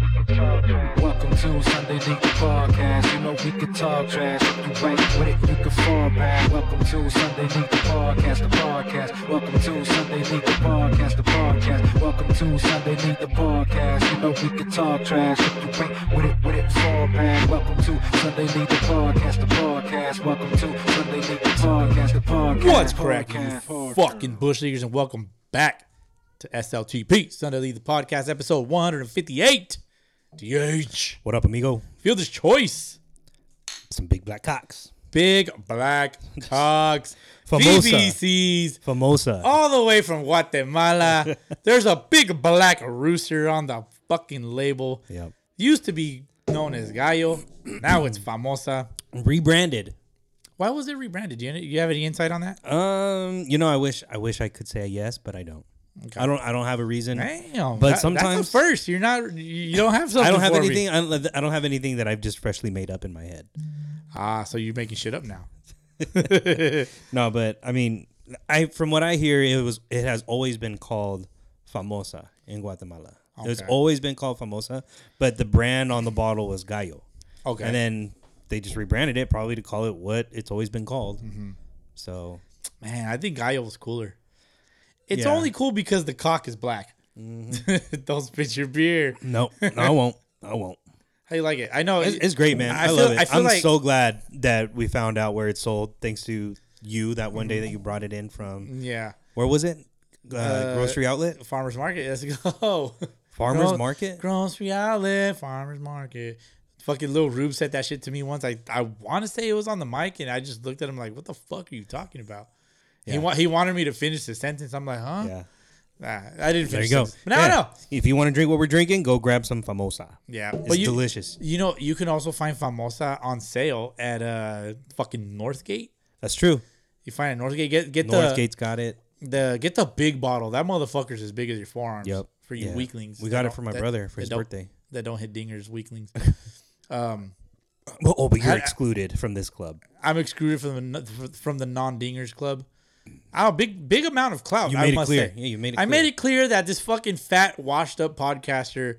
Welcome to Sunday League Podcast. You know we can talk trash. If you ain't with it, you can fall back. Welcome to Sunday League Podcast, the podcast. Welcome to Sunday League Podcast, the podcast. Welcome to Sunday League Podcast. You know we can talk trash. If you ain't with it, with it, fall back. Welcome to Sunday League Podcast, the podcast. Welcome to Sunday League Podcast, the podcast. What's cracking, you Podcast. fucking bush leaguers, and welcome back to SLTP Sunday League the Podcast, episode 158. DH What up, amigo? Fielder's Choice, Some big black cocks. Big Black Cogs, Famosa. BBCs, Famosa. all the way from Guatemala. There's a big black rooster on the fucking label. Yep. Used to be known as Gallo, now it's Famosa. Rebranded. Why was it rebranded? Do you, you have any insight on that? Um, you know, I wish I wish I could say yes, but I don't. I don't I don't have a reason. Damn, But that- that's sometimes- a first you're not you- you don't have something. I don't have for me. anything I don't, I don't have anything that I've just freshly made up in my head. Ah, so you're making shit up now. No, but I mean, I from what I hear it was it has always been called Famosa in Guatemala. It's Okay. always been called Famosa, but the brand on the bottle was Gallo. Okay. And then they just rebranded it probably to call it what it's always been called. So Man, I think Gaio was cooler. It's Yeah. Mm-hmm. only cool because the cock is black. Don't spit your beer. no, no, I won't. I won't. How you like it? I know It's, it- it's great, man. I I, feel- love it. I I feel am like- so glad that we found out where it's sold, thanks to you. That one day that you brought it in from Yeah, where was it? Uh, grocery outlet, farmers market. Let's go. farmers Gro- market. grocery outlet, farmers market. Fucking little Rube said that shit to me once. I I want to say it was on the mic, and I just looked at him like, "What the fuck are you talking about?" He Yeah. wa- he wanted me to finish the sentence. I'm like, huh? yeah, Nah, I didn't there finish. you go. But now I Yeah. know. If you want to drink what we're drinking, go grab some famosa. Yeah, it's but you, delicious. You know, you can also find famosa on sale at uh fucking Northgate. That's true. You find it at Northgate. Get get the Northgate's got it. the get the big bottle. That motherfucker's as big as your forearms. Yep. For you Yeah. weaklings. We that got it don't- for my that- brother for that his don't- birthday. That don't hit dingers, weaklings. Well, oh, but you're Had- excluded from this club. I'm excluded from the from the non dingers club. Oh, big big amount of clout. You I made it must clear. say. Yeah, you made it I made clear. it clear that this fucking fat, washed up podcaster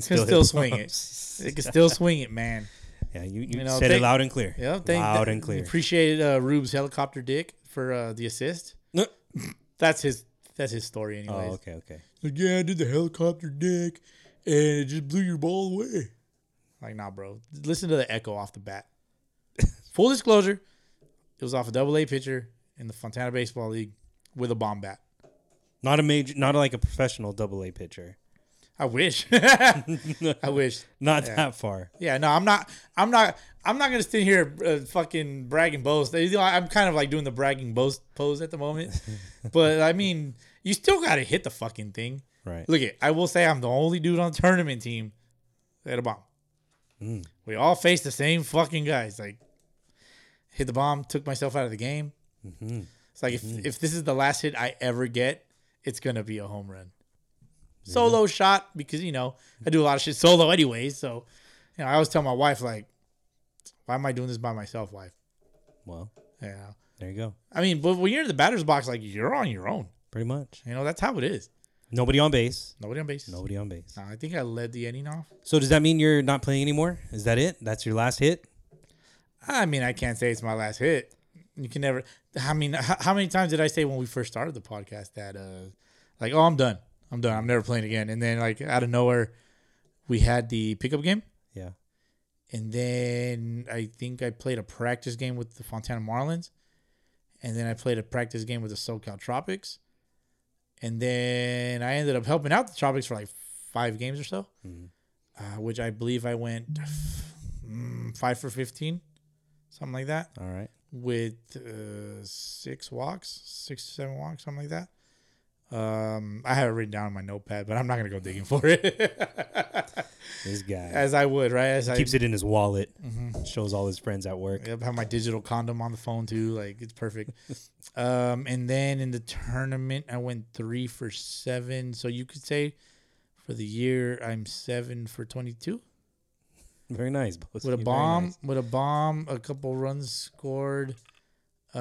can still, still, hit the swing bumps. it. It can still swing it, man. Yeah, you, you, know, said thank- it loud and clear. Yeah, thank loud th- and clear. Appreciate uh, Rube's helicopter dick for uh, the assist. No- That's his. That's his story, oh, anyways. okay, okay. Like, yeah, I did the helicopter dick, and it just blew your ball away. Like, nah, bro. Listen to the echo off the bat. Full disclosure, it was off a double A pitcher in the Fontana Baseball League with a bomb bat. Not a major, not like a professional double A pitcher. I wish. I wish. Not that far. Yeah, no, I'm not. I'm not. I'm not gonna sit here uh, fucking brag and boast. You know, I'm kind of like doing the bragging boast pose at the moment, but I mean, you still gotta hit the fucking thing. Right. Look it. I will say I'm the only dude on the tournament team that hit a bomb. We all face the same fucking guys. Like, hit the bomb, took myself out of the game. It's like if if this is the last hit I ever get, it's gonna be a home run. Solo shot because you know I do a lot of shit solo anyways. So, you know, I always tell my wife like, why am I doing this by myself, wife? Well, Yeah. there you go. I mean, but when you're in the batter's box, like you're on your own. Pretty much. You know that's how it is. Nobody on base. Nobody on base. Nobody on base. Nah, I think I led the inning off. So does that mean you're not playing anymore? Is that it? That's your last hit? I mean, I can't say it's my last hit. You can never. I mean, h- how many times did I say when we first started the podcast that, uh, like, oh, I'm done. I'm done. I'm never playing again. And then, like, out of nowhere, we had the pickup game. Yeah. And then I think I played a practice game with the Fontana Marlins. And then I played a practice game with the SoCal Tropics. And then I ended up helping out the Tropics for like five games or so, uh, which I believe I went mm, five for 15, something like that All right. with uh, six walks, six to seven walks, something like that. Um, I have it written down in my notepad, but I'm not gonna go digging for it This guy as I would, right? As I Mm-hmm. keeps it in his wallet. Shows all his friends at work. Yep, have my digital condom on the phone too. Like it's perfect. um, and then in the tournament, I went three for seven. So you could say for the year, I'm seven for twenty-two Very nice. Both with a bomb. With a bomb, a couple runs scored. uh,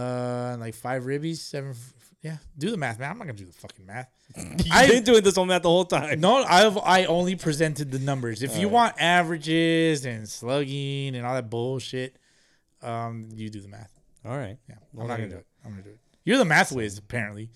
and like five ribbies, seven. f- Yeah, do the math, man. I'm not gonna do the fucking math. I've I- been doing this on that the whole time. No, I've I only presented the numbers. If you want averages and slugging and all that bullshit, um, you do the math. All right. Yeah, Well, I'm not there gonna you do go. it. I'm gonna do it. You're the math whiz, apparently.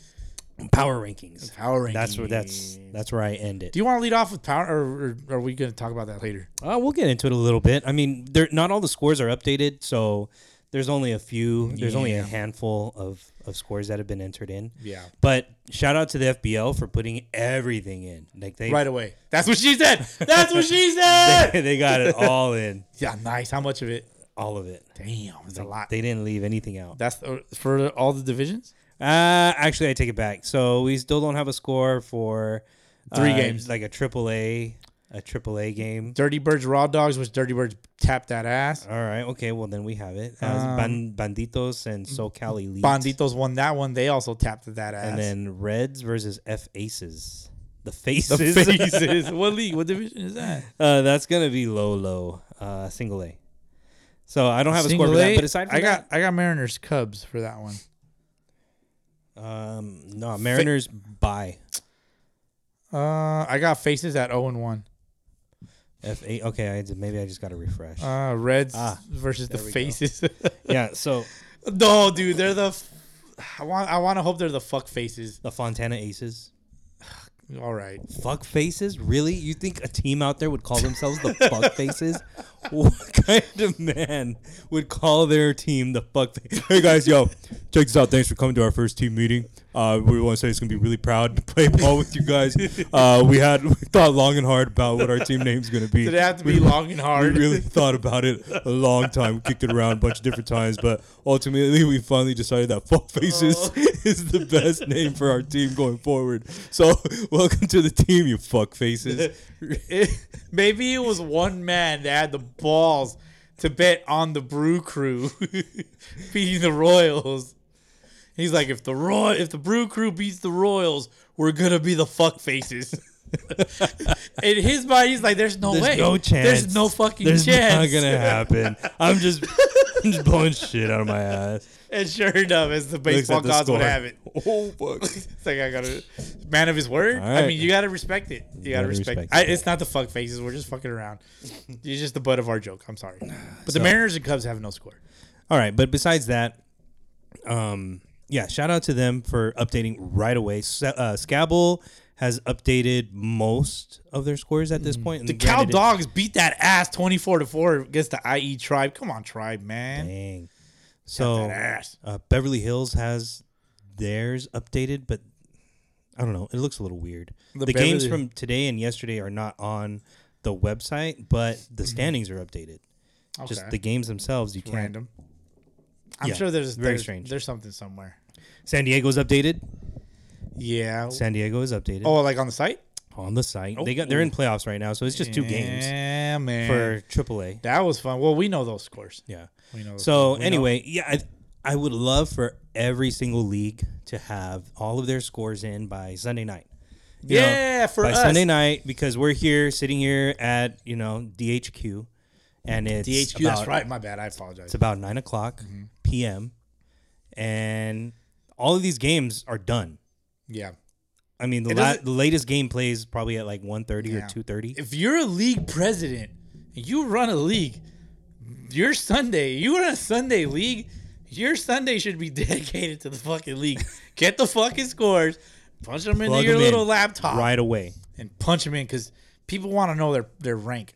Power rankings. Power ranking. That's where that's that's where I end it. Do you want to lead off with power, or, or are we gonna talk about that later? Uh, we'll get into it a little bit. I mean, there not all the scores are updated, so there's only a few. There's only a Yeah. handful of of scores that have been entered in. Yeah. But shout out to the FBL for putting everything in. Like they Right away. That's what she said. That's what she said. they, they got it all in, yeah, nice. How much of it? all of it. Damn, it's a lot. They didn't leave anything out. That's uh, for all the divisions. Uh, actually, I take it back. So we still don't have a score for Three uh, games. like a triple A, a triple A game. Dirty Birds Raw Dogs, which Dirty Birds tapped that ass. All right, okay, well then we have it. As Um, Ban- Banditos and SoCal Elite. Bonditos won that one. They also tapped that ass. and then Reds versus F Aces. The faces. the faces. what league? What division is that? uh, that's gonna be low, low, uh, single A. So I don't have a score for A? that. But aside from I got I got Mariners Cubs for that one. that, um, no Mariners by Uh, I got faces at zero and one. F A. Okay, I, did- maybe I just got to refresh. Uh, Reds Ah, versus the we go. faces. yeah. So no, dude, they're the. F- I want I want to hope they're the fuck faces. the Fontana Aces. All right, Fuck faces? Really? You think a team out there would call themselves the fuck faces? What kind of man would call their team the fuck faces? Hey guys, yo, check this out. Thanks for coming to our first team meeting. Uh, we want to say it's gonna be really proud to play ball with you guys. Uh, we had we thought long and hard about what our team name's gonna be. did it have to be long and We hard? really thought about it a long time. We kicked it around a bunch of different times, but ultimately we finally decided that Fuck Faces Oh. is the best name for our team going forward. So welcome to the team, you fuck faces. It- maybe it was one man that had the balls to bet on the Brew Crew beating the Royals. He's like, if the Roy, if the Brew Crew beats the Royals, we're gonna be the fuck faces. In his mind, he's like, "There's no There's way, no chance. there's no fucking There's chance." not gonna happen. I'm just, I'm just blowing shit out of my ass. and sure enough, as the Looks baseball at the gods would score. have it, Oh fuck. it's like I gotta man of his word. All I right. mean, you gotta respect it. You gotta gotta respect. respect I, it's not the fuck faces. We're just fucking around. You're just the butt of our joke. I'm sorry, but the Mariners and Cubs have no score. All right, but besides that, um, yeah, shout out to them for updating right away. S- uh, Scabble has updated most of their scores at this point. Mm. The and Cow granted it- Dogs beat that ass 24 to 4 against the IE Tribe. Come on, Tribe, man. Dang. So that ass. uh, Beverly Hills has theirs updated, but I don't know. It looks a little weird. The The, games Beverly- from today and yesterday are not on the website, but the standings are updated. Okay. Oh, Just the games themselves, you can't. random. I'm Yeah, sure there's very there's, strange. There's something somewhere. San Diego's updated. Yeah. San Diego is updated Oh, like on the site? on the site. They got they're in playoffs right now, so it's just two games Yeah, man. for AAA. that was fun. Well, we know those scores. Yeah. We know. those So scores. We know- anyway, yeah, I, I would love for every single league to have all of their scores in by Sunday night. You know, yeah, for by us. Sunday night because we're here sitting here at you know DHQ, and it's DHQ. About, that's right. Mm-hmm. My bad. I apologize. It's about nine o'clock p.m. and all of these games are done. yeah. I mean, the, It la- doesn't- the latest game plays probably at like 1.30 or two thirty. If you're a league president and you run a league, your Sunday, you run a Sunday league, your Sunday should be dedicated to the fucking league. Get the fucking scores, punch them into Plug your 'em little in laptop, right away. and punch them in because people want to know their their rank.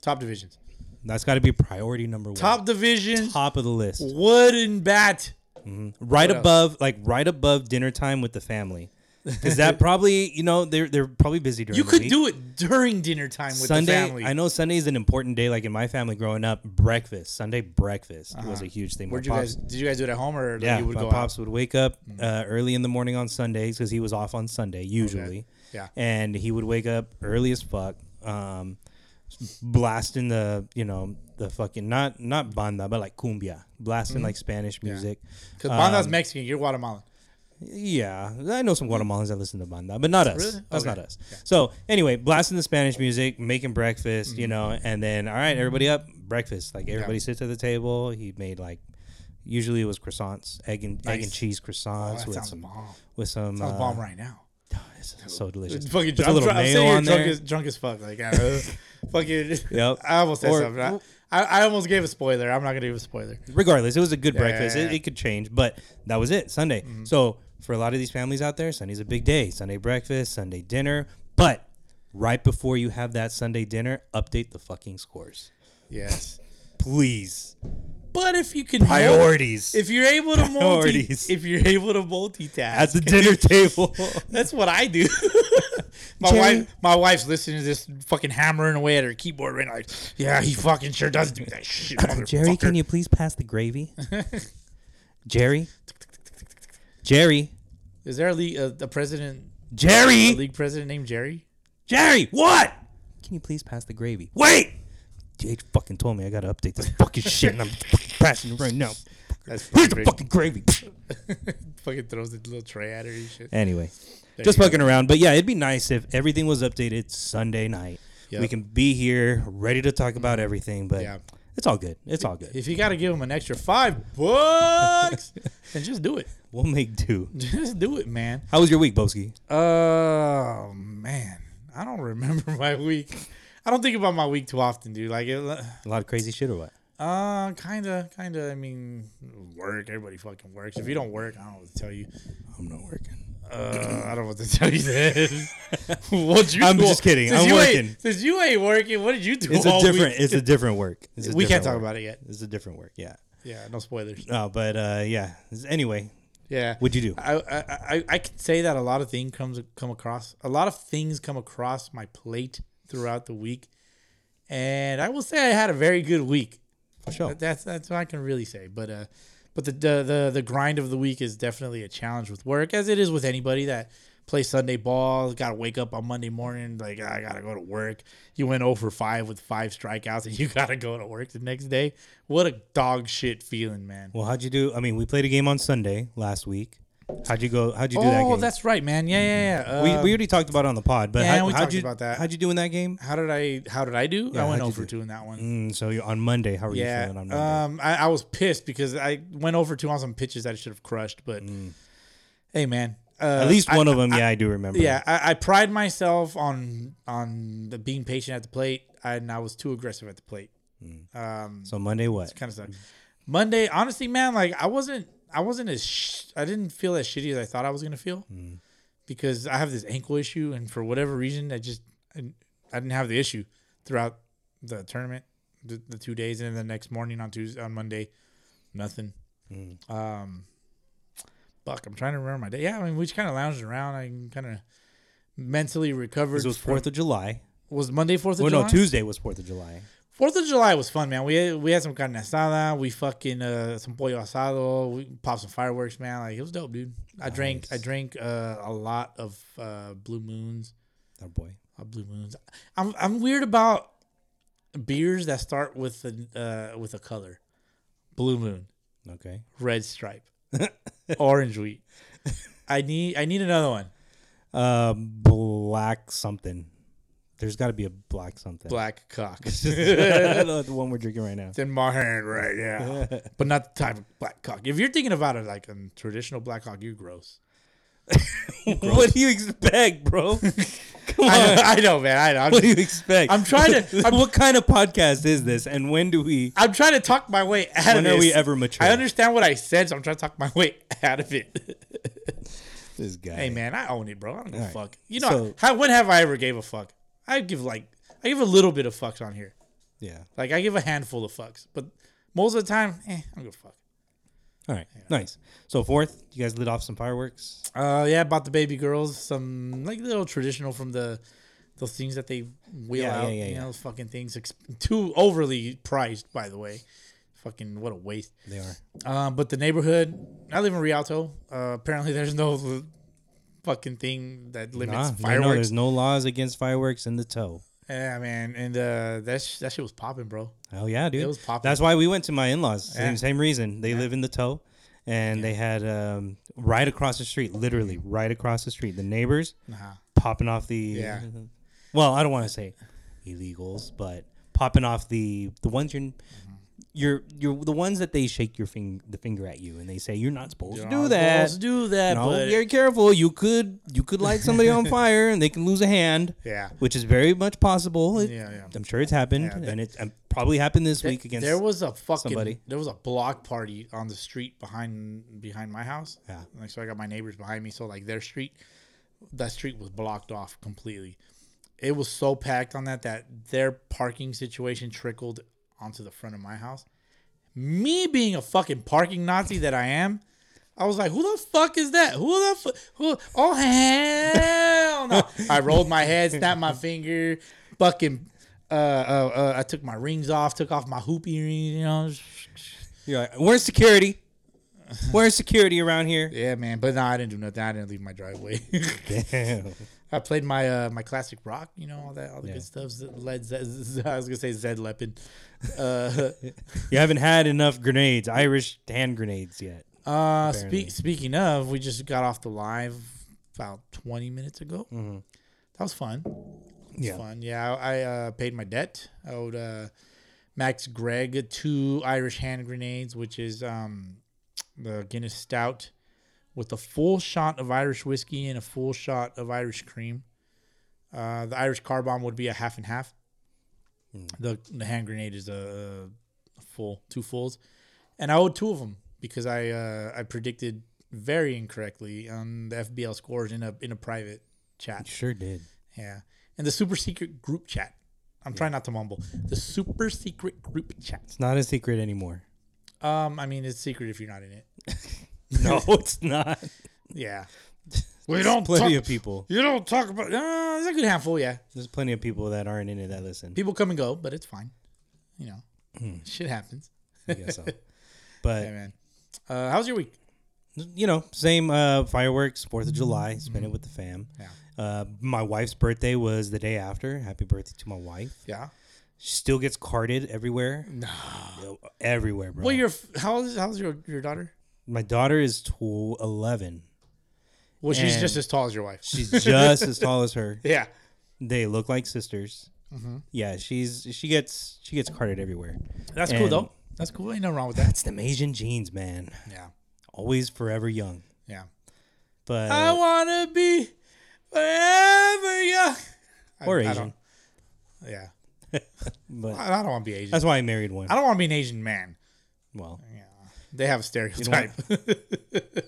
Top divisions, That's got to be priority number one. top divisions, top of the list. wooden bat. right What else? above like right above dinner time with the family because that probably you know they're they're probably busy during You the could week. do it during dinner time with Sunday. the family. I know Sunday is an important day. Like in my family growing up, breakfast Sunday breakfast was a huge thing. My Uh-huh. Where'd you pops- guys? Did you guys do it at home or yeah, you would my go Mm. pops would wake up uh, early in the morning on Sundays because he was off on Sunday usually. Yeah. and he would wake up early as fuck, um, blasting the you know the fucking not not banda but like cumbia, blasting Mm-hmm. like Spanish music. Because Um, Banda's Mexican, you're Guatemalan. Yeah, I know some Guatemalans that listen to banda, but not us. Really? That's Okay. not us. So anyway, blasting the Spanish music, making breakfast, Mm-hmm. you know, and then all right, everybody up, breakfast. Like everybody sits at the table. He made like Usually it was croissants, egg and egg Nice. and cheese Oh, croissants that with sounds some bomb. with some Sounds uh, bomb right now. this is so delicious. It's fucking Put drunk. a I'm, little dr- I'm mayo sitting here on drunk there. as, drunk as fuck. Like, I don't know. fucking. Yep. I almost said Or- something. I, I, I almost gave a spoiler. I'm not gonna give a spoiler. Regardless, it was a good breakfast. yeah, Mm-hmm. It, yeah. it could change, but that was it. Sunday. So for a lot of these families out there, Sunday's a big day. Sunday breakfast, Sunday dinner, but right before you have that Sunday dinner, update the fucking scores, Yes. please. But if you can Priorities. if you're able to multi, Priorities. if you're able to multitask at the dinner table. That's what I do. my Jerry. wife, my wife's listening to this fucking hammering away at her keyboard right now. Like, yeah, he fucking sure does do that shit, motherfucker. Jerry, can you please pass the gravy? Jerry, Jerry, Is there a league, a, a president, a Jerry, league president named Jerry? Jerry, what? Can you please pass the gravy? Wait, Jake fucking told me I gotta update this fucking shit, and I'm fucking passing it right now. That's fucking, Here's the great. fucking gravy. fucking throws a little tray at her and shit. Anyway, There just you go. fucking around. But yeah, it'd be nice if everything was updated Sunday night. Yep. We can be here, ready to talk about everything. But Yeah. it's all good. It's all good. If you got to give him an extra five bucks, then just do it. We'll make do. Just do it, man. How was your week, Boski? Oh man, I don't remember my week. I don't think about my week too often, dude. Like it. A lot of crazy shit or what? Uh, kinda, kinda. I mean, work. Everybody fucking works. If you don't work, I don't know what to tell you. I'm not working. Uh, I don't know what to tell you. Then. what you? I'm do- just kidding. Since I'm you working. Ain't, since you ain't working, what did you do? It's all a different. Week? It's a different work. It's a we can't different talk work. about it yet. It's a different work. Yeah. Yeah, no spoilers. No, but uh, yeah. Anyway, Yeah. what'd you do? I, I I I can say that a lot of things comes come across a lot of things come across my plate throughout the week, and I will say I had a very good week. For sure. That- That's that's what I can really say. But uh, but the, the the the grind of the week is definitely a challenge with work, as it is with anybody that plays Sunday ball. Got to wake up on Monday morning, like I gotta go to work. You went over five with five strikeouts, and you gotta go to work the next day. What a dog shit feeling, man. Well, how'd you do? I mean, we played a game on Sunday last week. How'd you go? How'd you do that game? Oh, that's right, man. Yeah, yeah, yeah. we, Uh, we already talked about it on the pod, but yeah, how, we how'd talked you about that. How'd you do in that game? how did I how did I do? Yeah, I went how'd you over do? two in that one. Mm, so you're on Monday. How are you Yeah, feeling on Monday? um, I, I was pissed because I went over two on some pitches that I should have crushed. But hey, man, uh, Mm. At least I- one of them, yeah, I do remember. Yeah, I, I pride myself on on the being patient at the plate, and I was too aggressive at the plate. So Monday, what? Kind of sucked. Monday, honestly, man, like I wasn't, I wasn't as, sh- I didn't feel as shitty as I thought I was gonna feel, Mm. because I have this ankle issue, and for whatever reason, I just, I, I didn't have the issue throughout the tournament, the, the two days, and then the next morning on Tuesday, on Monday, nothing. Mm. Um, fuck, I'm trying to remember my day. Yeah, I mean, we just kind of lounged around. I kind of mentally recovered. It was from- Fourth of July. was Monday Fourth of Well, July. no, Tuesday was Fourth of July. Fourth of July was fun, man. We had, we had some carne asada, we fucking uh, some pollo asado, we popped some fireworks, man. Like it was dope, dude. I drank I drank uh, a lot of uh, blue moons, Oh boy. uh, blue moons. I'm I'm weird about beers that start with the uh, with a color, blue moon, Okay. red stripe, orange wheat. I need I need another one, Uh, black something. There's got to be a black something. black cock. the one we're drinking right now. It's in my hand right now. but not the type of black cock. If you're thinking about it like a traditional black cock, you're gross. What do you expect, bro? Come I know, on. I know, man. I know. I'm, What do just- you expect? I'm trying to- I'm- what kind of podcast is this, and when do we? I'm trying to talk my way out When of this. are we ever mature? I understand what I said, so I'm trying to talk my way out of it. This guy. hey, man, I own it, bro. I don't give a All right. fuck. You know, So- how, when have I ever gave a fuck? I give like I give a little bit of fucks on here. Yeah. Like I give a handful of fucks, but most of the time, eh, I don't give a fuck. All right. Nice. So fourth, you guys lit off some fireworks. Uh, yeah, bought the baby girls some like little traditional from the those things that they wheel Yeah, out. yeah, yeah, you yeah. know, those fucking things. Ex- too overly priced, by the way. Fucking what a waste. They are. Uh, but the neighborhood, I live in Rialto. Uh, apparently, there's no l- fucking thing that limits Nah, no, no, fireworks. there's no laws against fireworks in the toe. yeah, man, and uh, that sh- that shit was popping, bro. Hell yeah, dude. It was popping. That's why we went to my in-laws. Same, Yeah. same reason. They live in the toe, and they had um, right across the street, literally right across the street, the neighbors Nah. popping off the. Yeah. Well, I don't want to say illegals, but popping off the the ones you're you're you're the ones that they shake your finger the finger at you and they say you're not supposed You're to do not that. supposed to do that, No, but- you're careful. You could you could light somebody on fire and they can lose a hand. Yeah. which is very much possible. It- Yeah, yeah. I'm sure it's happened, Yeah, that- and it um, probably happened this week Th- against. there was a fucking somebody. there was a block party on the street behind behind my house. Yeah. Like so I got my neighbors behind me, so like their street that street was blocked off completely. It was so packed on that that their parking situation trickled onto the front of my house. Me being a fucking parking Nazi that I am, I was like, "Who the fuck is that? Who the fuck? Who? Oh hell no!" I rolled my head, snapped my finger, fucking. Uh, uh, uh, I took my rings off, took off my hoop earrings. You know, you're like, where's security? Where's security around here? yeah, man. But no, I didn't do nothing. I didn't leave my driveway. Damn. I played my uh, my classic rock. You know, all that, all the Yeah. good stuff. Z- Led, Z- Z- I was gonna say Zed Leppin. Uh, You haven't had enough grenades, Irish hand grenades yet. Uh, Apparently. speak, speaking of, we just got off the live about 20 minutes ago. Mm-hmm. That was fun. It was Yeah. Fun. Yeah. I, I uh, paid my debt. I owed uh, Max Gregg two Irish hand grenades, which is um, the Guinness Stout with a full shot of Irish whiskey and a full shot of Irish cream. Uh, the Irish car bomb would be a half and half. The, the hand grenade is a, a full, two fulls and I owed two of them because I uh, I predicted very incorrectly on the FBL scores in a in a private chat. Sure did. Yeah, and the super secret group chat. I'm trying not to mumble. The super secret group chat. It's not a secret anymore. Um, I mean it's secret if you're not in it. No, it's not. Yeah, we don't Plenty talk- of people. You don't talk about. Uh, it's a good handful. Yeah, There's plenty of people that aren't in it that listen. people come and go, but it's fine. You know, Hmm. shit happens. I guess so. But Hey man, uh, how's your week? you know, same uh, fireworks, Fourth of July, spend it with the fam. Yeah. Uh, my wife's birthday was the day after. Happy birthday to my wife. Yeah. She still gets carded everywhere. No, everywhere, bro. Well, your how is how's your your daughter? my daughter is tw- eleven. Well, she's And- just as tall as your wife. She's just as tall as her. yeah. They look like sisters. Yeah, she's she gets she gets carded everywhere. That's cool And- though. That's cool. Ain't nothing wrong with that. It's them Asian genes, man. Yeah. Always forever young. Yeah. But I wanna be forever young. or I, I Asian. don't- yeah. but I, I don't wanna be Asian. that's why I married one. I don't wanna be an Asian man. Well, They have a stereotype.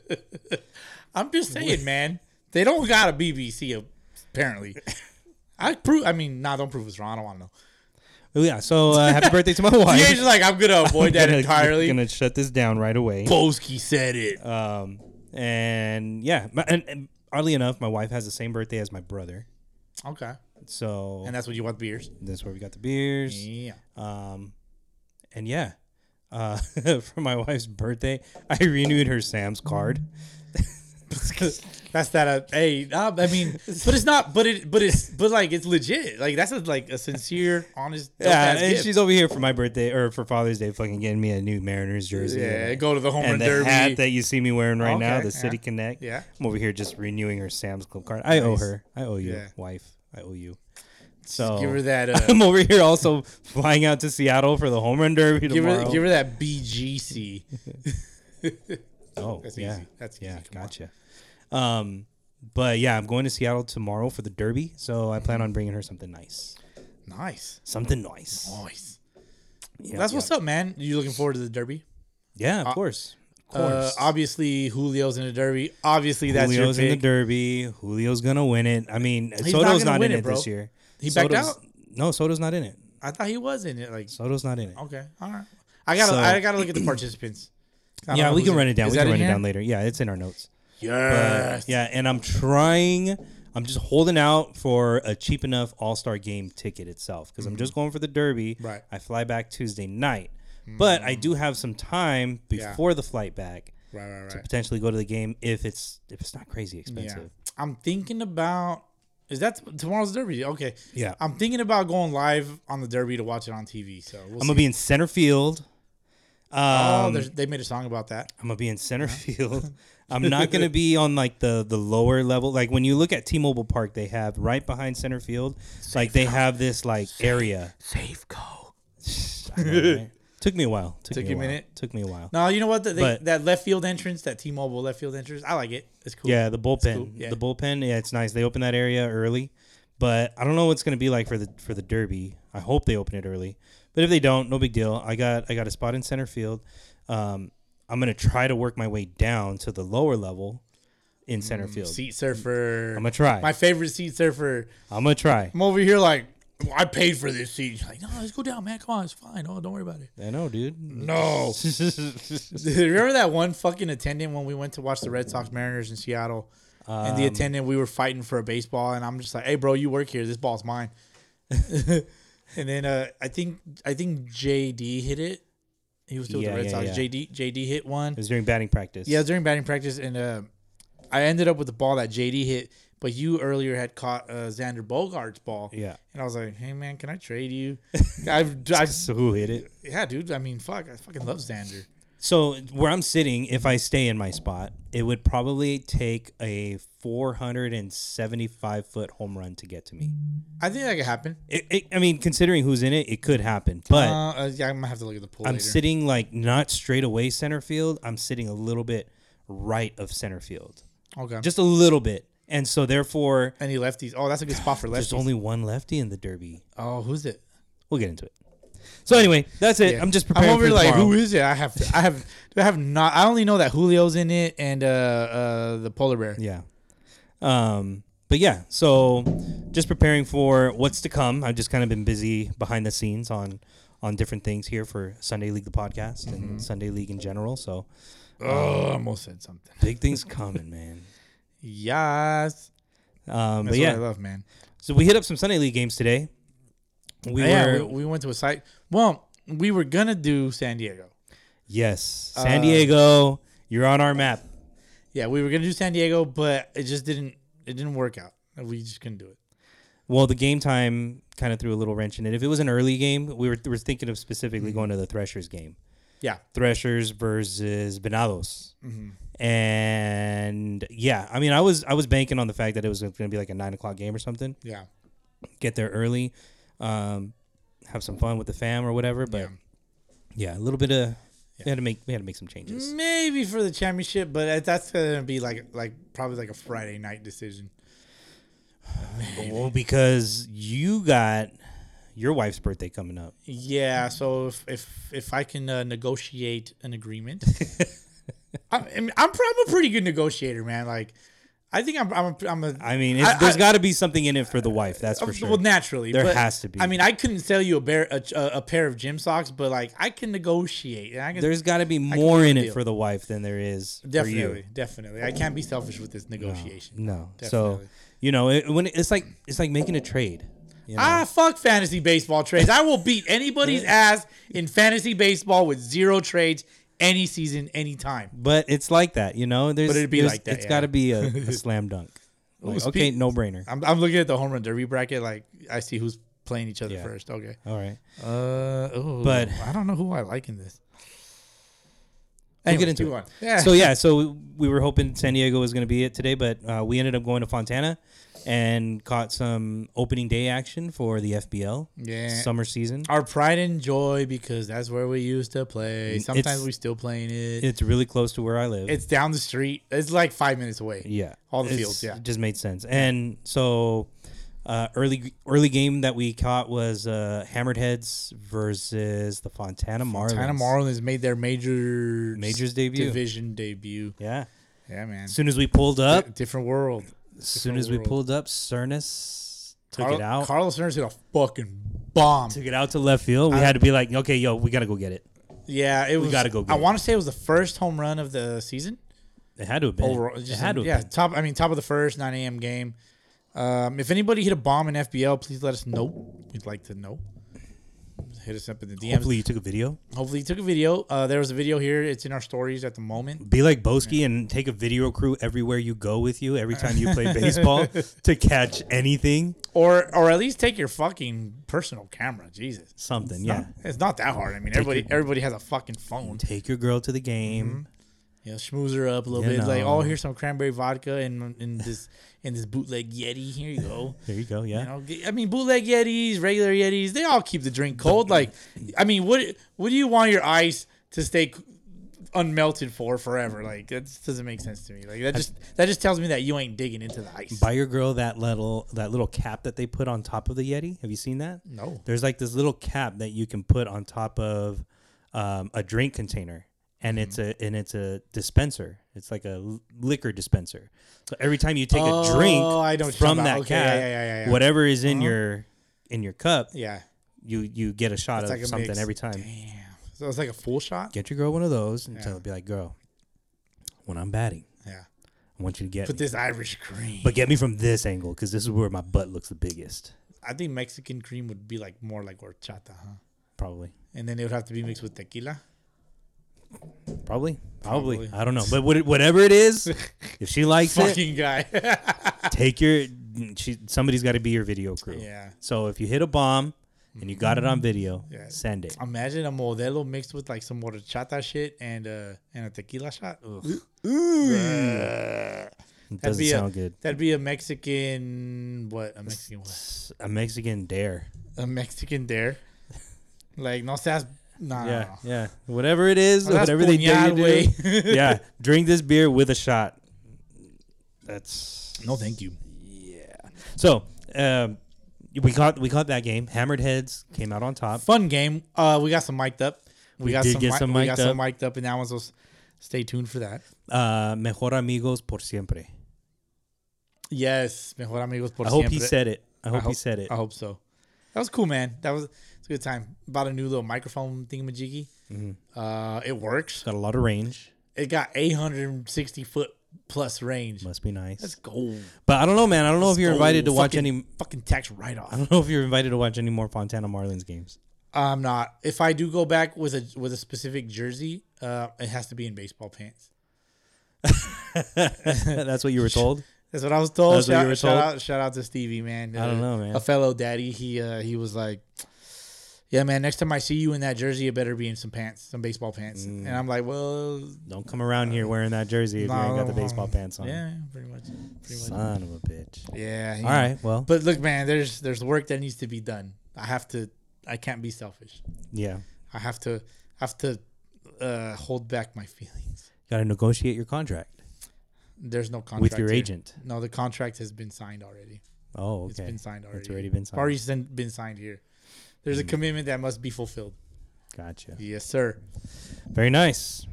I'm just saying, man. They don't got a BBC apparently. I prove I mean, nah, don't prove us wrong. I don't wanna know. oh, yeah. So uh, happy birthday to my wife. The Asian's like, I'm gonna avoid that Gonna- entirely. Gonna shut this down right away. Boski said it. Um, and yeah, my, and, and oddly enough, my wife has the same birthday as my brother, okay. so And that's what you want beers. that's where we got the beers. Yeah. Um, and yeah, uh, for my wife's birthday, I renewed her Sam's card. That's that. Uh, hey, uh, I mean, but it's not. But it. But it's. But like, it's legit. Like that's a, like a sincere, honest. Yeah, Yeah, and gift. she's over here for my birthday or for Father's Day, fucking getting me a new Mariners jersey. yeah. and- Go to the home run and the derby. hat that you see me wearing right now, Oh, Okay, the yeah. City Connect. Yeah. I'm over here just renewing her Sam's Club card. I owe Nice. her. I owe you, Yeah. wife. I owe you. So give her that. Uh, I'm over here also flying out to Seattle for the home run derby give tomorrow. her. Give her that BGC. oh, That's yeah, easy. That's yeah, easy. Come on. gotcha. Um, but yeah, I'm going to Seattle tomorrow for the derby, so I plan on bringing her something nice, Nice. something nice. Nice. Yeah, That's yeah. what's up, man. You looking forward to the derby? Yeah, of course, of Uh, course. obviously, Julio's in the derby. Obviously, that's Julio's your in the pick. derby. Julio's gonna win it. I mean, not gonna Soto's not, win in it, it, bro. this year. He backed Soto's- out? No, Soto's not in it. I thought he was in it. Like, Soto's not in it. okay, all right. I gotta. So- I gotta look at the participants. I don't Yeah, know we who's can in- run it down. Is We that can in run it here? down later. Yeah, it's in our notes. Uh, Yes. Yeah, and I'm trying. I'm just holding out for a cheap enough All Star Game ticket itself because I'm just going for the Derby. Mm-hmm. Right. I fly back Tuesday night, but I do have some time before the flight back Right, Mm. right, to right. potentially go to the game if it's if it's not crazy expensive. Yeah. I'm thinking about is that t- tomorrow's derby? Okay. Yeah. I'm thinking about going live on the derby to watch it on TV. So we'll I'm see. gonna be in center field. Oh, Um, there's they made a song about that. I'm gonna be in center field. I'm not gonna be on like the the lower level. Like when you look at T-Mobile Park, they have right behind center field, like they have this like area. Safe go. I know, right? Took me a while. Took, Took me you a while. minute? Took me a while. No, you know what? The, they- But- that left field entrance, that T-Mobile left field entrance, I like it. It's cool. Yeah, the bullpen. cool. Yeah. The bullpen. Yeah, it's nice. They open that area early, but I don't know what's going to be like for the for the Derby. I hope they open it early, but if they don't, no big deal. I got I got a spot in center field. Um, I'm going to try to work my way down to the lower level in center field. Seat surfer. I'm gonna try. My favorite seat surfer. I'm going to try. I'm over here like "Well, I paid for this seat. She's like, no, let's go down, man. Come on, it's fine. Oh, don't worry about it. I know, dude. No. Remember that one fucking attendant when we went to watch the Red Sox Mariners in Seattle? and Um, the attendant, we were fighting for a baseball, and I'm just like, "Hey, bro, you work here. This ball's mine." and then uh, I think I think JD hit it. He was still Yeah, with the Red yeah, Sox. yeah. JD JD hit one. It was during batting practice. Yeah, it was during batting practice, and uh, I ended up with the ball that JD hit, but you earlier had caught uh, Xander Bogart's ball. Yeah. and I was like, "Hey, man, can I trade you?" I've, I've, So who hit it? yeah, dude. I mean, fuck, I fucking love Xander. So where I'm sitting, if I stay in my spot, it would probably take a 475 foot home run to get to me. I think that could happen. It, it, I mean, considering who's in it, it could happen. But Uh, uh, yeah, I'm gonna have to look at the pool. I'm later. sitting like not straight away center field. I'm sitting a little bit right of center field, Okay. just a little bit, and so therefore, any lefties? Oh, that's a good spot for there's lefties. only one lefty in the derby. oh, who's it? We'll get into it. So anyway, that's it. Yeah. I'm just preparing I'm over for here like, tomorrow. who is it? I have, I have, I have not. I only know that Julio's in it and uh, uh, the polar bear. Yeah. Um, but yeah, so just preparing for what's to come. I've just kind of been busy behind the scenes on on different things here for Sunday League the podcast Mm-hmm. and Sunday League in general. So Oh, I almost said something. big things coming, man. Yes, Um, but that's yeah, what I love, man. so we hit up some Sunday League games today. We Oh, yeah, were we, we went to a site. Well, we were gonna do San Diego. yes, Uh, San Diego. You're on our map. Yeah, we were gonna do San Diego, but it just didn't. It didn't work out. We just couldn't do it. Well, the game time kind of threw a little wrench in it. If it was an early game, we were, we were thinking of specifically Mm-hmm. going to the Threshers game. Yeah, Threshers versus Venados. Mm-hmm. And yeah, I mean, I was I was banking on the fact that it was going to be like a nine o'clock game or something. yeah. Get there early, um, have some fun with the fam or whatever. But yeah, a little bit of we had to make we had to make some changes. Maybe for the championship, but that- that's gonna be like like probably like a Friday night decision. Well, because you got your wife's birthday coming up. Yeah, so if if, if I can uh, negotiate an agreement, I, I mean, I'm pro- I'm a pretty good negotiator, man. Like, I think I'm I'm a, I'm a I mean, it's, I- there's I- got to be something in it for the wife. That's for Of- sure. Well, naturally, There but, has to be. I mean, I couldn't sell you a bear a, a, a pair of gym socks, but like I can negotiate, and I can there's got to be more in it deal. for the wife than there is for you. definitely, definitely, I can't be selfish with this negotiation. No. So, Definitely. you know, it, when it, it's like it's like making a trade. You know? Ah, fuck fantasy baseball trades. I will beat anybody's ass in fantasy baseball with zero trades any season, any time. but it's like that, you know. There's, But it'd be there's- like that, It's yeah. got to be a, a slam dunk. Like, speak- Ah. okay, no brainer. I'm, I'm looking at the home run derby bracket. Like I see who's playing each other first. Okay. All right, Uh, ooh, But- I don't know who I like in this. we'll get Anyways, into move it. on. Yeah. So yeah, so we were hoping San Diego was going to be it today, but uh, we ended up going to Fontana and caught some opening day action for the FBL Yeah. Ah. summer season. our pride and joy because that's where we used to play. Sometimes Mm, it's- we still playing it. It's really close to where I live. It's down the street. It's like five minutes away. Yeah, All the It's- fields, yeah. it just made sense. And so, uh, early early game that we caught was uh, Hammered Heads versus the Fontana Marlins. China Marlins made their major Majors debut. division debut. Yeah. Yeah, man. As soon as we pulled up, Different world. as soon as we world. pulled up, Cernus took Carl- it out. Carlos Nurse hit a fucking bomb. took it out to left field. We had to be like, okay, yo, we gotta go get it. Yeah, it was. gotta go get I it. want to say it was the first home run of the season. It had to have been. Overall, it just had to have yeah, been. top. I mean, top of the first, 9 a.m. game. Um, if anybody hit a bomb in FBL, please let us know. We'd like to know. Hit us up in the DMs. Hopefully, you took a video. Hopefully you took a video. Uh, there was a video here. It's in our stories at the moment. Be like Boski and take a video crew everywhere you go with you every time you play baseball to catch anything, Or or at least take your fucking personal camera. Jesus. something. Yeah. It's not that hard. I mean, everybody everybody has a fucking phone. Mm-hmm. Take your girl to the game. you know, schmooze her up a little You bit. Like, oh, know. here's some cranberry vodka and in this in this bootleg Yeti. Here you go. There you go. Yeah. You know, I mean, bootleg Yetis, regular Yetis, they all keep the drink cold. Like, I mean, what what do you want your ice to stay c- unmelted for forever? Like, that just doesn't make sense to me. Like, that just that just tells me that you ain't digging into the ice. Buy your girl that little that little cap that they put on top of the Yeti. Have you seen that? No. There's like this little cap that you can put on top of um, a drink container, and it's Mm-hmm. a and it's a dispenser. It's like a l- liquor dispenser. So every time you take a drink Oh, I know what you're from talking about. that Okay, cap, yeah, yeah, yeah, Uh-huh. yeah. whatever is in your in your cup, Yeah. you you get a shot It's of like a something mix. every time. Damn. So it's like a full shot. Get your girl one of those and tell her, be like, girl, when I'm batting, Yeah. I want you to get Put me. this Irish cream. but get me from this angle because this is where my butt looks the biggest, I think Mexican cream would be like more like horchata, huh? probably. And then it would have to be mixed with tequila. Probably. Probably. Probably. I don't know. But what, whatever it is, if she likes it, Fucking guy. take your. She, somebody's got to be your video crew. Yeah. So if you hit a bomb and you got it on video, Yeah. send it. Imagine a modelo mixed with like some horchata shit and uh and a tequila shot. Ugh. Uh, that'd It doesn't be sound a, good. That'd be a Mexican what? A Mexican what? S- A Mexican dare. A Mexican dare. Like no seas nah. Yeah. Yeah. Whatever it is, Well, that's whatever they dare you puñal, to do. yeah. Drink this beer with a shot. That's. No, thank you. So, um, we caught we caught that game. Hammered Heads came out on top. Fun game. Uh, we got some mic'd up. We, We got did some. get mi- some we mic'd got some mic'd up, and that one's. So stay tuned for that. Uh, Mejor Amigos por siempre. Yes, mejor amigos por I hope he siempre. said it. I hope, I he said it. I hope so. That was cool, man. That was it's a good time. Bought a new little microphone thingamajiggy. Mm-hmm. Uh, it works. Got a lot of range. It got 860 foot plus range. Must be nice. Let's go. but I don't know, man. I don't know if you're Go. invited to watch Fucking- any. fucking tax write I off. don't know if you're invited to watch any more Fontana Marlins games. I'm not. If I do go back with a with a specific jersey, uh, it has to be in baseball pants. That's what you were told. That's what I was told. That's what Shout, you were shout told? out, shout out to Stevie, man. I don't know, man. A fellow daddy, he uh, he was like, "Yeah, man. Next time I see you in that jersey, it better be in some pants, some baseball pants." And I'm like, "Well, Don't come around here Mm. wearing that jersey if you ain't got the Uh, no, baseball pants on. yeah, pretty much, pretty much. Son of a bitch. Yeah. All right. Well, But look, man, there's there's work that needs to be done. I have to. I can't be selfish. yeah. I have to have to uh, hold back my feelings. Got to negotiate your contract There's no contract with your here. agent. No, the contract has been signed already. Oh, okay. It's been signed already. It's already been signed. Mm. Already sen- been signed here. There's a commitment that must be fulfilled. Gotcha. Yes, sir. Very nice.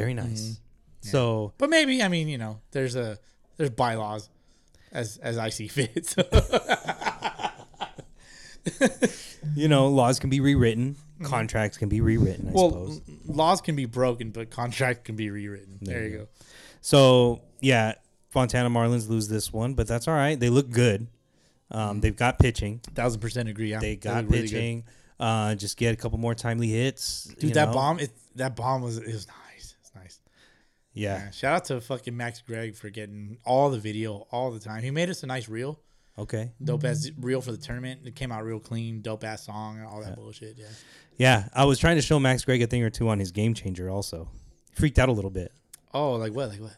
Very nice. Mm-hmm. So But maybe I mean you know there's a there's bylaws as as I see fit. So you know, laws can be rewritten, contracts can be rewritten. I Mm-hmm. well, mm. suppose. l- laws can be broken, but contract can be rewritten. There, you go. So yeah, Fontana Marlins lose this one, but that's all right. They look good. Um, they've got pitching. Thousand percent agree. Yeah, They That got was Mm-hmm. really good. pitching. Uh, just get a couple more timely hits. Dude, you that know? bomb, it, that bomb was it was nice. It's nice. Yeah. Yeah. Shout out to fucking Max Gregg for getting all the video all the time. He made us a nice reel, Okay. dope ass reel for the tournament. It came out real clean, dope ass song, and all that bullshit. Yeah. Yeah, I was trying to show Max Gregg a thing or two on his game changer. Also, freaked out a little bit. Oh, like what? Like what?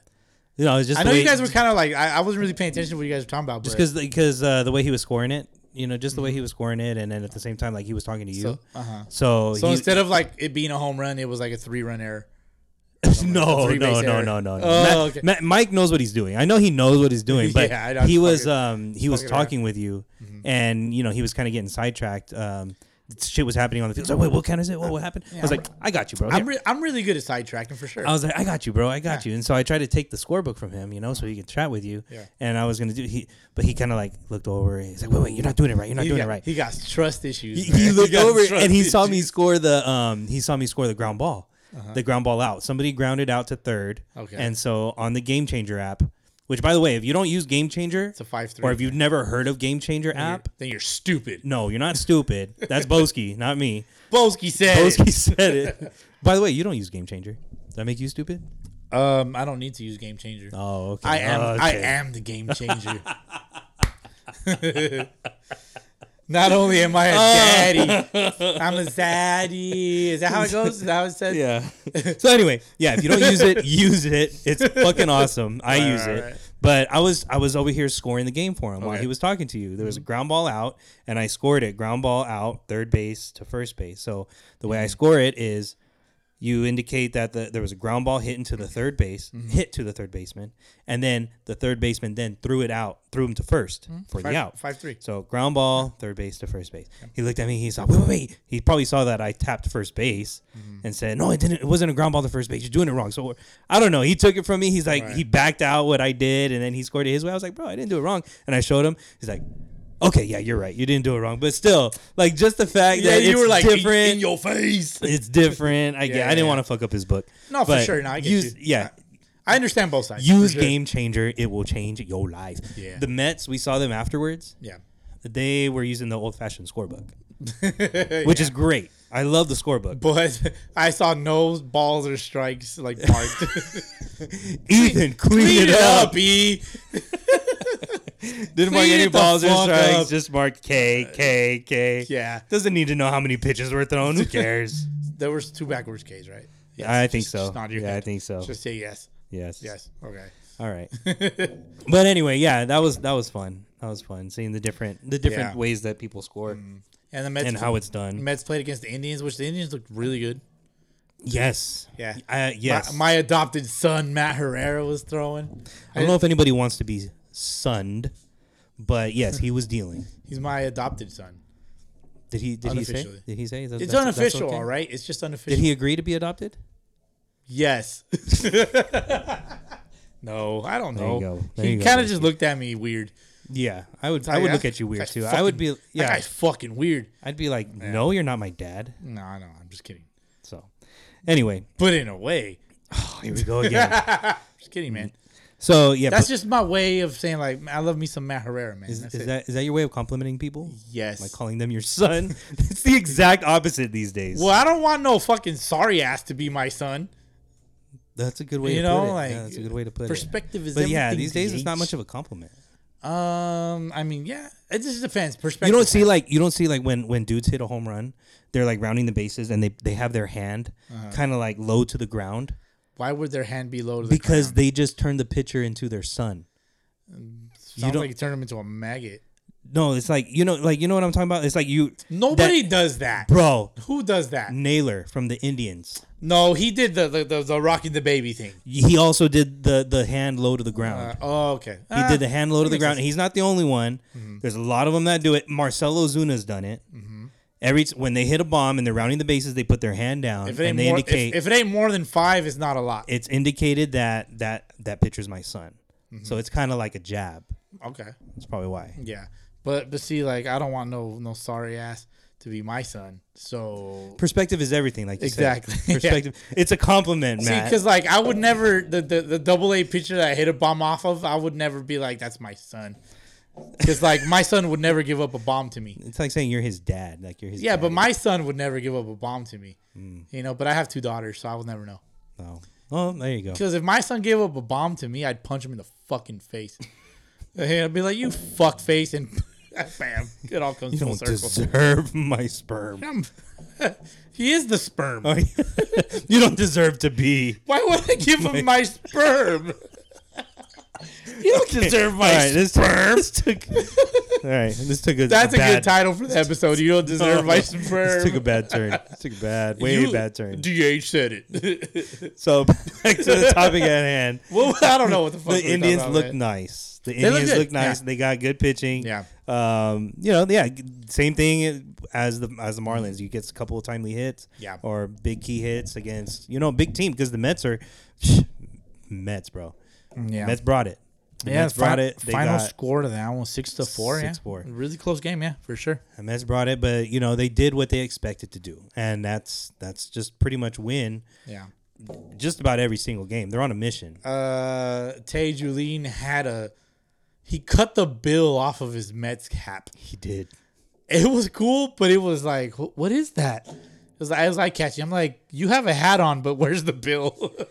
You know, it's just I the know way, you guys were kind of like I, I wasn't really paying attention to what you guys were talking about. just but- because because uh, the way he was scoring it. You know, just the way he was scoring it, and then at the same time, like he was talking to you. So, Mm-hmm. So, uh-huh. he- so instead of like it being a home run, it was like a three run error. no, three no, base no, error. no, no, no. Oh, Ma- okay. Ma- Mike knows what he's doing. I know he knows what he's doing, but Yeah, I know. he It's was fucking- um he was fucking around. talking with you, Mm-hmm. and you know he was kind of getting sidetracked. Um, shit was happening on the field. So wait, what kind is it? What, what happened? I was I'm like, I got you, bro. I'm re- I'm really good at sidetracking for sure. I was like, I got you, bro. I got you. And so I tried to take the scorebook from him, you know, so he could chat with you. Yeah. And I was gonna do he, but he kind of like looked over. And he's like, wait, wait, you're not doing it right. You're not he, doing got, it right. he got trust issues. He, man. he looked got over trust and he saw issues. me score the um he saw me score the ground ball. The ground ball out. Somebody grounded out to third. Uh-huh. Okay. And so on the Game Changer app, which by the way, if you don't use Game Changer It's a five three. or if you've never heard of Game Changer app, then you're stupid. no, you're not stupid. That's Boski, not me. Boski said. Boski said it. By the way, you don't use Game Changer. Does that make you stupid? Um, I don't need to use game changer. Oh, okay. I am. Oh, I okay. am the game changer. Not only am I a Oh. daddy, I'm a zaddy. Is that how it goes? Is that how it says? Yeah. so anyway, yeah, if you don't use it, use it. It's fucking awesome. I use right, it. right. But I was I was over here scoring the game for him while Okay. Mm-hmm. he was talking to you. There was a ground ball out and I scored it. Ground ball out, third base to first base. So the way I Mm-hmm. score it is you indicate that the, there was a ground ball hit into the Mm-hmm. third base, hit to the third baseman, and then the third baseman then threw it out, threw him to 1st for Mm-hmm. Five- the out. five three. So ground ball, third base to first base. He looked at me. He's like, wait, wait, wait. He probably saw that I tapped first base Mm-hmm. and said, no, it didn't. It wasn't a ground ball to first base. You're doing it wrong. So I don't know. He took it from me. He's like, he backed out what I did, and then he scored it his way. I was like, bro, I didn't do it wrong. And I showed him. He's like. Okay, yeah, you're right. You didn't do it wrong, but still, like just the fact Yeah, that you it's were like in- different in your face. it's different. I get. Yeah, I didn't yeah. want to fuck up his book. No, for But sure. No, I get use, you. Yeah, I understand both sides. for use sure. Game Changer. It will change your life. Yeah. The Mets. We saw them afterwards. Yeah. They were using the old-fashioned scorebook, which is great. I love the scorebook. But I saw no balls or strikes like marked. Ethan, clean, it up. E. Didn't mark Clean any it the balls or fuck strikes. up. Just mark K K K. Yeah. Doesn't need to know how many pitches were thrown. Who cares? There was two backwards K's, right? Yes. I think Just- so. just nod your Yeah, I head. think so. Just say yes. yes. Yes. Okay. All right. but anyway, yeah, that was that was fun. That was fun seeing the different the different Yeah. Mm. ways that people score. And the Mets and how it's done. Mets played against the Indians, which the Indians looked really good. Yes. Yeah. Uh, yes. My, my adopted son Matt Herrera was throwing. I don't know if anybody wants to be sunned, but yes, he was dealing. He's my adopted son. Did he? Did he say? Unofficially. Did he say? That- It's that's- that's unofficial, okay? all right. It's just unofficial. Did he agree to be adopted? Yes. no, I don't you know. go. There he you go, kind of Whiskey. just looked at me weird. Yeah, I would. I would Like, look that- at you weird that too. I fucking- would be. That Yeah, guy's fucking weird. I'd be like, no, you're not my dad. No, no, I'm just kidding. So, anyway, But in a way, oh, here we go again. just kidding, man. so yeah, That's but just my way of saying like I love me some Matt Herrera, man. is, That's is it. that is that your way of complimenting people? yes? Like calling them your son? it's the exact opposite these days. well, I don't want no fucking sorry ass to be my son. That's a good way. You to know, put it. like yeah, that's a good way to put it. perspective is But yeah, everything, these days it's not bitch. much of a compliment. Um, I mean, yeah, it just depends. Perspective. you don't see like you don't see like when when dudes hit a home run, they're like rounding the bases and they they have their hand Uh-huh. kind of like low to the ground why would their hand be low to the because ground? they just turned the pitcher into their son. Sounds don't- like you turn him into a maggot. No, it's like you know like you know what I'm talking about. It's like you Nobody that- does that, bro Who does that? Naylor from the Indians. No, he did the the, the, the rocking the baby thing. He also did the the hand low to the Uh, ground. oh, okay. he did the hand low to the ground. sense. He's not the only one. Mm-hmm. There's a lot of them that do it. Marcelo Zuna's done it. Every t- when they hit a bomb and they're rounding the bases, they put their hand down If it ain't and they more, if, indicate if it ain't more than five, it's not a lot. it's indicated that that that picture's my son. So Mm-hmm. it's kind of like a jab. okay. That's probably why. Yeah, but but see, like I don't want no no sorry ass to be my son. So Perspective is everything, like you Exactly. Said. Perspective. It's a compliment, see, Matt. because like I would never the the, the double A pitcher that I hit a bomb off of, I would never be like that's my son. Because like my son would never give up a bomb to me. it's like saying you're his dad. Like you're his. Yeah, but daddy. my son would never give up a bomb to me. Mm. You know, but I have two daughters, so I will never know. Oh, well, there you go. Because if my son gave up a bomb to me, I'd punch him in the fucking face. And I'd be like, "You fuck face," and bam, it all comes You full don't circle. deserve my sperm. I'm- he is the sperm. Oh, yeah. you don't deserve to be. Why would I give him my sperm? you don't deserve my All right, sperm. this, this took. All right, this took a. That's a, bad- good title for the episode. You don't deserve my This sperm. took a bad turn. This took a bad, way You- bad turn. DH said it. So back to the topic at hand. well, I don't know what the fuck. the Indians look look. nice. The look Indians good. look, nice. Yeah. They got good pitching. Yeah. Um, you know, yeah, g- same thing as the as the Marlins. You get a couple of timely hits. Yeah. Or big key hits against you know big team because the Mets are Mets, bro. Yeah. Mets brought it. The yeah, Mets brought fin- it. They final got, score to that one, six to four. Six, yeah, four. really close game. Yeah, for sure. the Mets brought it, but you know they did what they expected to do, and that's that's just pretty much win Yeah. just about every single game. They're on a mission. Uh, Tay Julian had a he cut the bill off of his Mets cap. He did. it was cool, but it was like, wh- what is that? It was, I was like catchy. I'm like, you have a hat on, but where's the bill?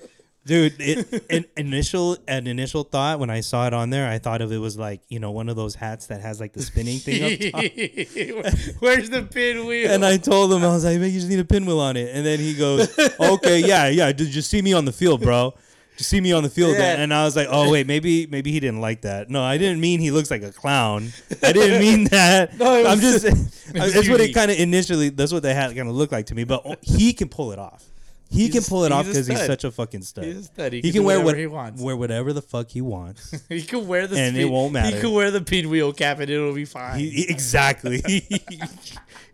dude it, an initial an initial thought when i saw it on there i thought of it was like you know one of those hats that has like the spinning thing up top Where's the pinwheel? and i told him i was like man you just need a pinwheel on it and then he goes okay yeah yeah did you see me on the field bro just see me on the field then. Yeah. and i was like oh wait maybe maybe he didn't like that no i didn't mean he looks like a clown i didn't mean that No, it was- i'm just that's what it unique. kind of initially that's what the hat kind of looked like to me but oh, he can pull it off he He's can a- pull it he's off a because he's stud. such a fucking stud. He's a stud. He can He, can do wear whatever what he wants. Wear whatever the fuck he wants. he could wear the And it spin- won't matter. He could wear the pinwheel cap and it'll be fine. He- he- exactly.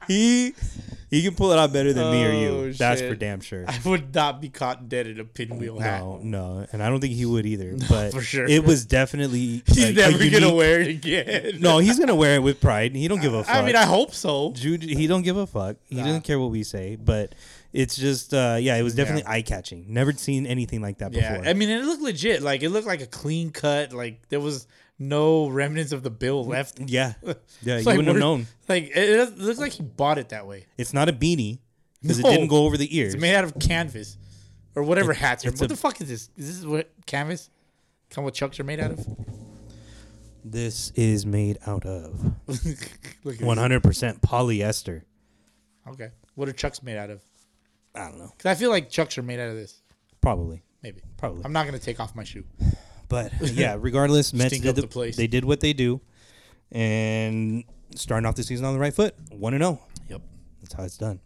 he he can pull it out better than me or you. Oh, That's shit. for damn sure. I would not be caught dead in a pinwheel hat. No, no, and I don't think he would either. but for sure. it was definitely. He's like, a never gonna unique- wear it again. No, he's gonna wear it with pride. He don't give a fuck. I mean, I hope so. Jude, he don't give a fuck. He Nah. doesn't care what we say. But it's just, uh, yeah, it was definitely eye catching. Never seen anything like that Yeah, before. I mean, it looked legit. Like it looked like a clean cut. Like there was no remnants of the bill left. yeah, yeah, It's you like, wouldn't have where- known. Like it, it looks like he bought it that way. It's not a beanie because No. it didn't go over the ears. It's made out of canvas or whatever hats are. it's What a- the fuck is this? Is this what canvas? Kind of what chucks are made out of? This is made out of Look at 100. 100% polyester. Okay. What are chucks made out of? I don't know. Because I feel like chucks are made out of this. Probably. Maybe. Probably. I'm not going to take off my shoe. But yeah, regardless, Mets Stink did up the, the place. they did what they do and starting off the season on the right foot, 1 and 0. Yep. That's how it's done.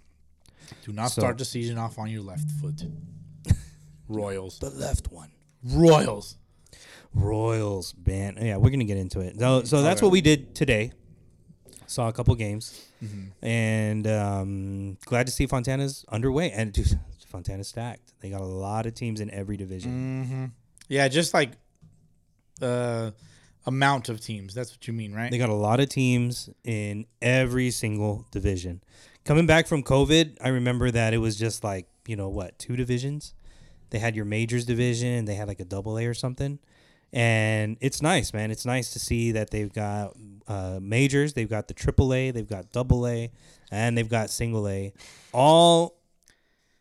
Do not So- start the season off on your left foot. Royals. The left one. Royals. Royals, man. Yeah, we're going to get into it. So, so that's what we did today. Saw a couple games Mm-hmm. and um, glad to see Fontana's underway. And dude, Fontana's stacked. They got a lot of teams in every division. Yeah, just like uh amount of teams. That's what you mean, right? They got a lot of teams in every single division. Coming back from COVID, I remember that it was just like, you know, what, two divisions? They had your majors division and they had like a double A or something. And it's nice, man. It's nice to see that they've got uh, majors, they've got the triple A, they've got double A, and they've got single A. All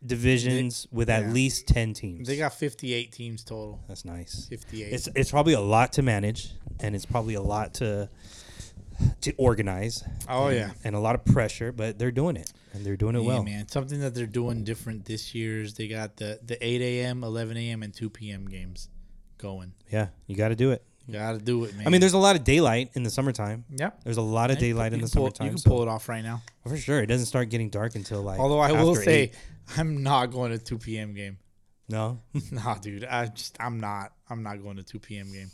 divisions with at yeah. least 10 teams. They got 58 teams total. That's nice. 58. It's it's probably a lot to manage, and it's probably a lot to to organize, oh yeah. and a lot of pressure. But they're doing it, and they're doing it Yeah, well. man. Something that they're doing different this year is they got the the 8 a.m., 11 a.m., and 2 p.m. games going. Yeah, you got to do it. Got to do it, man. I mean, there's a lot of daylight in the summertime. yep. There's a lot of daylight in the summertime. You can so- pull it off right now. for sure. It doesn't start getting dark until like. Although I will after say, eight. I'm not going to 2 p.m. game. no. nah, dude. I just I'm not. I'm not going to 2 p.m. game.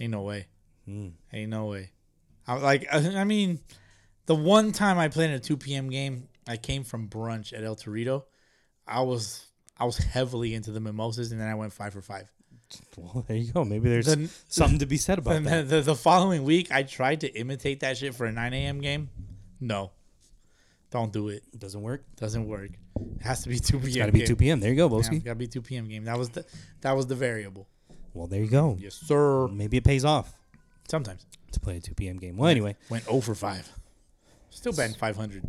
Ain't no way. Hmm. Ain't no way. I like. uh, I, I mean, the one time I played in a 2 p.m. game, I came from brunch at El Torito. I was I was heavily into the mimosas, and then I went five for five. well, there you go. Maybe there's Then- something to be said about And then that. the, the following week, I tried to imitate that shit for a 9 a.m. game. No, don't do it. It doesn't work. Doesn't work. It has to be 2 p.m. Got to be game. 2 p.m. There you go, Yeah, Boski. it's gotta be 2 p.m. game. That was the that was the variable. Well, there you go. Yes, sir. Maybe it pays off Sometimes to play a 2 p.m. game. Well, anyway. went 0 for five. Still batting 500.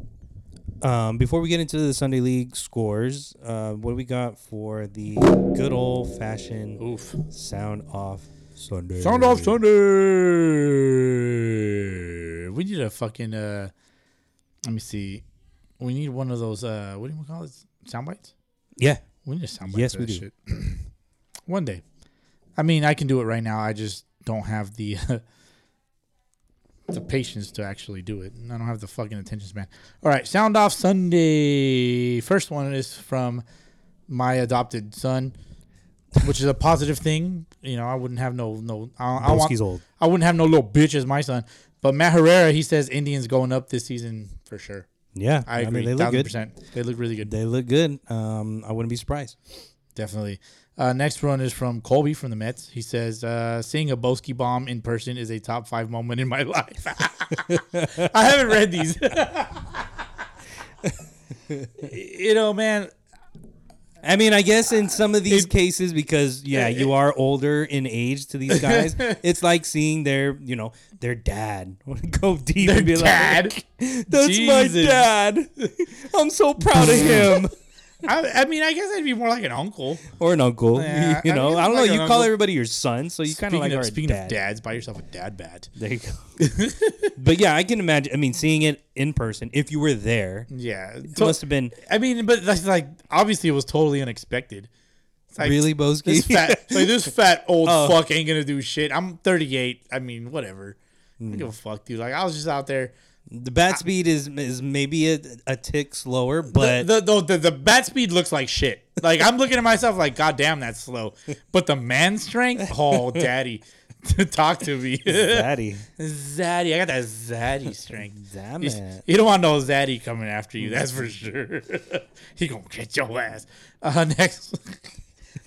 Um, before we get into the Sunday League scores, uh, what do we got for the good old fashioned Oof. sound off Sunday? Sound off Sunday. We need a fucking uh. Let me see. We need one of those uh. What do you call it? Sound bites. Yeah, We need a soundbite. Yes, for we that do. Shit. One day. I mean, I can do it right now. I just don't have the the patience to actually do it. And I don't have the fucking attention span. All right, sound off Sunday. First one is from my adopted son, which is a positive thing. You know, I wouldn't have no no. I, I want. Boski's old. I wouldn't have no little bitch as my son. But Matt Herrera, he says Indians going up this season for sure. Yeah, I agree. they look good. 1000%. They look really good. They look good. Um, I wouldn't be surprised. Definitely. Uh, next one is from Colby from the Mets. He says, uh, "Seeing a Boski bomb in person is a top five moment in my life." I haven't read these. you know, man. I mean, I guess in some of these cases, because yeah, you are older in age to these guys, it's like seeing their, you know, their dad go deep and be Dad, like, "That's my Jesus. dad. I'm so proud of him." I, I mean, I guess I'd be more like an uncle. or an uncle. Yeah, you I know, guess I, don't know. like You an call uncle. everybody your son, so you kind Speaking like of, are a speaking dad. of dads, buy yourself a dad bat. There you go. but yeah, I can imagine. I mean, seeing it in person, if you were there, Yeah, it so- must have been I mean, but that's like obviously it was totally unexpected. It's like, really This Boski. fat, like this fat old Oh. fuck ain't gonna do shit. I'm 38. I mean, whatever. I don't give a fuck, dude. Like I was just out there. the bat speed is is maybe a, a tick slower, The, but the, the, the, the bat speed looks like shit. Like I'm looking at myself like, god damn, that's slow. But the man strength, oh daddy, to talk to me, daddy, zaddy. I got that zaddy strength. damn You, it. you don't want no zaddy coming after you. That's for sure. he gonna get your ass. Uh, next,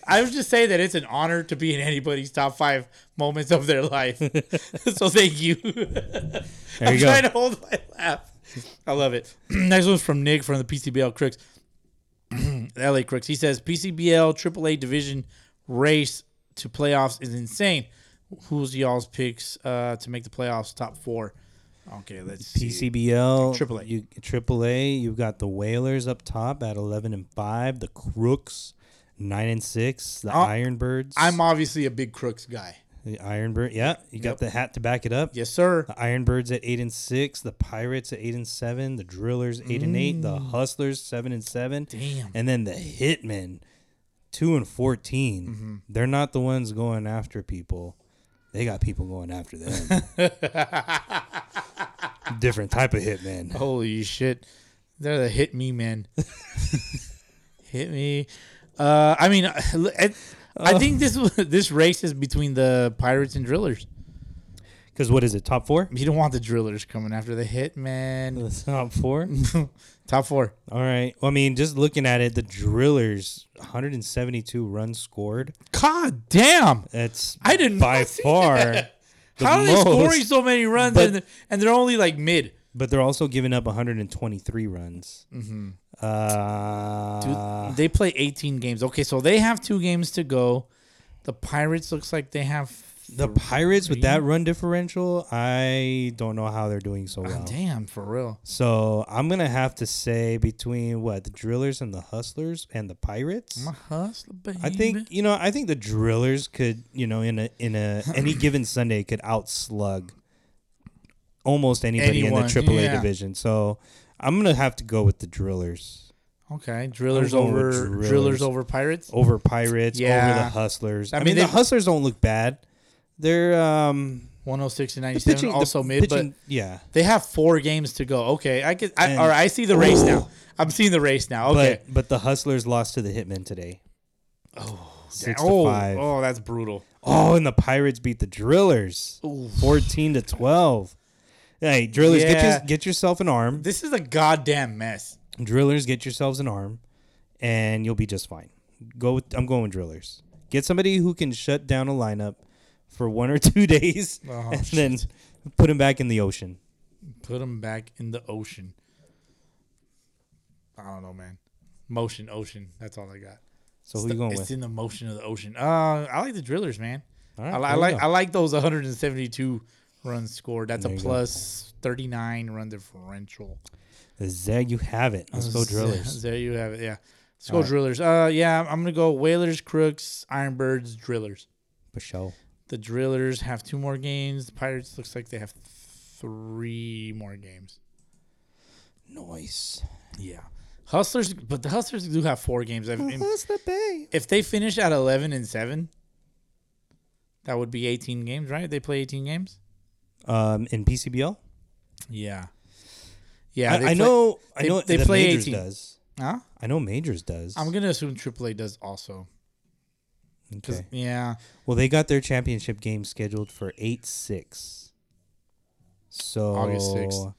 I would just say that it's an honor to be in anybody's top five moments of their life. so thank you. There I'm you go. trying to hold my laugh. I love it. Next one's from Nick from the PCBL Crooks, LA Crooks. He says PCBL AAA division race to playoffs is insane. Who's y'all's picks uh, to make the playoffs top four? Okay, let's see. PCBL, Triple A. you, Triple A. You've got the Whalers up top at eleven and five. The Crooks, nine and six. The Uh, Ironbirds. I'm obviously a big Crooks guy. the Ironbird. Yeah, you got Yep. the hat to back it up. Yes, sir. The Ironbirds at eight and six, the Pirates at eight and seven, the Drillers eight and eight, the Hustlers seven and seven, Damn. and then the Hitmen two and 14 Mm-hmm. they They're not the ones going after people; they got people going after them. Different type of Hitman. Holy shit. They're the hit me men. hit me. Uh, I mean, I, I think this was- this race is between the Pirates and Drillers. Because what is it? Top four? You don't want the Drillers coming after the hit man. The top four. Top four. All right. Well, I mean, just looking at it, the Drillers 172 runs scored. God damn. That's I did not by see far. that. the How are they scoring most. so many runs But- and, they're, and they're only like mid? But they're also giving up 123 runs. Uh, they play 18 games. Okay, so they have two games to go. The Pirates looks like they have. the Pirates with that run differential, I don't know how they're doing so well. Damn, for real. So I'm gonna have to say between what the Drillers and the Hustlers and the Pirates. My hustler, baby. I think you know. I think the Drillers could, you know, in a in a any given Sunday could outslug almost anybody Anyone, in the AAA yeah. division. So I'm gonna have to go with the Drillers Okay, drillers I'm going with over Oh, Drillers. drillers. over pirates. over Pirates over the Yeah. Hustlers. I, I mean, mean, the they- Hustlers don't look bad. They're um One hundred six and ninety the seven, pitching- the also mid, pitching- yeah. but they have four games to go. Okay, I get. I, And- Oh. all right, I see the race now. I'm seeing the race now. Okay. But but the Hustlers lost to the Hitmen today. Oh, six oh, to five. Oh. oh, that's brutal. and the Pirates beat the Drillers, fourteen to twelve. Hey, Drillers, Yeah. get your, get yourself an arm. This is a goddamn mess. Drillers, get yourselves an arm, and you'll be just fine. Go. With, I'm going with Drillers. Get somebody who can shut down a lineup for one or two days, Oh, and then put them back in the ocean. Put them back in the ocean. I don't know, man. Motion, ocean. That's all I got. So who it's you going the, it's with? in the motion of the ocean. Uh, I like the drillers, man. All right, I, li- there I you like go. I like those 172 runs scored. That's There a you go. plus 39 run differential. There you have it. Let's go Drillers. There you have it. Yeah. Let's go All right. drillers. Uh yeah, I'm gonna go whalers, crooks, ironbirds, drillers. For show. The drillers have two more games. The pirates looks like they have three more games. Noise. Yeah. Hustlers but the hustlers do have four games. I mean, the bay. if they finish at eleven and seven, that would be eighteen games, right? They play eighteen games? Um, in PCBL, Yeah. Yeah. I, they I play- know. I they- know they that play Majors 18. does. Huh? I know Majors does. I'm gonna assume AAA does also. 'Cause- okay. Yeah. Well, they got their championship game scheduled for eight six. So August 6th.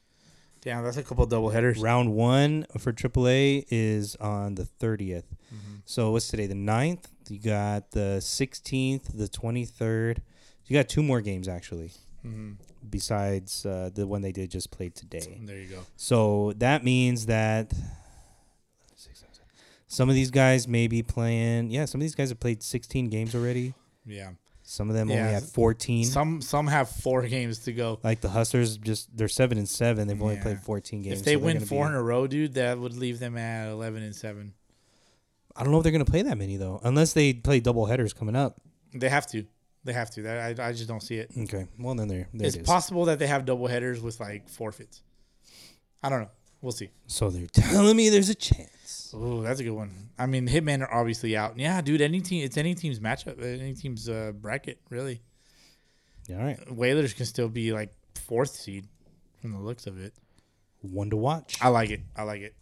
Damn, that's a couple double headers. round one for AAA is on the 30th. Mm-hmm. So what's today? The 9th? You got the 16th, the 23rd. You got two more games actually, besides uh, the one they did just play today. Mm-hmm. There you go. So that means that some of these guys may be playing. Yeah, some of these guys have played 16 games already. Yeah. Some of them Yeah, only have 14. Some some have four games to go. like the Hustlers, just they're seven and seven. They've only Yeah. played 14 games. If they so they're win gonna four be- in a row, dude, that would leave them at eleven and seven. I don't know if they're gonna play that many though, unless they play double headers coming up. They have to. They have to. That I, I just don't see it. Okay, well then there, there It's it is. possible that they have double headers with like forfeits. I don't know. We'll see. so they're telling me there's a chance. Oh, that's a good one. I mean, Hitman are obviously out. Yeah, dude. Any team, it's any team's matchup, any team's uh, bracket, really. Yeah, all right, Whalers can still be like fourth seed, from the looks of it. one to watch. I like it. I like it.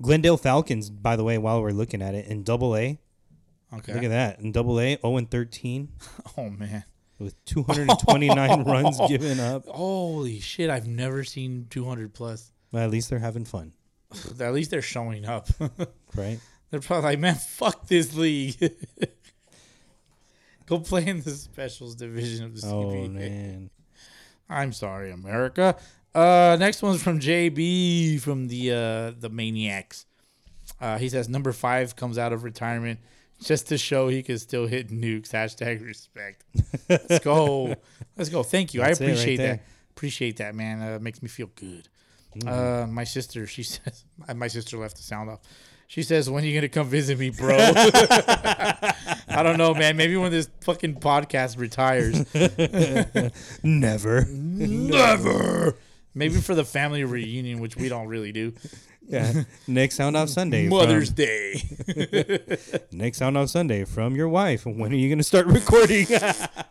Glendale Falcons, by the way, while we're looking at it in Double A, Okay. look at that in Double A, zero and thirteen Oh man. with 229 runs given up. Holy shit! I've never seen 200 plus. Well, at least they're having fun, At least they're showing up. right? They're probably like, man, fuck this league. Go play in the specials division of the Oh CBA. man, I'm sorry, America. Uh, next one's from JB from the uh, the Maniacs. Uh, he says number five comes out of retirement just to show he can still hit nukes. Hashtag respect. Let's go. Let's go. Thank you. That's it I right appreciate there. Mm-hmm. that. Appreciate that, man. Uh, makes me feel good. Uh, my sister, she says, my sister left the sound off. She says, when are you going to come visit me, bro? I don't know, man. Maybe when this fucking podcast retires. never. Never. Maybe for the family reunion, which we don't really do. Yeah. Next sound off Sunday. from- Mother's Day. Next sound off Sunday from your wife. When are you gonna start recording?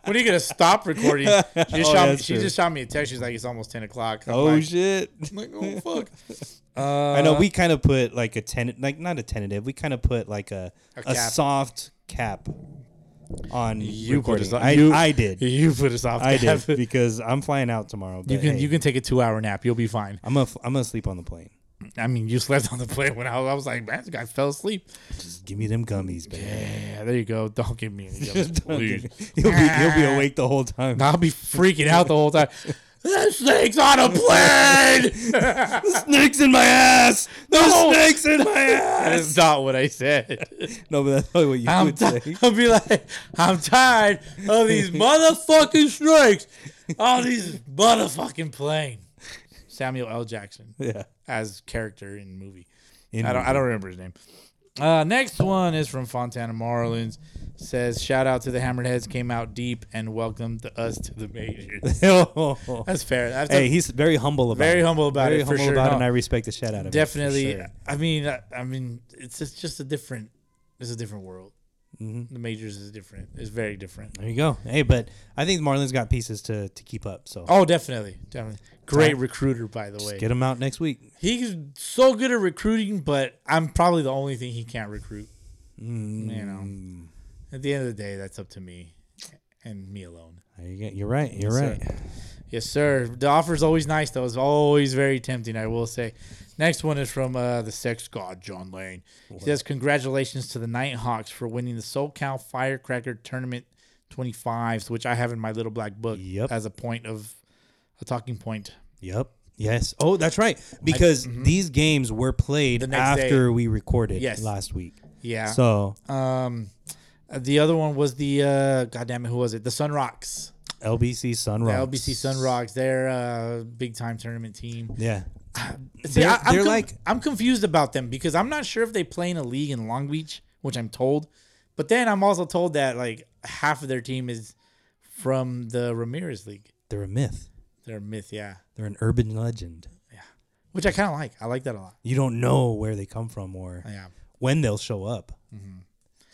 When are you gonna stop recording? She just, shot, me, Oh, that's she true. just shot me a text. She's like, "It's almost ten o'clock." I'm oh like, shit! I'm like, oh fuck. I know Uh-huh. we kind of put like a ten, like not a tentative. We kind of put like a A a, cap. soft cap on You put recording. us on- I, you- I did. You put us off. I did Gav. because I'm flying out tomorrow. But You can hey, you can take a two hour nap. You'll be fine. I'm gonna f- I'm gonna sleep on the plane. I mean, you slept on the plane when I was, I was like, man, this guy fell asleep. Just give me them gummies, man. Yeah, there you go. Don't give me any gummies, Don't give please. me- You'll be you'll be awake the whole time. I'll be freaking out the whole time. This thing's on a plane. Snakes in my ass. There's No. snakes in my ass. That's not what I said. no, but that's probably what you I'm would ti- say. I'll be like, I'm tired of these motherfucking strikes on these motherfucking plane. Samuel L. Jackson Yeah. as character in movie. In I don't I don't remember his name. Uh, next one is from Fontana Marlins. Says shout out to the Hammerheads came out deep and welcomed us to the majors. Oh. That's fair. That's Hey, he's very humble about Very it. humble about very it, for humble sure. about it, No. and I respect the shit out of definitely. it. for sure. I mean, I, I mean, it's just, just a different. It's a different world. The majors is different. It's very different. There you go. Hey, but I think Marlins got pieces to, to keep up. So Oh, definitely, definitely. Great Tom- recruiter, by the way. get him out next week. He's so good at recruiting, but I'm probably the only thing he can't recruit. You Mm. know, Mm. at the end of the day, that's up to me and me alone. There you go. You're right. You're Yes, right. sir. Yes, sir. The offer's always nice, though. It's always very tempting, I will say. Next one is from uh, the sex god, John Lane. He says, Congratulations to the Nighthawks for winning the SoCal Firecracker Tournament 25s, which I have in my little black book Yep. as a point of a talking point. Yep. Yes. Oh, that's right. Because these games were played mm-hmm. The next after we recorded Yes. Uh, last week. Yeah. So Um, the other one was the uh, goddamn it, who was it? The Sun Rocks, LBC the Sunrise. LBC Sun Rocks. They're a big time tournament team. Yeah. See, They're- I, am they're like- I'm confused about them because I'm not sure if they play in a league in Long Beach, which I'm told. But then I'm also told that like half of their team is from the Ramirez League. They're a myth. They're a myth, yeah, They're an urban legend. which I kind of like. I like that a lot. You don't know where they come from or Oh, Yeah, Mm-hmm. when they'll show up.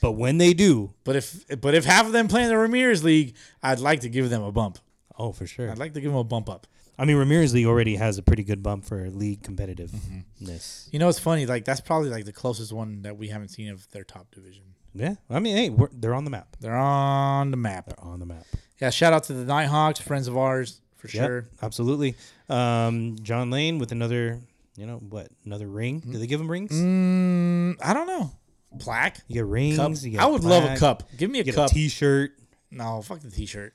But when they do, but if but if half of them play in the Ramirez League, I'd like to give them a bump. oh, for sure. I'd like to give them a bump up. I mean, Ramirez League already has a pretty good bump for league Mm-hmm. competitiveness. You know, it's funny. Like that's probably like the closest one that we haven't seen of their top division. Yeah, I mean, hey, we're, they're on the map. They're on the map. They're on the map. Yeah, shout out to the Nighthawks, friends of ours for Yep, sure. absolutely. Um, John Lane with another, you know, what another ring? Do they give him rings? Mm, I don't know. Plaque, You get rings. cup. You get I would love a plaque, cup. Give me a You get cup. a T-shirt. no, fuck the t-shirt.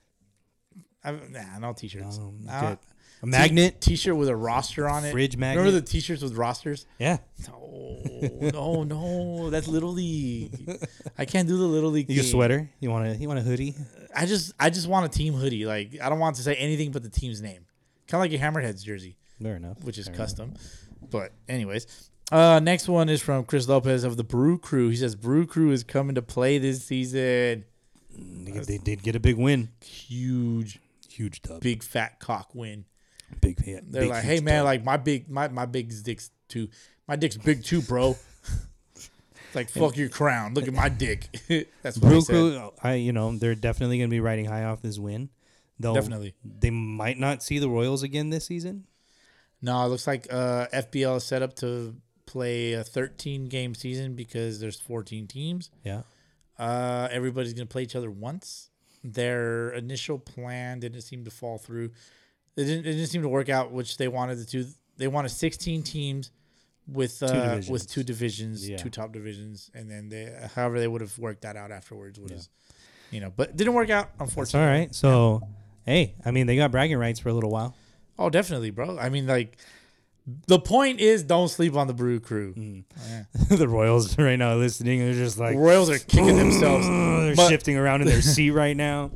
I, nah, no t-shirts. Um, you Uh, get a magnet. T- shirt with a roster on it. Fridge Remember the magnet. t-shirts with rosters? yeah, No, no, no. That's little league. I can't do the little league. you get a thing. sweater. You want a you want a hoodie. I just I just want a team hoodie. Like I don't want to say anything but the team's name. Kind of like your Hammerheads jersey, Fair enough. which is Fair enough. custom. But anyways, Uh, next one is from Chris Lopez of the Brew Crew. He says Brew Crew is coming to play this season. They, they did get a big win. uh, Huge, Huge dub. Big, big fat cock win. big yeah, They're big, like, huge hey man, dub. like my big my my big dick's too. My dick's big too, bro. It's like fuck your crown. Look at my dick. That's what he Brew said. Crew, I you know they're definitely going to be riding high off this win. Though Definitely. they might not see the Royals again this season. No, it looks like uh, FBL is set up to play a 13 game season because there's 14 teams. Yeah, Uh, everybody's going to play each other once. Their initial plan didn't seem to fall through. It didn't, it didn't seem to work out, which they wanted the two. They wanted 16 teams with uh, divisions. with two divisions, Yeah. two top divisions, and then they, however they would have worked that out afterwards was, you know, but it didn't work out it's unfortunately. all right. So, hey, I mean they got bragging rights for a little while. Oh, definitely, bro. I mean, like, the point is, don't sleep on the Brew Crew. Mm. the Royals right now listening, they're just like Royals are kicking themselves. "Ugh," they're But- shifting around in their seat right now.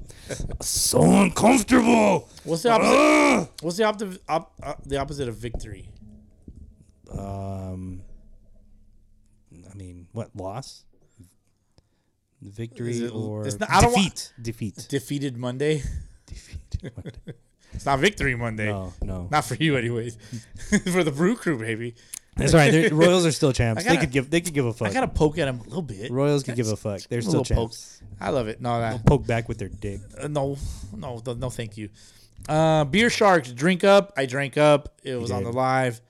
so uncomfortable. What's the opposite? Ugh. What's the opti- op- uh, the opposite of victory? Um, I mean, what loss? Victory Is it- or it's not- I don't wa- defeat? defeat. Defeated Monday. defeat. It's not victory Monday. No, no. Not for you, anyways. for the Brew Crew, baby. That's all right. they're- Royals are still champs. I gotta- they could give. They could give a fuck. I gotta poke at him a little bit. Royals could give a fuck. They're still little poke. champs. I love it. No, that, Poke back with their dick. uh, no, no, th- no, thank you. Uh, Beer Sharks, drink up. I drank up. It was on did. the live.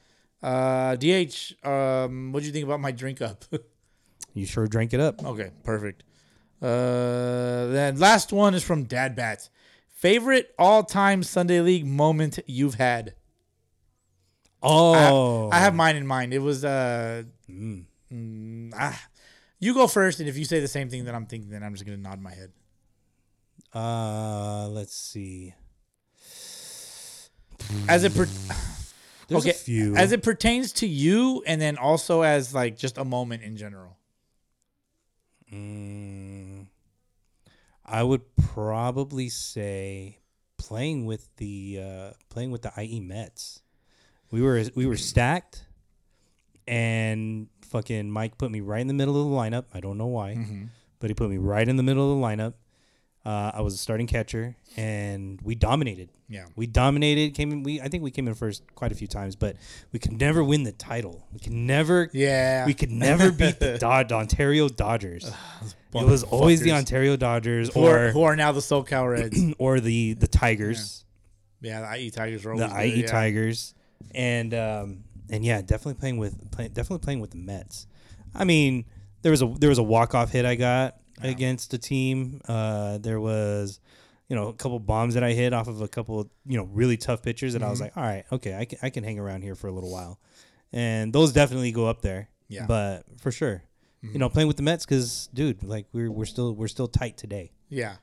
Uh, DH, um, what do you think about my drink up? You sure drank it up. Okay, perfect. Uh, then last one is from Dad Bats. Favorite all-time Sunday League moment you've had? I- Oh, I, have mine in mind. It was uh, mm, ah. you go first, and if you say the same thing that I'm thinking, then I'm just gonna nod my head. Uh, let's see. As it per- There's okay, a few. as it pertains to you, and then also as like just a moment in general. Mm, I would probably say playing with the uh, playing with the IE Mets. We were we were stacked, and fucking Mike put me right in the middle of the lineup. I don't know why, Mm-hmm. but he put me right in the middle of the lineup. Uh, I was a starting catcher, and we dominated. Yeah. we dominated. Came in, we I think we came in first quite a few times, but we could never win the title. We could never Yeah. we could never beat the Dod- Ontario Dodgers. it was always the fuckers. Ontario Dodgers Who are, or who are now the SoCal Reds? or the the Tigers, yeah, the IE Tigers are always the good, IE yeah. Tigers, and um, and yeah, definitely playing with play, definitely playing with the Mets. I mean, there was a there was a walk off hit I got against a team. Uh, there was. You know, a couple bombs that I hit off of a couple, you know, really tough pitchers, and I was like, "All right, okay, I can, I can hang around here for a little while," and those definitely go up there. Yeah. but for sure, you know, playing with the Mets because, dude, like we're we're still we're still tight today. Yeah.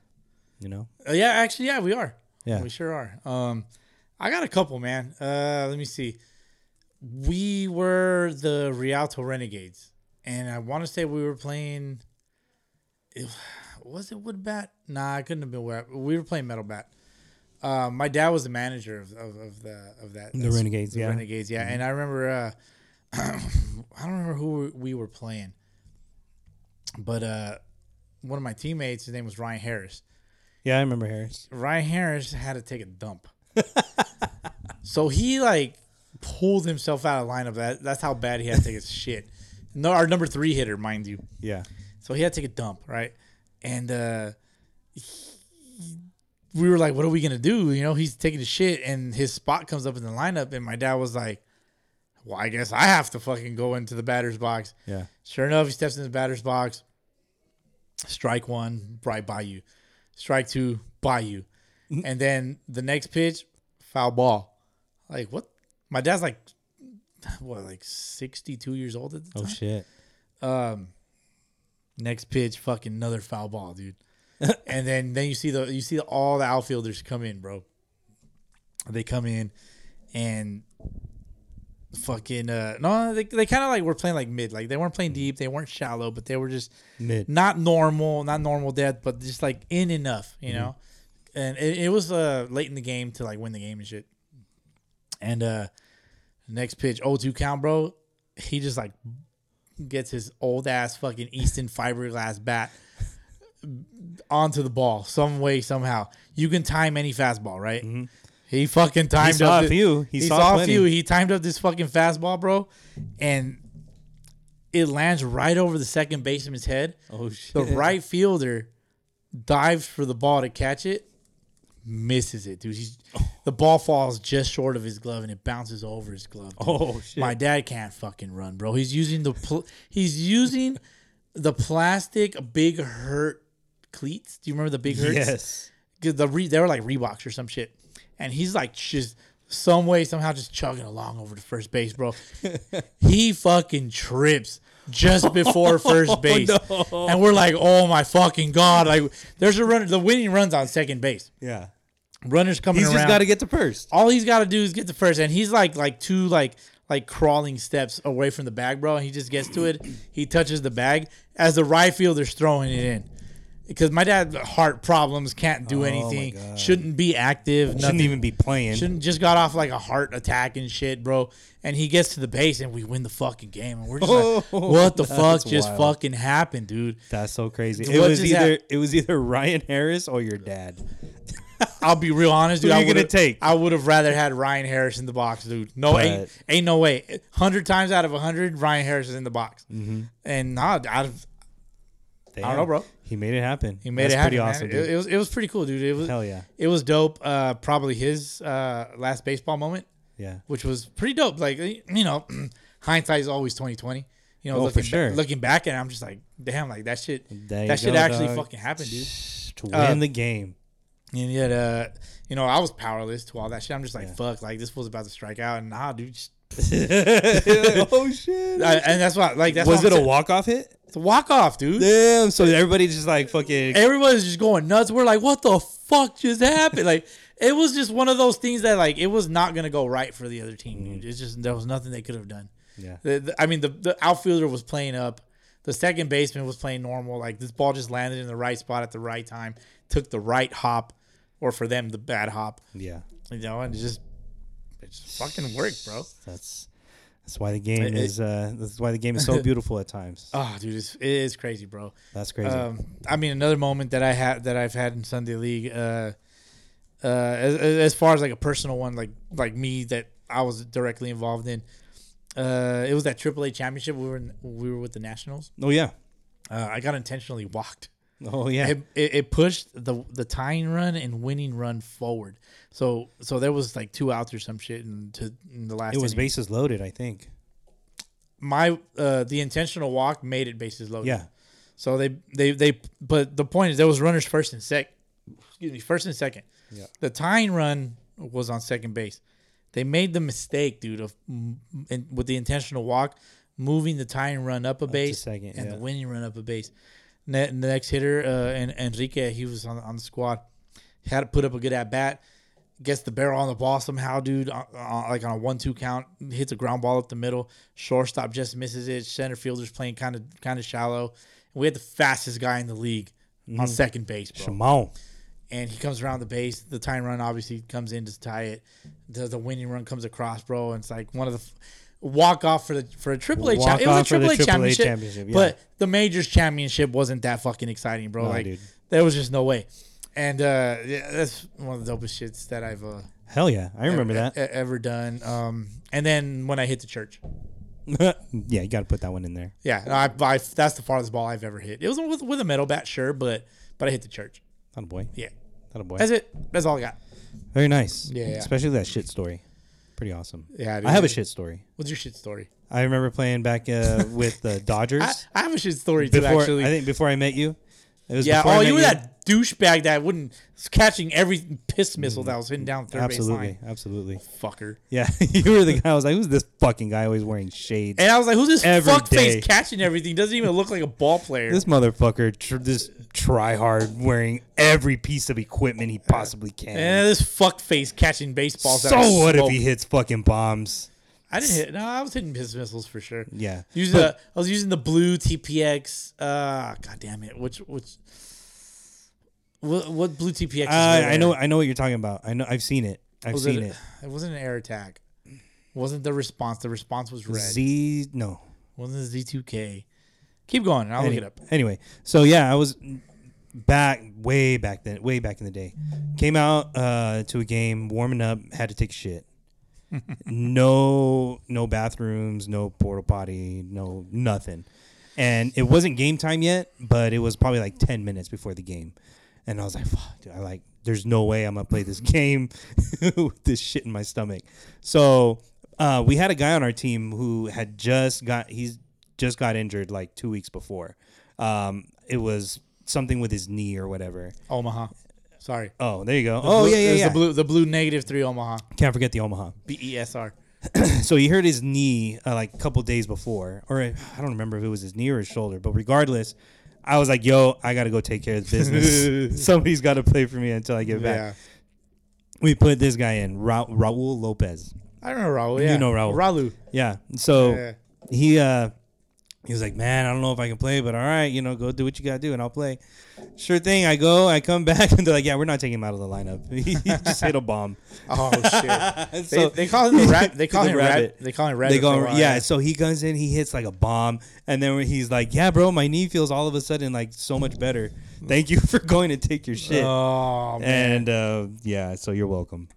You know, Uh, yeah, actually, yeah, we are. Yeah. we sure are. Um, I got a couple, man. Uh, let me see. We were the Rialto Renegades, and I want to say we were playing. It, was it Woodbat? Nah, it couldn't have been Woodbat. We were playing Metal Bat. Uh, my dad was the manager of, of, of the of that The Renegades, yeah. Mm-hmm. Renegades, yeah. And I remember, uh, I don't remember who we were playing, but uh, one of my teammates, his name was Ryan Harris. yeah, I remember Harris. Ryan Harris had to take a dump. so he like pulled himself out of lineup. That that's how bad he had to take his shit. No, our number three hitter, mind you. Yeah, So he had to take a dump, right? And uh, he, we were like, "What are we gonna do?" You know, he's taking a shit, and his spot comes up in the lineup. And my dad was like, "Well, I guess I have to fucking go into the batter's box." yeah. Sure enough, he steps in the batter's box. Strike one, right by you. Strike two, by you. Mm-hmm. And then the next pitch, foul ball. Like what? My dad's like, what, like sixty-two years old at the time. Oh shit. Next pitch, fucking another foul ball, dude. and then then you see the you see the, all the outfielders come in, bro. They come in and fucking uh no they, they kind of like were playing like mid like they weren't playing deep they weren't shallow but they were just Mid. not normal not normal death but just like in enough you Mm-hmm. know and it, it was uh late in the game to like win the game and shit and uh next pitch 0-2 oh, count bro he just like gets his old ass fucking Easton fiberglass bat onto the ball some way somehow. You can time any fastball, right? He fucking timed saw up a thi- few. Mm-hmm. He saw saw a plenty. few. He timed up this fucking fastball, bro, and it lands right over the second baseman's head. Oh shit! The right fielder dives for the ball to catch it, misses it, dude. He's, the ball falls just short of his glove and it bounces over his glove. dude. Oh shit! My dad can't fucking run, bro. He's using the pl- he's using the plastic big hurt cleats. Do you remember the big hurts? yes. 'Cause The re- they were like Reeboks or some shit, and he's like just some way somehow just chugging along over to first base, bro. he fucking trips just Oh, before first base, and we're like, oh my fucking god! Like there's a runner, the winning runs on second base. Yeah. Runners coming He's around just got to get to first. all he's got to do is get to first, and he's like like two like like crawling steps away from the bag, bro. And he just gets to it. He touches the bag as the right fielder's throwing it in. Because my dad heart problems, can't do anything, Oh God. shouldn't be active, Shouldn't nothing. even be playing. Shouldn't just got off like a heart attack and shit, bro. And he gets to the base and we win the fucking game. And we're just like, Oh, what the fuck that's just wild. fucking happened, dude? That's so crazy. What It was just either hap- it was either Ryan Harris or your dad. I'll be real honest, dude. Who I you gonna would've- take? I would have rather had Ryan Harris in the box, dude. No, But- ain't, ain't no way. Hundred times out of hundred, Ryan Harris is in the box, Mm-hmm. and nah, I, Damn. know, bro. He made it happen. he made That's it happen. Pretty man. awesome, It- dude. It, was it was pretty cool, dude. It was Hell yeah. it was dope. Uh, probably his uh, last baseball moment, Yeah. which was pretty dope. Like you know, hindsight is always twenty twenty. You know, Oh, for looking, ba- sure. looking back, and I'm just like, damn, like that shit. There you that shit go, actually dog. fucking happened, dude. To win Uh, the game. And yet, uh, you know, I was powerless to all that shit. I'm just like, Yeah. fuck, like this was about to strike out, and nah, dude. Just, oh shit! I, and that's why, like, that's was it a walk? walk off hit? It's a walk off, dude? Damn! So everybody just like fucking. Everybody's just going nuts. We're like, what the fuck just happened? like, it was just one of those things that, like, it was not gonna go right for the other team. Dude. It's just there was nothing they could have done. Mm-hmm. Yeah. The, the- I mean, the the outfielder was playing up. The second baseman was playing normal. Like this ball just landed in the right spot at the right time, took the right hop, or for them the bad hop. Yeah. You know, and it just it just fucking worked, bro. That's that's why the game It- it- is. Uh, that's why the game is so beautiful at times. Oh, dude, it's, it is crazy, bro. That's crazy. Um, I mean, another moment that I had that I've had in Sunday League, uh, uh, as, as far as like a personal one, like like me that I was directly involved in, uh, it was that AAA championship. We were in, we were with the Nationals. oh yeah. Uh, I got intentionally walked. Oh yeah. It, it, it pushed the the tying run and winning run forward. So so there was like two outs or some shit, and to in the last It was inning. bases loaded, I think. my uh, the intentional walk made it bases loaded. Yeah. So they they they but the point is there was runners first and second. Excuse me, first and second. Yeah. The tying run was on second base. They made the mistake, dude, of mm, and with the intentional walk, moving the tying run up a base second, and yeah. the winning run up a base. Ne- the next hitter, uh, and Enrique, he was on on the squad, had to put up a good at bat. Gets the barrel on the ball somehow, dude. On, on, like on a one-two count, hits a ground ball up the middle. Shortstop just misses it. Center fielder's playing kind of kind of shallow. We had the fastest guy in the league on second base, bro Shimon. and he comes around the base. The tying run obviously comes in to tie it. The, the winning run comes across, bro, and it's like one of the walk off for the for a triple A. Cha- Walk it was a off for the triple A AAA championship, championship, yeah. but the majors championship wasn't that fucking exciting, bro. No, like dude. there was just no way. And uh, yeah, that's one of the dopest shits that I've uh, Hell yeah, I remember that. e- ever done. Um, and then when I hit the church, yeah, you got to put that one in there. yeah, and I, I that's the farthest ball I've ever hit. It was with with a metal bat, sure, but but I hit the church. Not a boy. Yeah, Not a boy. that's it. That's all I got. Very nice. Yeah, yeah. Especially that shit story. Pretty awesome. Yeah, dude. I have a shit story. What's your shit story? I remember playing back uh, with the Dodgers I, I have a shit story too, before. actually. I think before I met you. It was yeah. before I Oh, met you were that douchebag that wouldn't was catching every piss missile that was hitting down third Mm, Absolutely, absolutely. base line. Fucker. Yeah, you were the guy. I was like, who's this fucking guy always wearing shades? And I was like, who's this Every fuckface day. catching everything? Doesn't even look like a ball player. This motherfucker, tr- this try hard, wearing every piece of equipment he possibly can. and Eh, this fuckface catching baseballs. that so are what if smoked. he hits fucking bombs? I didn't hit. No, I was hitting piss missiles for sure. Yeah. Using the, I was using the blue TPX. Uh, God damn it. Which which. What, what blue TPX? is Uh, I, I red know. air? I know what you're talking about. I know. I've seen it. I've Was seen it. It wasn't an air attack. Wasn't the response? The response was red. Z no. Wasn't Z two K? Keep going. and I'll Any- look it up. Anyway, so yeah, I was back way back then, way back in the day. Came out uh, to a game, warming up, had to take a shit. no, no bathrooms, no porta potty, no nothing. And it wasn't game time yet, but it was probably like ten minutes before the game. And I was like, "Fuck, dude!" I like, there's no way I'm gonna play this game with this shit in my stomach. So uh, we had a guy on our team who had just got he's just got injured like two weeks before. Um, it was something with his knee or whatever. Omaha. Sorry. Oh, there you go. oh Blue- yeah, yeah, it was yeah. The blue, the blue negative three Omaha. Can't forget the Omaha. B E S R. so he hurt his knee uh, like a couple days before, or I don't remember if it was his knee or his shoulder, but regardless, I was like, yo, I got to go take care of the business. Somebody's got to play for me until I get back. Yeah. We put this guy in, Ra- Raul Lopez. I don't know Raul. Yeah. know Raul. Ralu. Yeah. So Yeah. he uh he was like, Man, I don't know if I can play, but all right, you know, go do what you gotta do and I'll play. Sure thing, I go, I come back and they're like, Yeah, we're not taking him out of the lineup. he just hit a bomb. Oh shit. And they, they call him the rab- They call The him rabbit. They call him rabbit. They for a go, while, yeah. So he comes in, he hits like a bomb, and then when he's like, "Yeah, bro, my knee feels all of a sudden like so much better. Thank you for going to take your shit." Oh man. and uh, yeah, so you're welcome.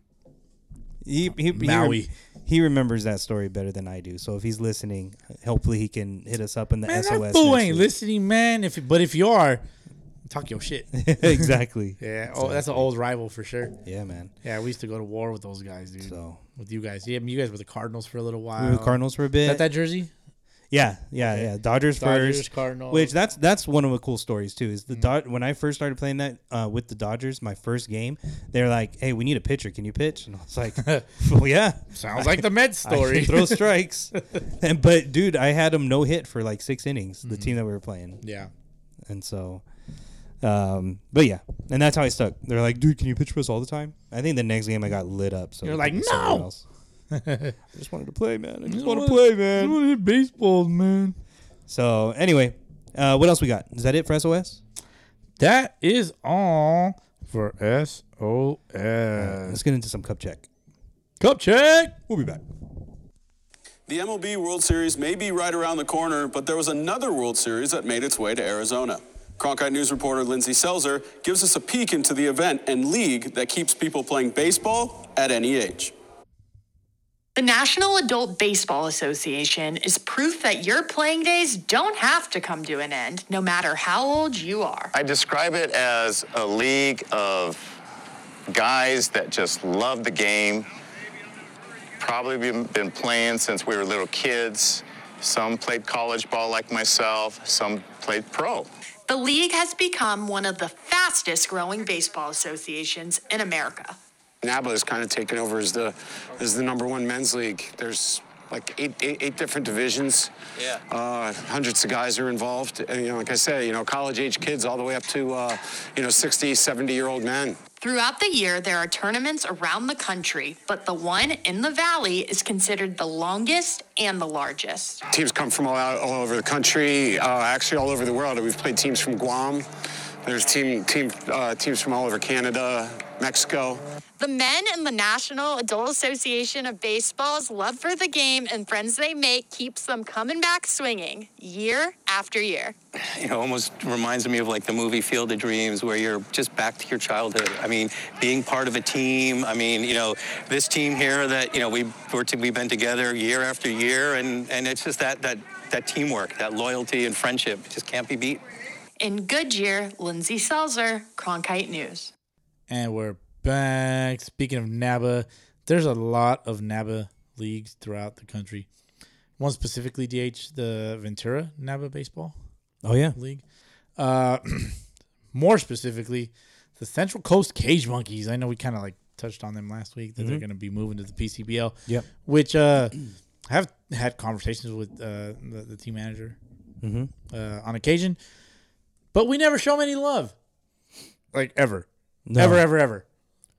He, he, he rem- Maui. he remembers that story better than I do. So if he's listening, hopefully he can hit us up in the Man, SOS. that fool next ain't week. listening, man. If but if you are, talk your shit. exactly. Yeah. Oh, that's an old rival for sure. Yeah, man. Yeah, we used to go to war with those guys, dude. So With you guys, yeah, I mean, you guys were the Cardinals for a little while. we were Cardinals for a Is bit. that that jersey? yeah, yeah, yeah. Dodgers, Dodgers, first. Cardinals. Which that's that's one of the cool stories too. Is the Mm. Dod- when I first started playing that uh, with the Dodgers, my first game, they're like, "Hey, we need a pitcher. Can you pitch?" And I was like, "Well, yeah." sounds like the Mets I can story. throw strikes, and but dude, I had him no hit for like six innings. The Mm. team that we were playing, yeah. and so, um, but yeah, and that's how I stuck. They're like, dude, can you pitch for us all the time? I think the next game I got lit up. So You're they like, picked someone "No!" else. I just wanted to play, man. I just You want to want- play, man. baseball, man. So anyway, uh, what else we got? Is that it for SOS? That is all for SOS. Let's get into some cup check. Cup check. We'll be back. The MLB World Series may be right around the corner, but there was another World Series that made its way to Arizona. Cronkite News reporter Lindsey Selzer gives us a peek into the event and league that keeps people playing baseball at any age. The National Adult Baseball Association is proof that your playing days don't have to come to an end, no matter how old you are. I describe it as a league of guys that just love the game. Probably been, been playing since we were little kids. Some played college ball like myself, some played pro. The league has become one of the fastest growing baseball associations in America. NABLA has kind of taken over as the as the number one men's league. There's like eight, eight, eight different divisions. Yeah. Uh, hundreds of guys are involved. And, you know, like I say, you know, college age kids all the way up to, uh, you know, 60, 70 year old men. Throughout the year, there are tournaments around the country, but the one in the Valley is considered the longest and the largest. Teams come from all, out, all over the country, uh, actually all over the world. We've played teams from Guam. There's team, team, uh, teams from all over Canada, Mexico. The men in the National Adult Association of Baseball's love for the game and friends they make keeps them coming back swinging year after year. you know, almost reminds me of like the movie Field of Dreams, where you're just back to your childhood. I mean, being part of a team. I mean, you know, this team here that you know we we're t- we've been together year after year, and and it's just that that that teamwork, that loyalty and friendship just can't be beat. In Goodyear, Lindsay Selzer, Cronkite News. And we're back. Speaking of NABA, there's a lot of NABA leagues throughout the country. One specifically, DH, the Ventura NABA Baseball Oh yeah, League. Uh, more specifically, the Central Coast Cage Monkeys. I know we kind of like touched on them last week that they're going to be moving to the PCBL. Mm-hmm. Yep. Which uh, I have had conversations with uh, the, the team manager Mm-hmm. uh, on occasion, but we never show them any love, like ever, ever, ever, ever.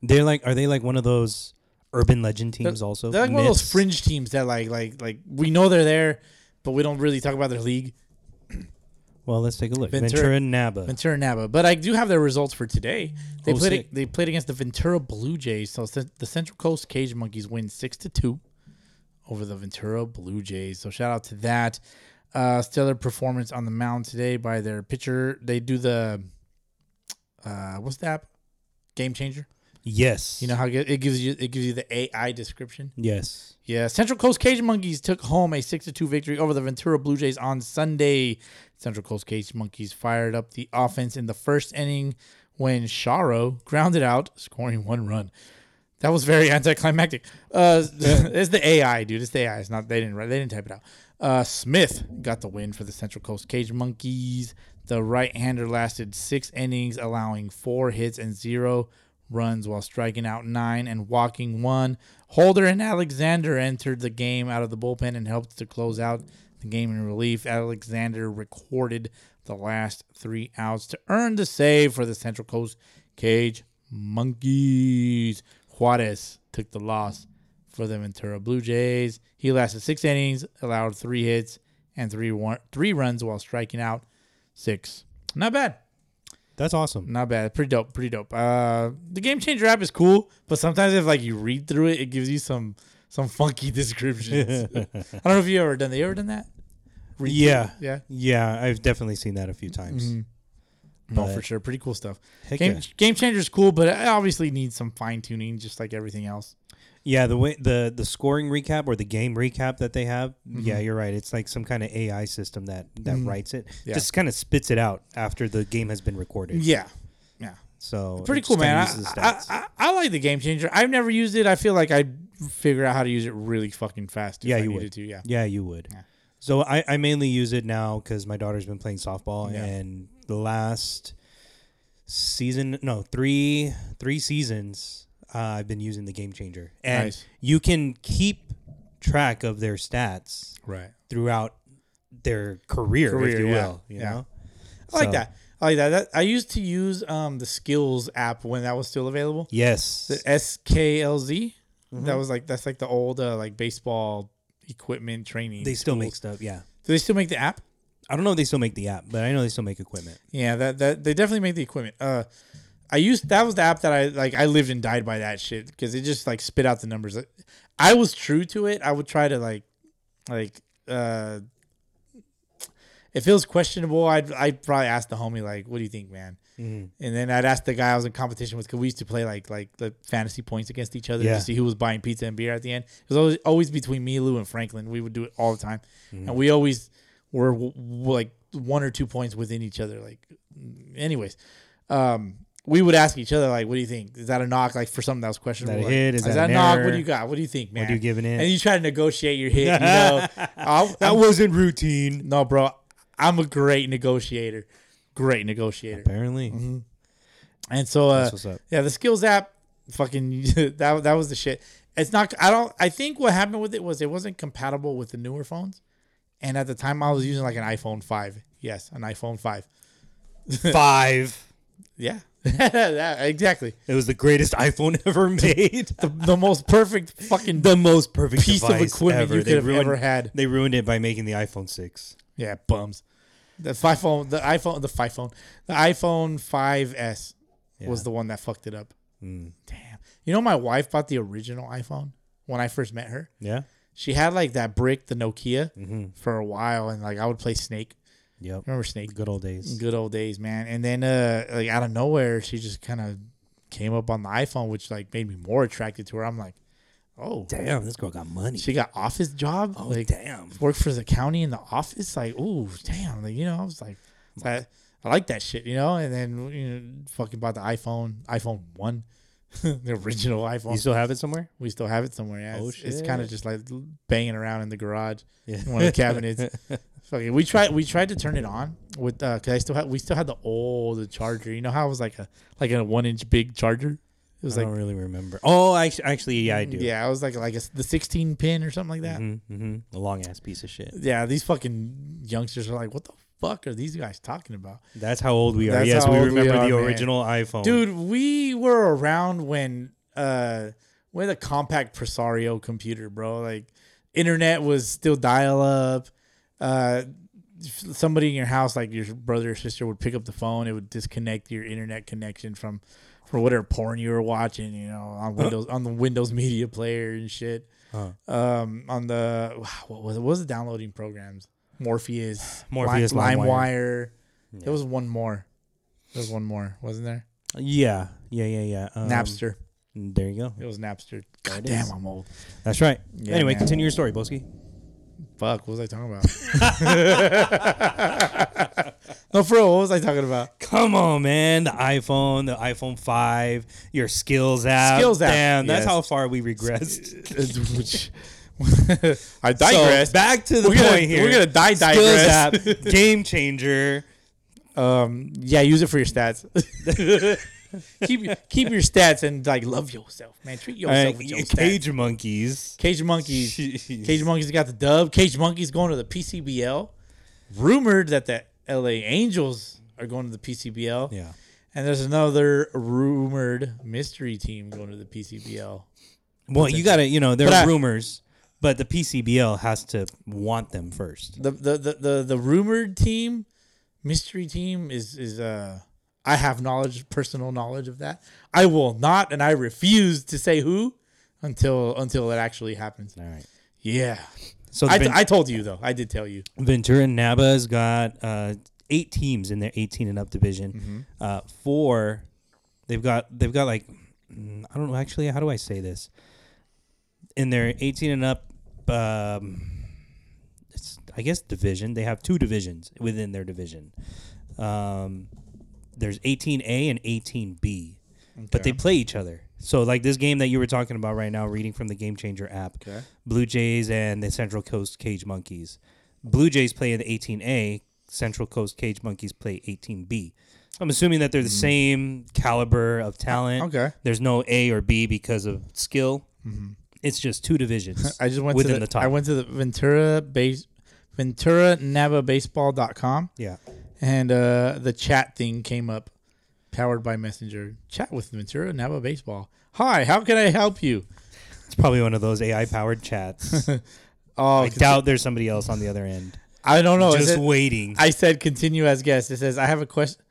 They're like, are they like one of those urban legend teams also? They're like one of those Myths? fringe teams that like like like we know they're there, but we don't really talk about their league. Well, let's take a look. Ventura- Ventura, and Naba. Ventura Napa. But I do have their results for today. They Oh, played sick. they played against the Ventura Blue Jays. So the the Central Coast Cage Monkeys win six to two over the Ventura Blue Jays. So shout out to that. Uh, stellar performance on the mound today by their pitcher. They do the uh, what's the app? Game changer. Yes. You know how it gives you it gives you the AI description. Yes. Yeah, Central Coast Cajun Monkeys took home a 6-2 victory over the Ventura Blue Jays on Sunday. Central Coast Cajun Monkeys fired up the offense in the first inning when Sharo grounded out, scoring one run. That was very anticlimactic. Uh, it's the AI, dude. It's the AI. It's not they didn't write- they didn't type it out. Uh, Smith got the win for the Central Coast Cajun Monkeys. The right-hander lasted six innings, allowing four hits and zero runs while striking out nine and walking one. Holder and Alexander entered the game out of the bullpen and helped to close out the game in relief. Alexander recorded the last three outs to earn the save for the Central Coast Cage Monkeys. Juarez took the loss for the Ventura Blue Jays. He lasted six innings, allowed three hits and three one, three runs while striking out six. Not bad. That's awesome. Not bad. Pretty dope. Pretty dope. Uh, the game changer app is cool, but sometimes if like you read through it, it gives you some some funky descriptions. I don't know if you ever done. They ever done that? Read through Yeah. it? Mm-hmm. Yeah. Mm-hmm. Yeah. I've definitely seen that a few times. No, But- Oh, for sure. Pretty cool stuff. Heck Game yeah. game changer is cool, but it obviously needs some fine tuning, just like everything else. Yeah, the way the the scoring recap or the game recap that they have. Mm-hmm. Yeah, you're right. It's like some kind of AI system that that writes it. Yeah. Just kind of spits it out after the game has been recorded. Yeah. Yeah. So it Pretty just cool, kinda man. uses the I, stats. I, I, I like the game changer. I've never used it. I feel like I figure out how to use it really fucking fast. If yeah, I you needed would. To. Yeah. yeah, you would. So I, I mainly use it now because my daughter's been playing softball, and the last season, no, three three seasons, uh, I've been using the game changer, and Nice. you can keep track of their stats Right. throughout their career, Career, if you yeah. will. You Yeah. know, I like So- that. I like that. that. I used to use um, the skills app when that was still available. Yes. Mm-hmm. The SKLZ. That was like that's like the old uh, like baseball equipment training. they still make tools. stuff. Yeah. Do they still make the app? I don't know if they still make the app, but I know they still make equipment. Yeah, that that they definitely make the equipment. Uh, I used that was the app that I like. I lived and died by that shit because it just like spit out the numbers. I was true to it. I would try to like, like uh, if it was questionable, I'd I'd probably ask the homie like, "What do you think, man?" And then I'd ask the guy I was in competition with because we used to play like like the fantasy points against each other Yeah. to see who was buying pizza and beer at the end. It was always always between me, Lou, and Franklin. We would do it all the time, and we always were w- w- like one or two points within each other. Like, anyways, um, we would ask each other like, "What do you think? Is that a knock? Like for something that was questionable? a Like, hit? Is that that an a knock? What error? do you got? What do you think, man? you giving it? And you try to negotiate your hit. You know, I'll- That I'm- wasn't routine. no, bro. I'm a great negotiator. Great negotiator. Apparently. Mm-hmm. And so, uh, what's up. yeah, the skills app, fucking that that was the shit. It's not. I don't. I think what happened with it was it wasn't compatible with the newer phones, and at the time I was using like an iPhone five. Yes, an iPhone five. Five. Yeah, That- exactly. It was the greatest iPhone ever made. the, The most perfect fucking most perfect Piece of device equipment ever. you They could have ruined- ever had. They ruined it by making the iPhone six. yeah bums. The five phone, the iPhone, the five phone, the iPhone 5S was the one that fucked it up. Damn. You know, my wife bought the original iPhone when I first met her. Yeah. She had like that brick, the Nokia, for a while, and like I would play Snake. Yep. Remember Snake? Good old days. Good old days, man. And then, uh, like out of nowhere, she just kind of came up on the iPhone, which like made me more attracted to her. I'm like, oh, Damn, this girl got money. she got office job. Oh, like, damn. Worked for the county in the office. Like, ooh, damn. Like, you know, I was like, I, I like that shit, you know. And then you know, fucking bought the iPhone, iPhone one, the original iPhone. you still have it somewhere? We still have it somewhere. Yeah, Oh, it's, kind of just like banging around in the garage, Yeah. in one of the cabinets. Fucking, we tried. We tried to turn it on with because I still had. We still had the old charger. You know how it was like a like a one inch big charger. It was I like don't really remember. Oh, I actually, yeah, I do. yeah, it was like like a, the sixteen pin or something like that. Mm-hmm. A long ass piece of shit. Yeah, these fucking youngsters are like, what the fuck are these guys talking about? That's how old we are. That's yes, how we old we remember are, the man. original iPhone. Dude, we were around when uh when the compact presario computer, bro. Like internet was still dial up. Uh somebody in your house, like your brother or sister, would pick up the phone, it would disconnect your internet connection from for whatever porn you were watching, you know, on Windows on the Windows Media Player and shit. Um, on the what was it? What was the downloading programs? Morpheus, Morpheus, Lime- LimeWire. LimeWire. There was one more. There was one more, wasn't there? Yeah, yeah, yeah, yeah. Um, Napster. There you go. It was Napster. God it damn, is. I'm old. That's right. Yeah, anyway, man. continue your story, Boski. Fuck, what was I talking about? no, for real, what was I talking about? Come on, man. The iPhone, the iPhone 5, your skills app. Skills app. Damn, that's Yes. how far we regressed. Which- I digress. So back to the We're point gonna- here. we're gonna die digress. Skills app, game changer. um, yeah, use it for your stats. keep keep your stats and like love yourself, man. Treat yourself Alright, with your cage. cage monkeys. Cage monkeys. Jeez. Cage monkeys got the dub. Cage monkeys going to the PCBL. Rumored that the LA Angels are going to the PCBL. Yeah. And there's another rumored mystery team going to the PCBL. Well, you got to, you know, there But are I- rumors, but the PCBL has to want them first. the the the the, the rumored team, mystery team is is uh I have knowledge, personal knowledge of that. I will not, and I refuse to say who until until it actually happens. All right. Yeah, So the I, t- Ven- I told you though. I did tell you. Ventura and Naba's got uh, eight teams in their 18 and up division. Mm-hmm. Uh, four, they've got they've got like mm, I don't know actually how do I say this in their 18 and up. Um, it's, I guess division. They have two divisions within their division. Um, there's 18A and 18B, but they play each other. So like this game that you were talking about right now, reading from the Game Changer app, Blue Jays and the Central Coast Cage Monkeys. Blue Jays play in the 18A, Central Coast Cage Monkeys play 18B. I'm assuming that they're the same caliber of talent. Okay. There's no A or B because of skill. It's just two divisions. I just went within to the, top. I went to the Ventura base Ventura Navabaseball.com yeah. and uh the chat thing came up powered by Messenger. Chat with Ventura Nava Baseball. Hi, how can I help you? It's probably one of those AI powered chats. Oh, I doubt there's somebody else on the other end. I don't know. Is just it- waiting. I said continue as guest. It says I have a question.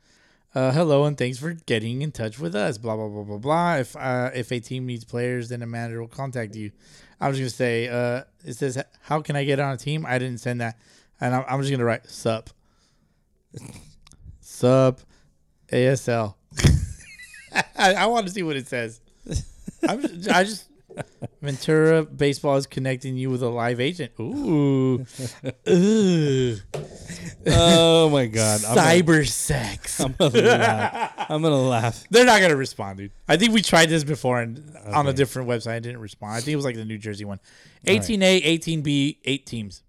Uh, hello and thanks for getting in touch with us. Blah blah blah blah blah. If uh, if a team needs players, then a manager will contact you. I was gonna say uh, it says how can I get on a team? I didn't send that, and I'm, I'm just gonna write sup, sup, ASL. I, I want to see what it says. I'm, I just Ventura Baseball is connecting you with a live agent. Ooh, ooh. oh my god. I'm gonna- cyber sex. I'm gonna laugh. I'm gonna laugh. They're not gonna respond, dude. I think we tried this before and on a different website. I didn't respond. I think it was like the New Jersey one. 18A, 18B, eight teams.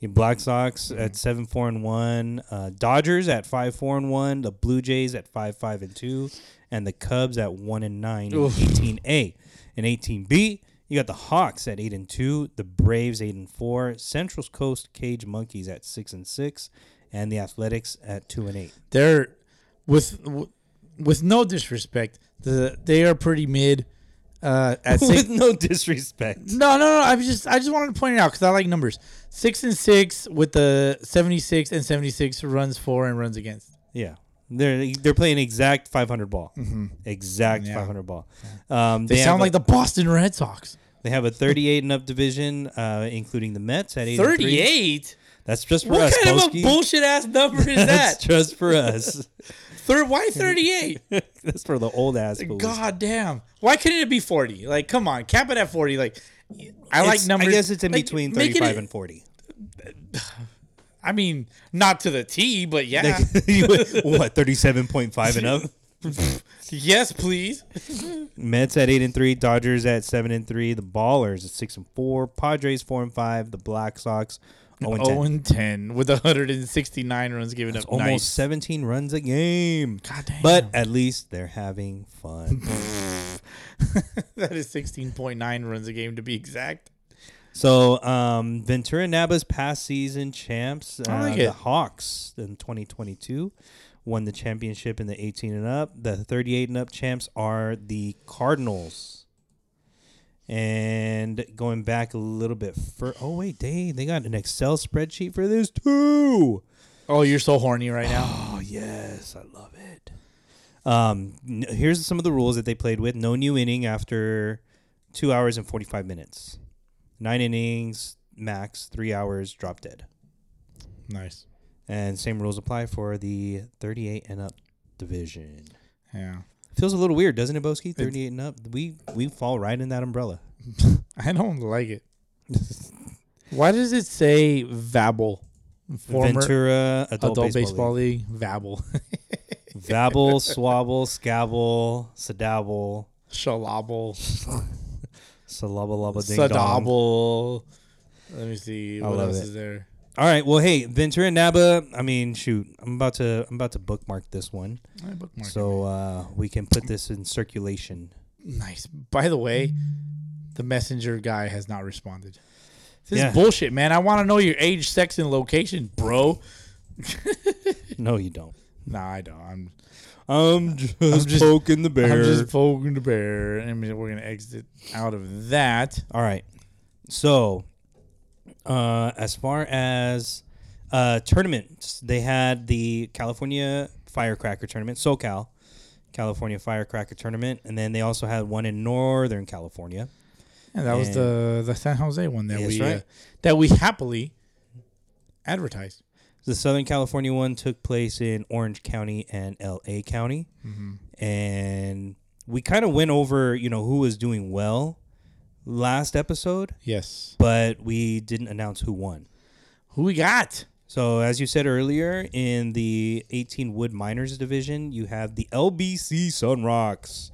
Your Black Sox at seven four and one, uh, Dodgers at five four and one, the Blue Jays at five five and two, and the Cubs at one and nine in eighteen A and eighteen B. You got the Hawks at eight and two, the Braves eight and four, Central Coast Cage Monkeys at six and six, and the Athletics at two and eight. They're with with no disrespect. The they are pretty mid. Uh, at six, With no disrespect, No, no, no. I was just I just wanted to point it out because I like numbers. Six and six with the seventy six and seventy six runs for and runs against. yeah. They're they're playing exact five hundred ball, exact five hundred ball. Um, Mm-hmm. They, sound have a- like the Boston Red Sox. They have a 38 and up division, uh, including the Mets at 83. Thirty eight. That's just for What us. kind of a Boski. bullshit ass number is That's that? just for us. Third, why thirty eight? That's for the old ass. fools. God damn. Why couldn't it be 40? Like, come on, cap it at 40. Like, I It's- like numbers. I guess it's in Like, between make it 35 a- and 40. I mean, not to the T, but yeah. what 37.5 and up? yes, please. Mets at eight and three, Dodgers at seven and three, the Ballers at six and four, Padres four and five, the Black Sox zero Oh, and 10. 0 and 10 with 169 runs given up. Almost Nice. 17 runs a game. God damn. But at least they're having fun. that is 16.9 runs a game to be exact. So um, Ventura Naba's past season champs, uh, like the it. Hawks in 2022, won the championship in the 18 and up. The 38 and up champs are the Cardinals. And going back a little bit fur oh wait, they they got an Excel spreadsheet for this too. Oh, you're so horny right now. Oh yes, I love it. Um, n- here's some of the rules that they played with: no new inning after two hours and forty five minutes, nine innings max, three hours drop dead, Nice. and same rules apply for the thirty eight and up division. Yeah. Feels a little weird, doesn't it, Boski? Thirty eight and up, we we fall right in that umbrella. I don't like it. Why does it say Vabble? Former Ventura Adult, Adult Baseball, Baseball League. League. Vabble. Vabble, Swabble, Scabble, Sadabble, Shalabble. Salubba Ding Dong. Sadabble. Let me see. I what love else it. is there? All right. Well, hey, Ventura Naba. I mean, shoot, I'm about to I'm about to bookmark this one, I bookmarked it. so uh, we can put this in circulation. Nice. By the way, the messenger guy has not responded. This Yeah. is bullshit, man. I want to know your age, sex, and location, bro. No, you don't. Nah, I don't. I'm, I'm just, just- poking the I'm just poking the bear. I mean, we're gonna exit out of that. All right. So, uh, as far as uh, tournaments, they had the California Firecracker Tournament, SoCal, California Firecracker Tournament, and then they also had one in Northern California. And that was And- the the San Jose one that Yes, we uh, right. that we happily advertised. The Southern California one took place in Orange County and LA County. And we kind of went over, you know, who was doing well last episode, Yes. but we didn't announce who won. Who we got? So, as you said earlier, in the 18 Wood Miners division, you have the LBC Sunrocks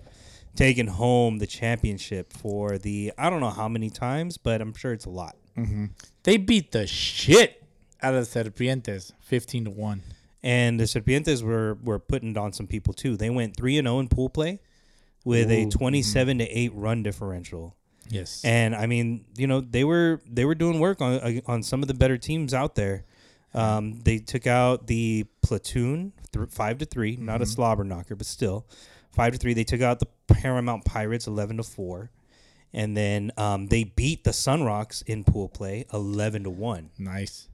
taking home the championship for the, I don't know how many times, but I'm sure it's a lot. They beat the shit out of Serpientes, fifteen to one. and the Serpientes were were putting on some people too. They went three and zero in pool play with a twenty seven to eight run differential. Yes. And I mean, you know, they were they were doing work on uh, on some of the better teams out there. Um, they took out the platoon th- five to 3 not a slobber knocker, but still five to three. They took out the Paramount Pirates eleven to four, and then um, they beat the Sunrocks in pool play eleven to one. nice.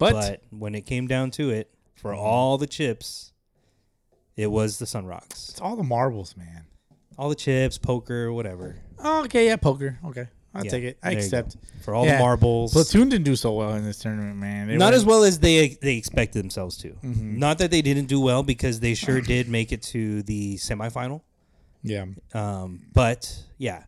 But, Mm-hmm. But when it came down to it, for all the chips, it was the Sun Rocks. it's all the marbles, man. All the chips, poker, whatever. Oh, okay, yeah, poker. Okay. I'll Yeah, take it. I there you go. accept. For all Yeah. the marbles. Platoon didn't do so well in this tournament, man. They Mm-hmm. not were- as well as they they expected themselves to. Not that they didn't do well because they sure did make it to the semifinal. Yeah. Um, but yeah,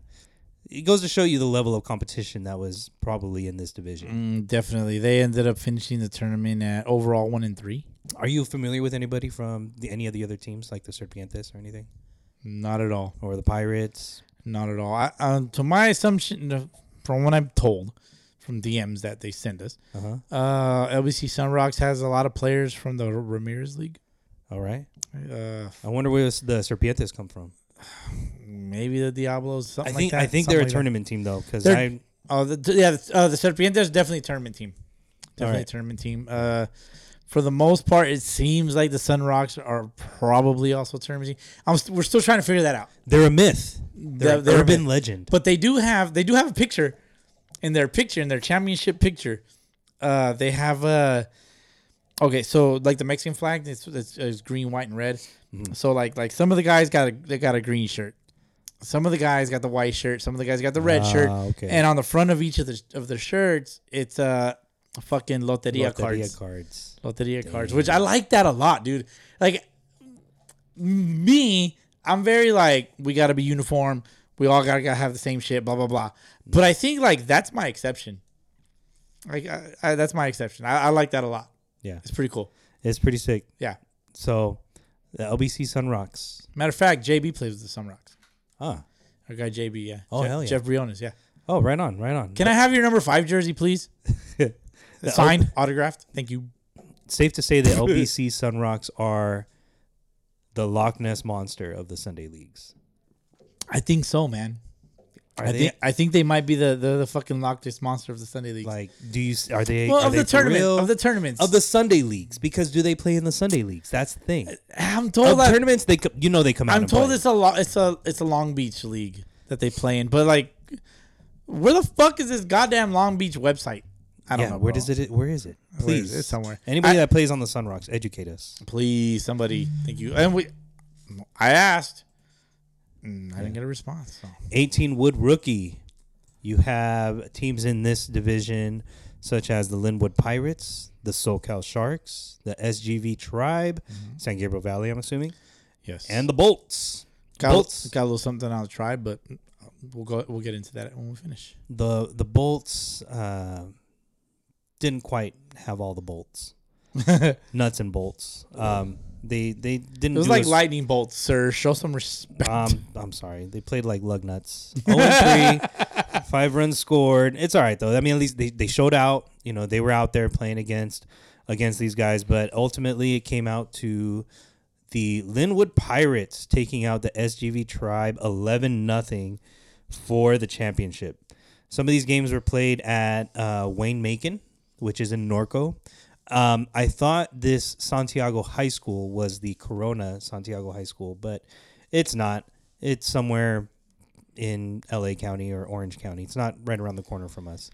it goes to show you the level of competition that was probably in this division. Mm, definitely. They ended up finishing the tournament at overall one and three. Are you familiar with anybody from the, any of the other teams, like the Serpientes or anything, Not at all. or the Pirates? Not at all. I, um, to my assumption, uh, from what I'm told, from DMs that they send us, Uh-huh. uh, LBC Sunrocks has a lot of players from the Ramirez League. All right. Uh, I wonder where s- the Serpientes come from. maybe the Diablos. I Something think like that. I think something they're a like that. tournament team though, because They're- I Oh, the, yeah, the, uh, the Serpientes definitely a tournament team. Definitely a right. tournament team. Uh, for the most part, it seems like the Sun Rocks are probably also tournament team. I'm st- we're still trying to figure that out. they're a myth. They're, They're- an they're a urban myth. legend. But they do have they do have a picture in their picture in their championship picture. Uh, they have uh okay, so like the Mexican flag, it's, it's, it's green, white, and red. Mm-hmm. So like like some of the guys got a they got a green shirt. Some of the guys got the white shirt. Some of the guys got the red shirt. Ah, okay. And on the front of each of the of the shirts, it's uh fucking loteria, Loteria cards. cards. Loteria cards, which I like that a lot, dude. Like m- me, I'm very like we got to be uniform. We all gotta, gotta have the same shit, blah blah blah. But I think like that's my exception. Like I, I, that's my exception. I, I like that a lot. Yeah, It's pretty cool. it's pretty sick. Yeah. So the LBC Sun Rocks. Matter of fact, JB plays with the Sun Rocks. Ah, Our guy JB, yeah. Oh, Jeff, hell yeah. Jeff Briones, yeah. oh, right on, right on. Can I have your number five jersey, please? Signed, autographed. Thank you. Safe to say the LBC Sun Rocks are the Loch Ness monster of the Sunday leagues. I think so, man. I they- think I think they might be the the, the fucking Loch Ness monster of the Sunday League. Like, do you s- are they well, are of they the for tournament, real? of the tournaments, of the Sunday leagues? Because do they play in the Sunday leagues? That's the thing. I'm Of told that, tournaments, they co- you know they come out. I'm and told play. it's a lo- it's a it's a Long Beach league that they play in, but like, where the fuck is this goddamn Long Beach website? I don't yeah, know. where bro. does it? Where is it? Where is Please, it? It's somewhere. Anybody I- that plays on the Sun Rocks, educate us. Please, somebody, thank you. And we, I asked. And I didn't get a response. So. 18 Wood rookie. You have teams in this division such as the Linwood Pirates, the SoCal Sharks, the SGV Tribe, Mm-hmm. San Gabriel Valley, I'm assuming, Yes. and the Bolts. got, Bolts. got a little something I'll try, but uh, we'll go. We'll get into that when we finish. The the Bolts uh, didn't quite have all the bolts. Nuts and bolts. Um, they they didn't It was do like as- lightning bolts, sir. Show some respect. Um, I'm sorry. They played like lug nuts. 0 and 3, five runs scored. It's all right though. I mean, at least they, they showed out. You know, they were out there playing against against these guys, but ultimately it came out to the Linwood Pirates taking out the SGV Tribe 11 nothing for the championship. Some of these games were played at uh, Wayne Macon, which is in Norco. Um, I thought this Santiago High School was the Corona Santiago High School, but it's not. It's somewhere in LA County or Orange County. It's not right around the corner from us.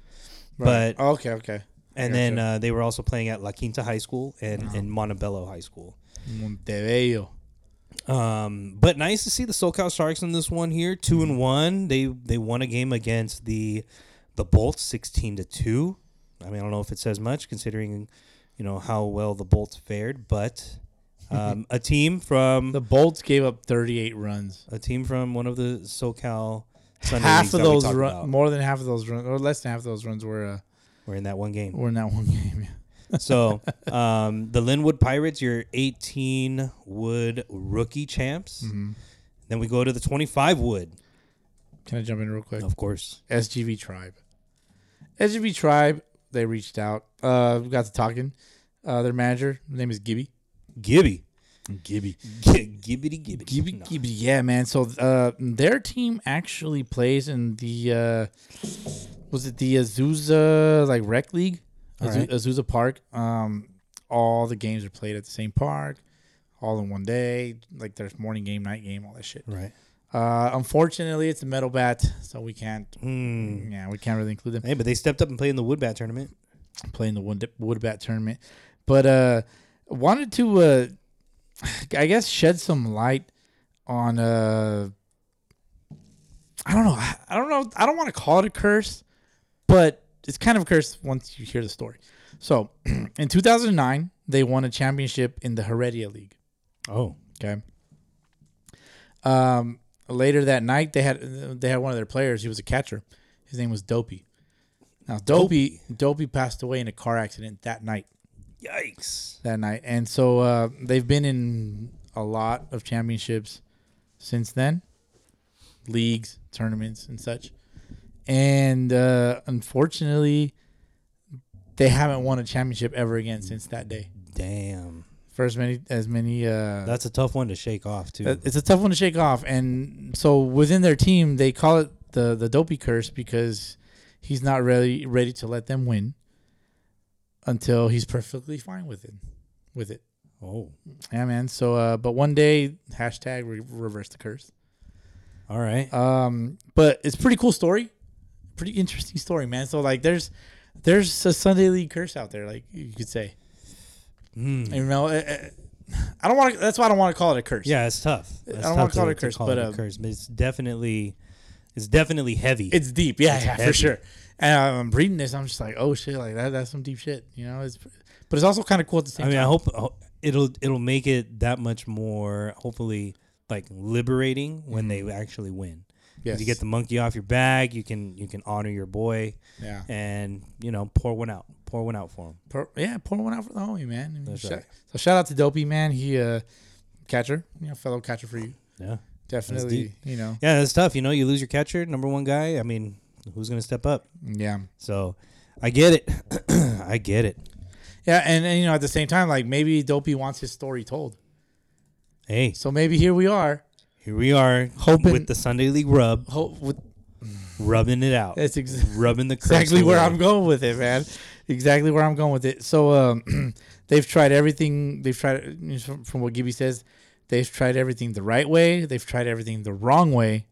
But okay, okay. and then uh, they were also playing at La Quinta High School and, and Montebello High School. Montebello. Um, but nice to see the SoCal Sharks in this one here, two and one. They they won a game against the the Bolts, sixteen to two. I mean, I don't know if it says much considering, you know, how well the Bolts fared, but um, a team from The Bolts gave up 38 runs. a team from one of the SoCal Sunday Half leagues of that we those talked runs, about more than half of those runs, or less than half of those runs were uh, were in that one game. were in that one game. Yeah. So um, the Linwood Pirates, your 18 wood rookie champs. Mm-hmm. Then we go to the 25 wood, Can I jump in real quick? of course. SGV Tribe. SGV Tribe, they reached out. Uh, we got to talking. Uh, their manager, his name is Gibby. Gibby. Gibby. G- gibbity gibbity. Gibby, No. Gibby. Yeah, man. So uh, their team actually plays in the, uh, was it the Azusa, like, rec league? All Azu- right. Azusa Park. Um, all the games are played at the same park, all in one day. Like, there's morning game, night game, all that shit. Right. Uh, unfortunately, it's a metal bat, so we can't. Hmm. Yeah, we can't really include them. Hey, but they stepped up and played in the wood bat tournament. playing the wood, wood bat tournament. But uh wanted to uh I guess shed some light on uh I don't know. I I don't know. I don't want to call it a curse, but it's kind of a curse once you hear the story. So, in 2009, they won a championship in the Heredia League. Oh. Okay. Um, later that night, they had they had one of their players. He was a catcher. His name was Dopey. Now Dopey Dopey passed away in a car accident that night. Yikes. That night, and so uh, they've been in a lot of championships since then, leagues, tournaments, and such. And uh, unfortunately, they haven't won a championship ever again since that day. Damn. For as many as many uh, That's a tough one to shake off, too. that- It's a tough one to shake off, and so within their team, they call it the the dopey curse because he's not really ready to let them win until he's perfectly fine with it. With it, oh. yeah, man. So, uh, but one day, hashtag re- reverse the curse. All right. Um, but it's a pretty cool story, pretty interesting story, man. So like, there's there's a Sunday league curse out there, like you could say. You know, eh, eh, I don't want to. That's why I don't want to call it a curse. Hmm. yeah, it's tough. It's don't tough wanna call to- it a to curse, call but, it a um, curse, but it's definitely, it's definitely heavy. It's deep, yeah, yeah, heavy. for sure. And I'm reading this, I'm just like, oh shit, like that, that's some deep shit, you know. It's, but it's also kind of cool at the I same mean, I time. hope I hope it'll it'll make it that much more hopefully like liberating when they actually win. 'Cause You Mm-hmm. Yes. get the monkey off your back. You can you can honor your boy. Yeah. And you know, pour one out. Pour one out for him. Pour- yeah, pour one out for the homie, man. I mean, That's shout- right. So shout out to Dopey, man. He uh, catcher, you know, fellow catcher for you, Yeah. definitely. deep. You know, Yeah, that's tough. You know, you lose your catcher, number one guy. I mean, who's gonna step up? yeah, So, I get it. I get it. yeah, and, and you know, at the same time, like maybe Dopey wants his story told. Hey, So maybe here we are. here we are Hoping- with the Sunday League rub, Hope with, rubbing it out, that's exactly. rubbing the curse exactly where away. I'm going with it, man. Exactly where I'm going with it. So um, they've tried everything. They've tried you know, from, from what Gibby says. They've tried everything the right way. They've tried everything the wrong way.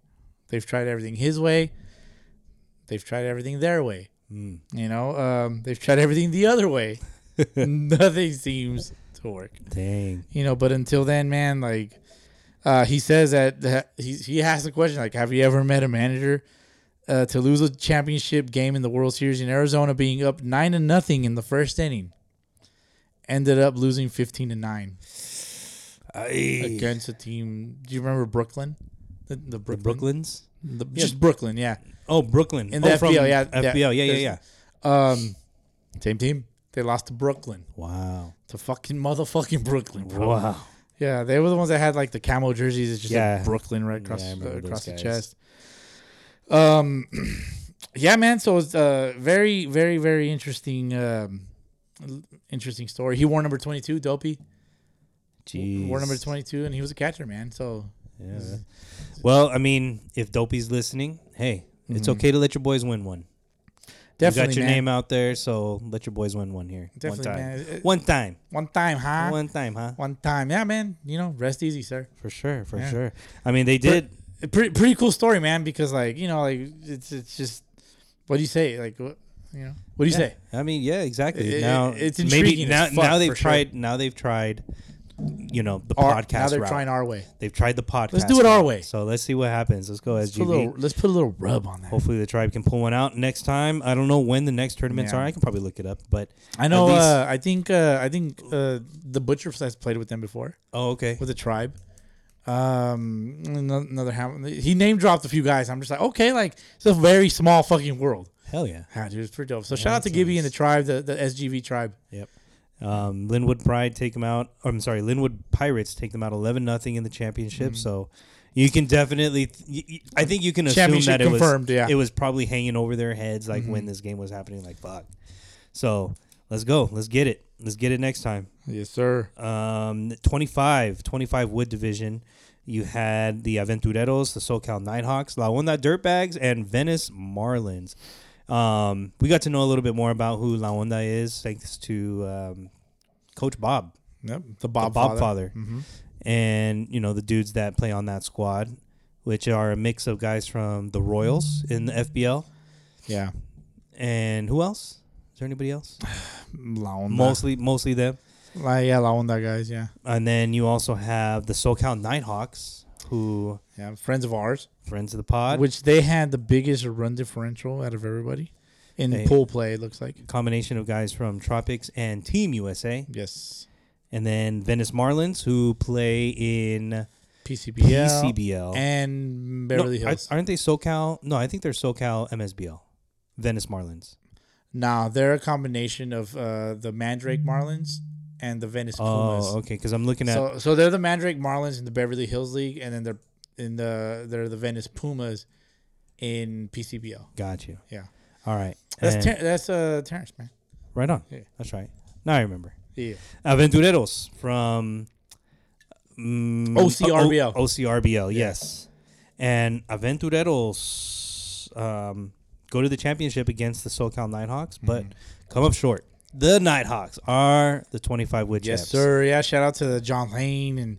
They've tried everything his way. They've tried everything their way. You know, um, they've tried everything the other way. Nothing seems to work. Dang. You know, but until then, man, like Uh, he says that that he he asked the question like, "Have you ever met a manager uh, to lose a championship game in the World Series in Arizona, being up nine to nothing in the first inning, ended up losing fifteen to nine against a team? Do you remember Brooklyn? The, the Brooklyn, Brooklyn's. The- just Brooklyn, yeah. Oh, Brooklyn. In oh, the from FBL, yeah, yeah. FBL, yeah, yeah, yeah. There's- Um, same team. They lost to Brooklyn, Wow. to fucking motherfucking Brooklyn, bro. Wow. Yeah, they were the ones that had like the camo jerseys. It's just Yeah. like Brooklyn right across I uh, remember those across the guys. chest. Um, yeah, man. So it's uh, very, very, very interesting, um, l- interesting story. He wore number twenty two, Dopey. Jeez. Wore number twenty two, and he was a catcher, man. So Yeah. Well, I mean, if Dopey's listening, hey, it's okay to let your boys win one. Mm-hmm. definitely, you got your man. name out there, so let your boys win one here. Definitely, one time. man. It- One time. one time, huh? One. One time, huh? time, yeah, man. You know, rest easy, sir. For sure, for Yeah. sure. I mean, they did. A pretty pretty cool story, man. Because like you know, like it's it's just what do you say? Like what you know? What do you say? I mean, yeah, exactly. It- now it's maybe intriguing now, as fuck, now they've for sure. tried. Now they've tried. You know the Our- podcast. now they're route. trying our way. They've tried the podcast. do it our route. way. So let's see what happens. Let's go Put a SGV. little, let's put a little rub on that. Hopefully the tribe can pull one out next time. I don't know when the next tournaments Yeah. are. I can probably look it up, but I know. at least- uh, I think. Uh, I think uh, the butcher has played with them before oh, okay. with the tribe. Um, ano- another ham- he name dropped a few guys. I'm just like, okay, like it's a very small fucking world. Hell yeah. Ah, dude, it's pretty dope. So shout out to Gibby and the tribe, the, the SGV tribe. Yep. Um, Linwood Pride take them out. Or, I'm sorry, Linwood Pirates take them out 11 nothing in the championship. Mm-hmm. So you can definitely. Th- y- y- I think you can assume Championship that it confirmed, was yeah. Mm-hmm. it was probably hanging over their heads like when this game was happening. Like fuck. So let's go. Let's get it. Let's get it next time. Yes, sir. Um, 25, 25 Wood Division. You had the Aventureros, the SoCal Nighthawks, La Onda Dirtbags, and Venice Marlins. Um, we got to know a little bit more about who La Onda is thanks to um, Coach Bob, Yep. The the Bob, Bob Father. Father, and you know the dudes that play on that squad, which are a mix of guys from the Royals in the FBL, Yeah. and who else? Is there anybody else? La onda. Mostly, mostly them. La, yeah, La Onda guys. Yeah. And then you also have the SoCal Nighthawks, who Yeah. Friends of ours. friends of the pod, which which they had the biggest run differential out of everybody in Hey. pool play. It looks like combination of guys from Tropics and Team USA, yes, and then Venice Marlins, who play in PCBL, PCBL. and No, Beverly I- Hills. aren't they SoCal? No, I think they're SoCal MSBL, Venice Marlins. nah, they're a combination of uh, the Mandrake Marlins and the Venice Pumas. Oh, okay, because I'm looking at So, so they're the Mandrake Marlins in the Beverly Hills League, and then they're in the they're the Venice Pumas in PCBL. got you. Yeah, All right, that's And- ter- that's uh Terrence man. right on. That's right. Now I remember. Yeah, Aventureros from mm, OCRBL. O- OCRBL, yes. And Aventureros um, go to the championship against the SoCal Nighthawks, Mm-hmm. but come up short. The Nighthawks are the 25 wood yes champs. sir. Yeah, shout out to John Lane and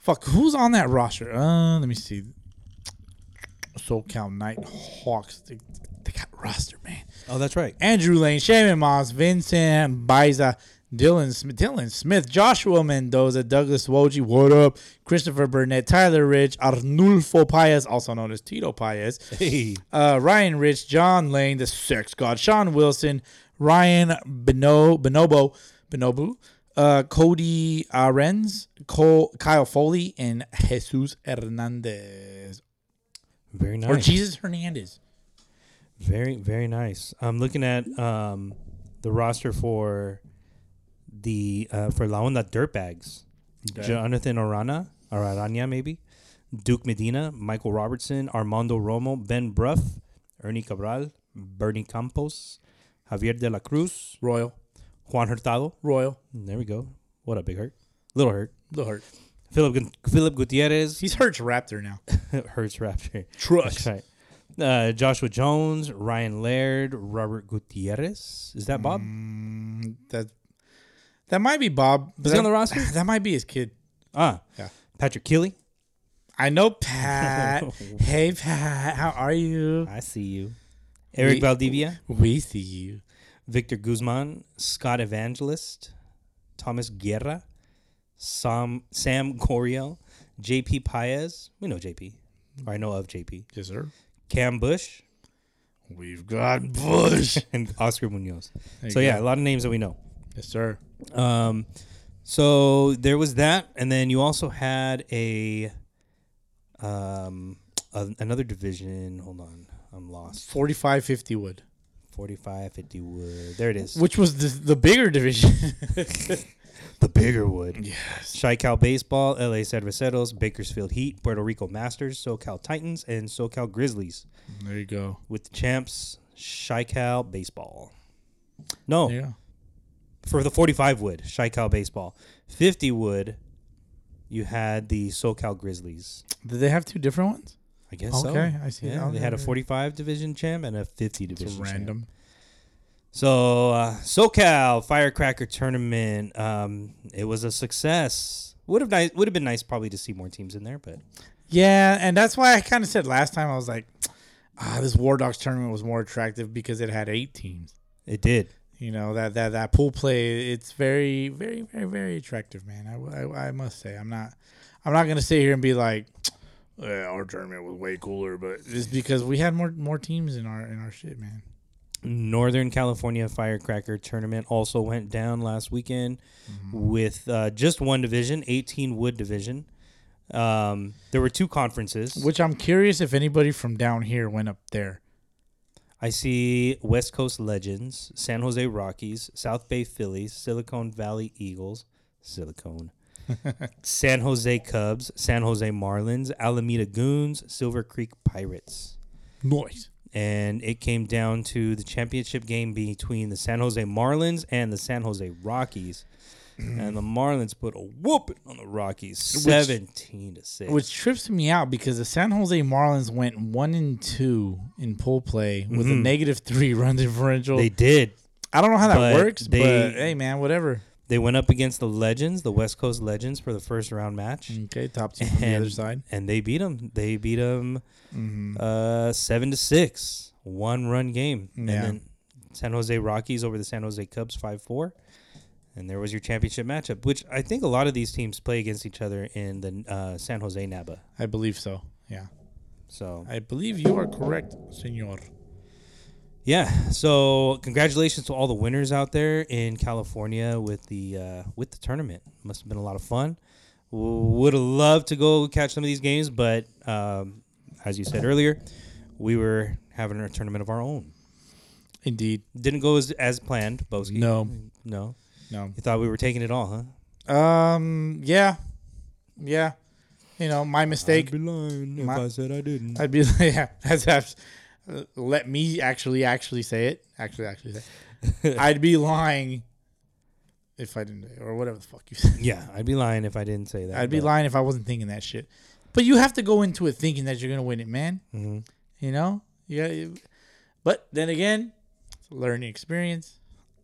fuck who's on that roster. Uh, let me see. SoCal Nighthawks. They, they got roster, man. Oh, that's right. Andrew Lane, Shaman Moss, Vincent Biza, Dylan Smith, Dylan Smith, Joshua Mendoza, Douglas Woji, what up? Christopher Burnett, Tyler Rich, Arnulfo Paez, also known as Tito Paez, Hey. uh, Ryan Rich, John Lane, the Sex God, Sean Wilson, Ryan Beno, Bonobo, Bonobu, uh, Cody Arenz, Cole, Kyle Foley, and Jesus Hernandez Very nice. or Jesus Hernandez. Very, very nice. I'm looking at um, the roster for the uh, for La Onda Dirtbags. Jonathan Orana, or Arana maybe, Duke Medina, Michael Robertson, Armando Romo, Ben Bruff, Ernie Cabral, Bernie Campos, Javier de la Cruz, Royal, Juan Hurtado. Royal, There we go. What a big hurt. Little hurt. the hurt. Philip Gun- Philip Gutierrez, He's Hurt's Raptor now. Hurts Raptor. Trust. That's right. Uh, Joshua Jones, Ryan Laird, Robert Gutierrez. Is that Bob? Mm, That that might be Bob. Is he on the roster? That might be his kid. Ah. Yeah. Patrick Keeley. I know Pat. hey Pat, how are you? I see you. Eric We- Valdivia, We see you. Victor Guzman, Scott Evangelist, Thomas Guerra, Sam Sam Goriel, JP Paez. We know JP. Or I know of JP. Yes, sir. Cam Bush We've got Bush. and Oscar Munoz. There So you yeah, go. a lot of names that we know. yes, sir. Um, so there was that, and then you also had a um a, another division. Hold on, I'm lost. 45 50 wood, 45, 50 wood. There it is. which was the, the bigger division. the bigger wood? Yes. Chi-Cal Baseball, LA Cerveceros, Bakersfield Heat, Puerto Rico Masters, SoCal Titans, and SoCal Grizzlies there you go. with the champs Chi-Cal Baseball. No, Yeah. for the 45 wood, Chi-Cal Baseball. 50 wood, you had the SoCal Grizzlies. Did they have two different ones? I guess so. Okay, I see. Oh, Yeah, they had a Okay. 45 division champ and a 50 division It's champ. random. So, uh, SoCal Firecracker Tournament, um, it was a success. Would have nice, would have been nice probably to see more teams in there, but Yeah, and that's why I kind of said last time I was like, ah, this War Dogs tournament was more attractive because it had eight teams. it did. You know that that that pool play, it's very, very, very, very attractive, man. I, w- I- I must say, I'm not, I'm not gonna sit here and be like, yeah, our tournament was way cooler, but just because we had more more teams in our in our shit, man. Northern California Firecracker Tournament also went down last weekend Mm-hmm. with uh, just one division, 18 wood division. Um, there were two conferences. Which I'm curious if anybody from down here went up there. I see West Coast Legends, San Jose Rockies, South Bay Phillies, Silicon Valley Eagles, Silicon, San Jose Cubs, San Jose Marlins, Alameda Goons, Silver Creek Pirates. Noise. And it came down to the championship game between the San Jose Marlins and the San Jose Rockies. and the Marlins put a whooping on the Rockies, 17 to 6. Which trips me out because the San Jose Marlins went one and two in pool play with a negative three run differential. Mm-hmm. they did. I don't know how that but works, they- but hey, man, whatever. They went up against the Legends, the West Coast Legends, for the first round match. Okay, top team from the other side. and they beat them. They beat them uh, seven to six, one run game. And Yeah. then San Jose Rockies over the San Jose Cubs five four, and there was your championship matchup, which I think a lot of these teams play against each other in the uh, San Jose Naba. I believe so. Yeah, So I believe you are correct, Senor. yeah, so congratulations to all the winners out there in California with the uh, with the tournament. Must have been a lot of fun. Would have loved to go catch some of these games, but um, as you said earlier, we were having a tournament of our own. Indeed. Didn't go as, as planned, Boski. No. no. No. You thought we were taking it all, huh? Um. Yeah. Yeah. You know, my mistake. lying if My- I said I didn't. I'd be like, yeah, that's abs- uh, let me actually actually say it. Actually, actually say. It. I'd be lying if I didn't or whatever the fuck you said. yeah, I'd be lying if I didn't say that. I'd be but lying if I wasn't thinking that shit. But you have to go into it thinking that you're gonna win it, man. Mm-hmm. You know, yeah. you- But then again, it's a learning experience.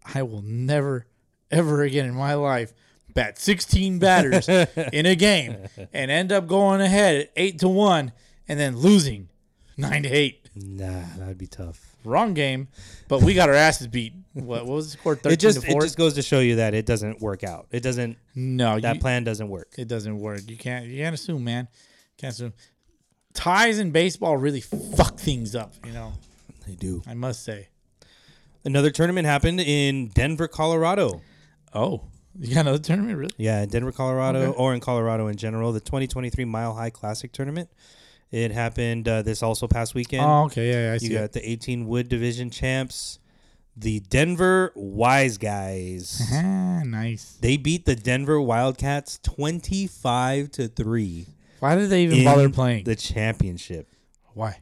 I will never, ever again in my life bat 16 batters in a game and end up going ahead at eight to one and then losing nine to eight. Nah, that'd be tough. Wrong game, but we got our asses beat. What, what was the score? 13 It just to it four. just goes to show you that it doesn't work out. It doesn't. no, That you- plan doesn't work. it doesn't work. You can't you can't assume, man. Can't assume. Ties in baseball really fuck things up, you know. They do. I must say. Another tournament happened in Denver, Colorado. Oh, you got another tournament, really? Yeah, in Denver, Colorado, or in Colorado in general. The 2023 Mile High Classic tournament. It happened uh, this also past weekend. Oh, okay, yeah, yeah I you see. got it. the 18 Wood Division champs, the Denver Wise Guys. Ah, nice. they beat the Denver Wildcats 25 to three. Why did they even bother in playing? the championship? Why?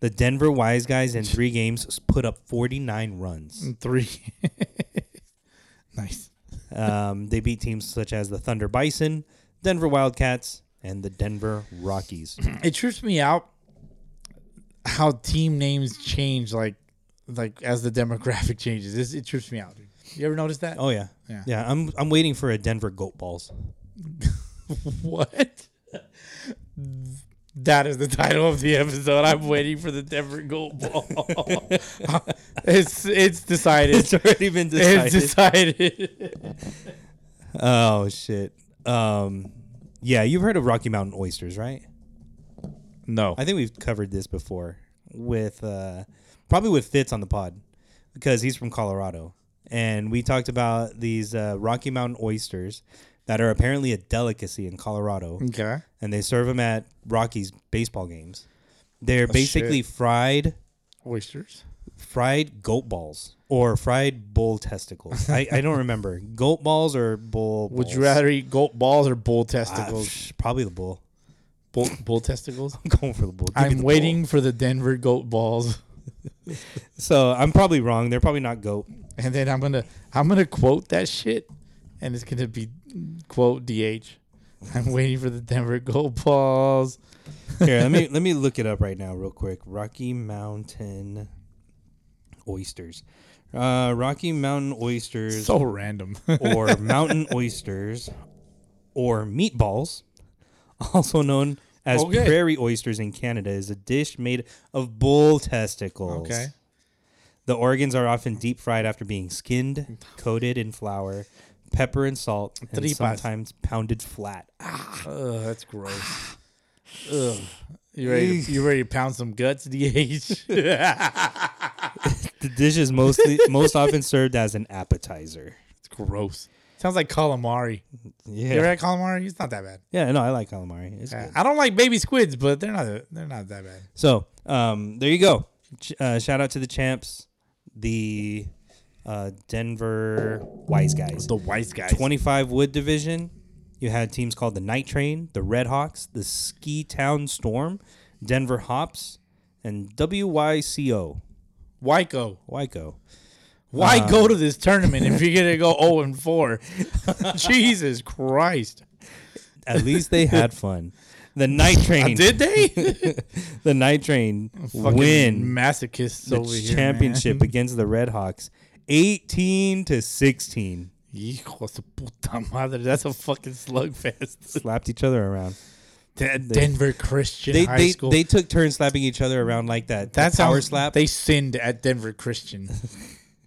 The Denver Wise Guys in three games s- put up 49 runs. Three. nice. Um, they beat teams such as the Thunder Bison, Denver Wildcats, and the Denver Rockies. It trips me out how team names change like like as the demographic changes. It, it trips me out, dude. You ever notice that? Oh yeah. Yeah. I'm I'm waiting for a Denver Goat Balls. What? That is the title of the episode. I'm waiting for the Denver Gold Ball. it's it's decided. It's already been decided. It's decided. oh shit. Um Yeah, you've heard of Rocky Mountain oysters, right? No. I think we've covered this before with uh, probably with Fitz on the pod because he's from Colorado, and we talked about these uh, Rocky Mountain oysters that are apparently a delicacy in Colorado, okay. and they serve them at Rockies baseball games. They're basically fried Oysters. fried goat balls or fried bull testicles. I, I don't remember goat balls or bull. Would you balls. rather eat goat balls or bull Ah, testicles? psh, probably the bull? Ah. bull, bull testicles. I'm going for the bull. Give me the I'm bull. waiting for the Denver goat balls, So I'm probably wrong. They're probably not goat. and then I'm gonna I'm gonna quote that shit, and it's gonna be quote DH. I'm waiting for the Denver goat balls. Here, let me let me look it up right now, real quick. Rocky Mountain oysters, uh, Rocky Mountain oysters, So random. or mountain oysters, or meatballs, also known as Okay. prairie oysters in Canada, is a dish made of bull testicles. okay. The organs are often deep fried after being skinned, coated in flour, pepper and salt, and Tripas. sometimes pounded flat. Ugh, that's gross. Ugh. You ready? To, you ready to pound some guts, DH? The dish is mostly most often served as an appetizer. it's gross. Sounds like calamari. Yeah. You ever had calamari? It's not that bad. Yeah, no, I like calamari. It's good. I don't like baby squids, but they're not they're not that bad. So, um, there you go. Ch- uh, shout out to the champs, the uh, Denver Wise Guys. The White guys. 25 Wood Division. You had teams called the Night Train, the Red Hawks, the Ski Town Storm, Denver Hops, and WYCO. Why go? Wyco. Why Uh, go to this tournament if you're gonna go zero and four? Jesus Christ! At least they had fun. The Night Train. Did they The Night Train Fucking win masochists the over here? championship against the Red Hawks, 18 to 16. man. Hijos de puta madre! That's a fucking slugfest. Slapped each other around. De- Denver Christian They High they, School. they took turns slapping each other around like that. That That's power how slap. They sinned at Denver Christian.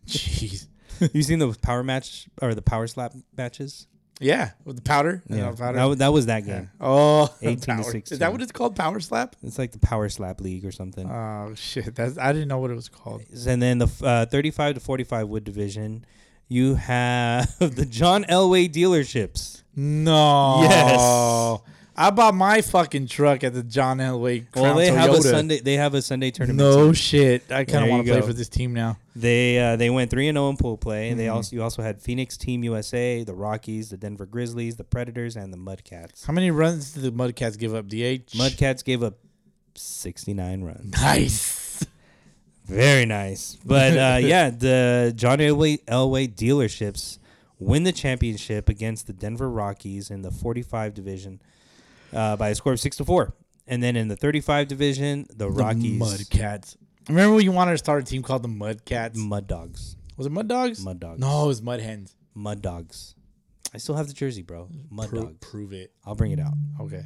Jeez. you seen the power match or the power slap matches? Yeah, with the powder. You know, powder. That, wa- that was that game. oh, 18 to power. Is 16. that what it's called? Power slap? It's like the Power Slap League or something. Oh shit! That's I didn't know what it was called. and then the uh, 35 to 45 Wood Division, you have the John Elway dealerships. No. Yes. I bought my fucking truck at the John Elway. Crown well, they Toyota. have a Sunday. They have a Sunday tournament. No team. shit. I kind There of you want to play go. for this team now. they uh, they went three and zero in pool play. They Mm-hmm. also you also had Phoenix Team USA, the Rockies, the Denver Grizzlies, the Predators, and the Mudcats. How many runs did the Mudcats give up? DH. Mudcats gave up 69 runs. Nice. Very nice. But uh, yeah, the John Elway, Elway dealerships win the championship against the Denver Rockies in the 45 division uh, by a score of 6 to 4. And then in the 35 division, the, Rockies Mudcats. Remember when you wanted to start a team called the Mudcats? Mud Dogs. Was it Mud Dogs? Mud Dogs. No, it was Mud Hens. Mud Dogs. I still have the jersey, bro. Mud Pro- Dogs. prove it. I'll bring it out. Okay.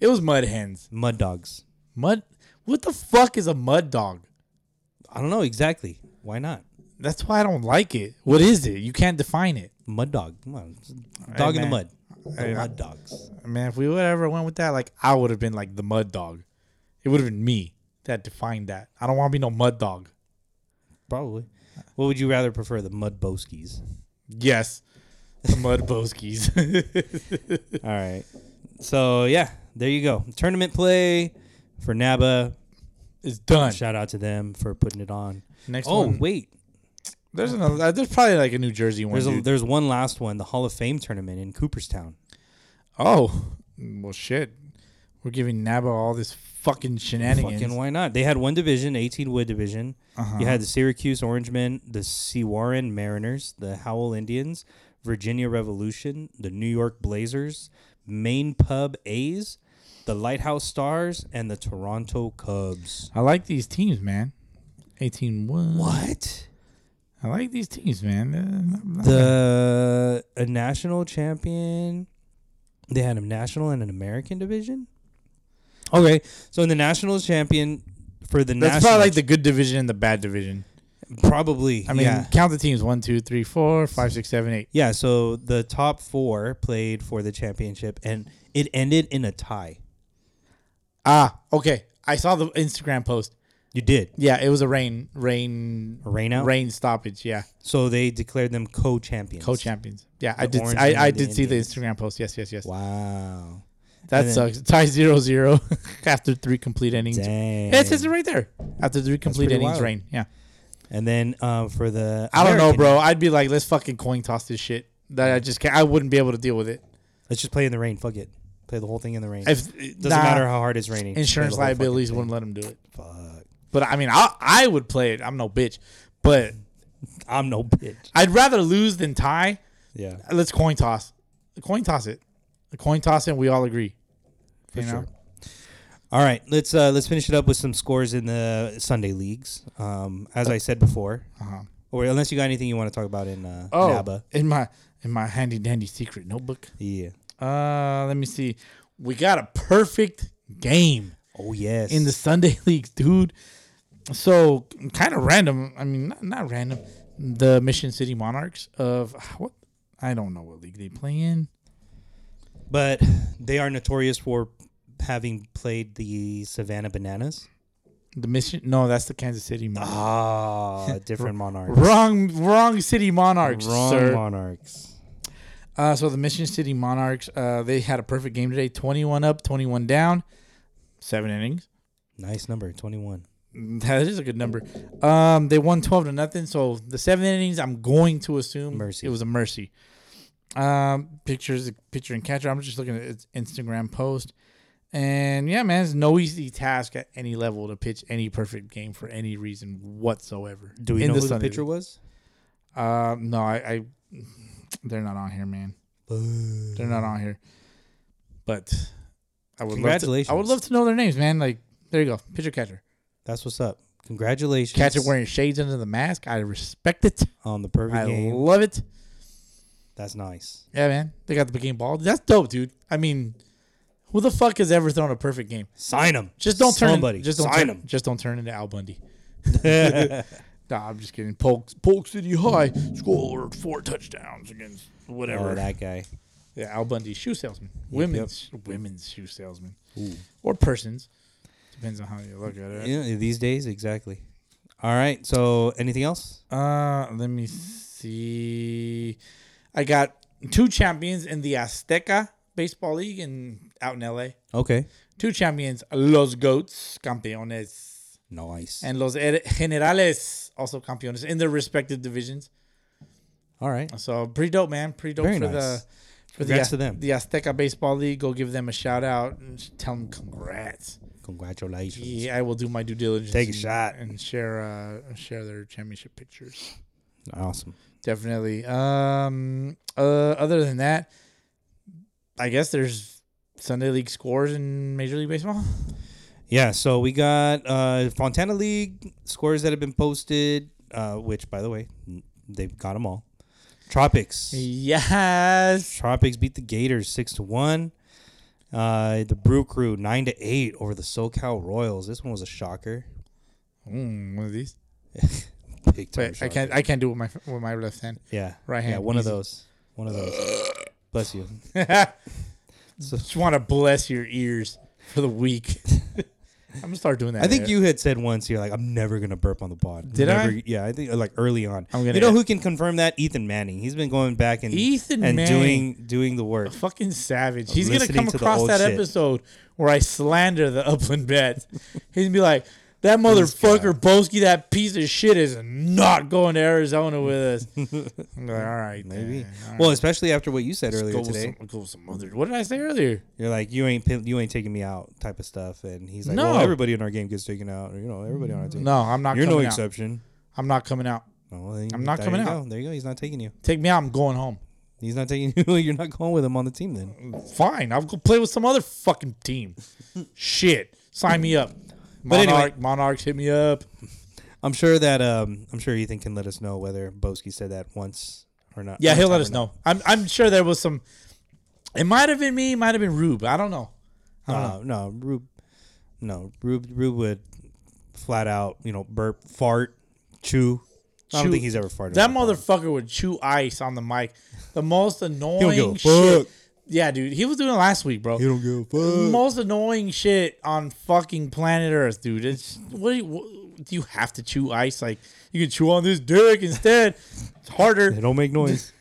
It was Mud Hens. Mud Dogs. Mud. What the fuck is a mud dog? I don't know exactly. Why not? That's why I don't like it. What is it? You can't define it. Mud Dog. Come on. Dog in the man. mud. The Hey, Mud Dogs. Man, if we would ever went with that, like I would have been like the mud dog. It would have been me that defined that. I don't want to be no mud dog. Probably. What would you rather prefer, the Mud Boskies? Yes, the mud boskies. All right. So yeah, there you go. Tournament play for NABA. it's done. Shout out to them for putting it on. Next Oh one. wait, There's another. uh, There's probably like a New Jersey one. there's a, dude. there's one last one, the Hall of Fame tournament in Cooperstown. oh, well, shit. We're giving Naba all this fucking shenanigans. Fucking why not? They had one division, 18 Wood Division. Uh-huh. You had the Syracuse Orangemen, the Seawarren Mariners, the Howell Indians, Virginia Revolution, the New York Blazers, Maine Pub A's, the Lighthouse Stars, and the Toronto Cubs. I like these teams, man. 18 What? I like these teams, man. Uh, the a national champion. They had a national and an American division. Okay, so in the national champion for the That's national, probably like the good division and the bad division. probably. I mean, yeah. count the teams one, two, three, four, five, six, seven, eight. yeah. So the top four played for the championship, and It ended in a tie. Ah, okay. I saw the Instagram post. You did. Yeah, it was a rain, rain, A rain out? rain stoppage. Yeah, So they declared them co-champions. co-champions. Yeah, I The did. Orange and I, I the did see the Indians. Instagram post. Yes, yes, yes. Wow. That And then- sucks. Tie zero zero after three complete innings. Dang. Yeah, it says it right there. After three complete pretty innings, wild. rain. Yeah. And then uh, for the I don't know, American, bro. I'd be like, let's fucking coin toss this shit. That I just can't. I wouldn't be able to deal with it. Let's just play in the rain. Fuck it. Play the whole thing in the rain. If Doesn't nah, matter how hard it's raining. insurance Play the whole liabilities fucking wouldn't let him do it. thing. Fuck. But I mean, I I would play it. I'm no bitch. But I'm no bitch. I'd rather lose than tie. Yeah. Let's coin toss. Coin toss it. Coin toss it. We all agree. you know? sure. All right, let's uh, let's finish it up with some scores in the Sunday leagues. Um, as I said before, Uh-huh. or unless you got anything you want to talk about in uh, Oh, NABA, in my in my handy dandy secret notebook. yeah. Uh, let me see. We got a perfect game Oh yes, in the Sunday leagues, dude. So kind of random. I mean, not, not random. The Mission City Monarchs of ah, what? I don't know what league they play in. but they are notorious for having played the Savannah Bananas. The Mission? No, that's the Kansas City Monarchs. Ah, different monarchs, Wrong, wrong city Monarchs, wrong sir. monarchs. Uh, so the Mission City Monarchs, uh, they had a perfect game today. Twenty-one up, twenty-one down, seven innings. Nice number, twenty-one. That is a good number. Um, they won twelve to nothing. So the seven innings, I'm going to assume Mercy. it was a mercy. Um, pictures, pitcher and catcher. I'm just looking at its Instagram post, and yeah, man, it's no easy task at any level to pitch any perfect game for any reason whatsoever. Do we In know who the Sunday pitcher League. was? Um, no, I, I, they're not on here, man. They're not on here. But I would Love Congratulations. to, I would love to know their names, man. Like there you go, pitcher catcher, That's what's up. Congratulations, catcher wearing shades under the mask. I respect it. on the perfect I game. love it. That's nice. Yeah, man. They got the big game ball. That's dope, dude. I mean, who the fuck has ever thrown a perfect game? Sign him. Just don't turn. somebody. just don't sign turn, him. Just don't turn into Al Bundy. nah, I'm just kidding. Polk, Polk City High scored four touchdowns against whatever. Oh, that guy. Yeah, Al Bundy, shoe salesman, women's women's shoe salesman, or persons, depends on how you look at it. Yeah, these days, exactly. All right. So, anything else? Uh, let me see. I got two champions in the Azteca Baseball League in out in LA. Okay. Two champions, Los Goats, campeones, Nice. and Los Her- Generales, also campeones in their respective divisions. All right. So pretty dope, man. Pretty dope Very for nice. the for Congrats the, to them. the Azteca Baseball League. Go give them a shout out and tell them congrats. Congratulations. Yeah, I will do my due diligence. Take a and- shot. and share uh, share their championship pictures. Awesome. Definitely. Um. Uh. Other than that, I guess there's Sunday League scores in Major League Baseball. Yeah. So we got uh, Fontana League scores that have been posted, uh, which, by the way, n- they've got them all. Tropics. Yes. Tropics beat the Gators six to one. Uh, the Brew Crew nine to eight over the SoCal Royals. This one was a shocker. Mm, one of these. Big time. Wait, I shocker. can't. I can't do it with my with my left hand. Yeah. Right Yeah. hand, One easy. of those. One of those. Bless you. Just want to bless your ears for the week. I'm gonna start doing that. I think you had said once you're like, I'm never gonna burp on the pod. Did Never- I? Yeah, I think uh, like early on. I'm gonna- you know who can confirm that? Ethan Manning. He's been going back and Ethan and Manning. doing doing the work. fucking savage. He's gonna listening come to the across old that shit. episode where I slander the Upland Bets. He's gonna be like, "That motherfucker Boski, that piece of shit, is not going to Arizona with us." I'm like, all right, Maybe. then. All right, Well, especially after what you said go earlier with today. some- go with some other. What did I say earlier? You're like, you ain't pin- you ain't taking me out type of stuff. And he's like, No. Well, everybody in our game gets taken out, or you know, everybody on our team. No, I'm not. You're no coming out. exception. I'm not coming out. No, well, then I'm not there coming you out. Go. There you go. He's not taking you. Take me out. I'm going home. He's not taking you. You're not going with him on the team then. Fine, I'll go play with some other fucking team. shit, sign me up. But Monarch, anyway- Monarchs hit me up. I'm sure that um I'm sure Ethan can let us know whether Boski said that once or not. Yeah, one he'll let time us or not. know. I'm I'm sure there was some. It might have been me. It might have been Rube. I don't know. Uh-huh. Uh, no, Rube, no, Rube, Rube would flat out, you know, burp, fart, chew. I Chew. don't think he's ever farted. That on a pod. motherfucker would chew ice on the mic. The most He don't give annoying a shit. fuck. Yeah, dude, he was doing it last week, bro. You don't give a fuck. Most annoying shit on fucking planet Earth, dude. It's what do you, what- do you have to chew ice? Like you can chew on this dick instead. It's harder. They don't make noise.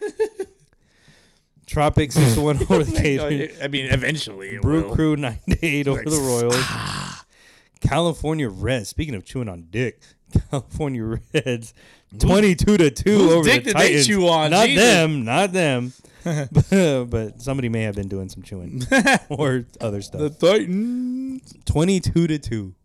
Tropic 601 over the Gators. I mean, eventually, it Brew will. Crew 98 over the Royals. Ah. California Reds. Speaking of chewing on dick, California Reds 22 to 2 whose over dick the did they Titans. chew on? Not Jesus. them, not them. but somebody may have been doing some chewing or other The stuff. Titans 22 to 2.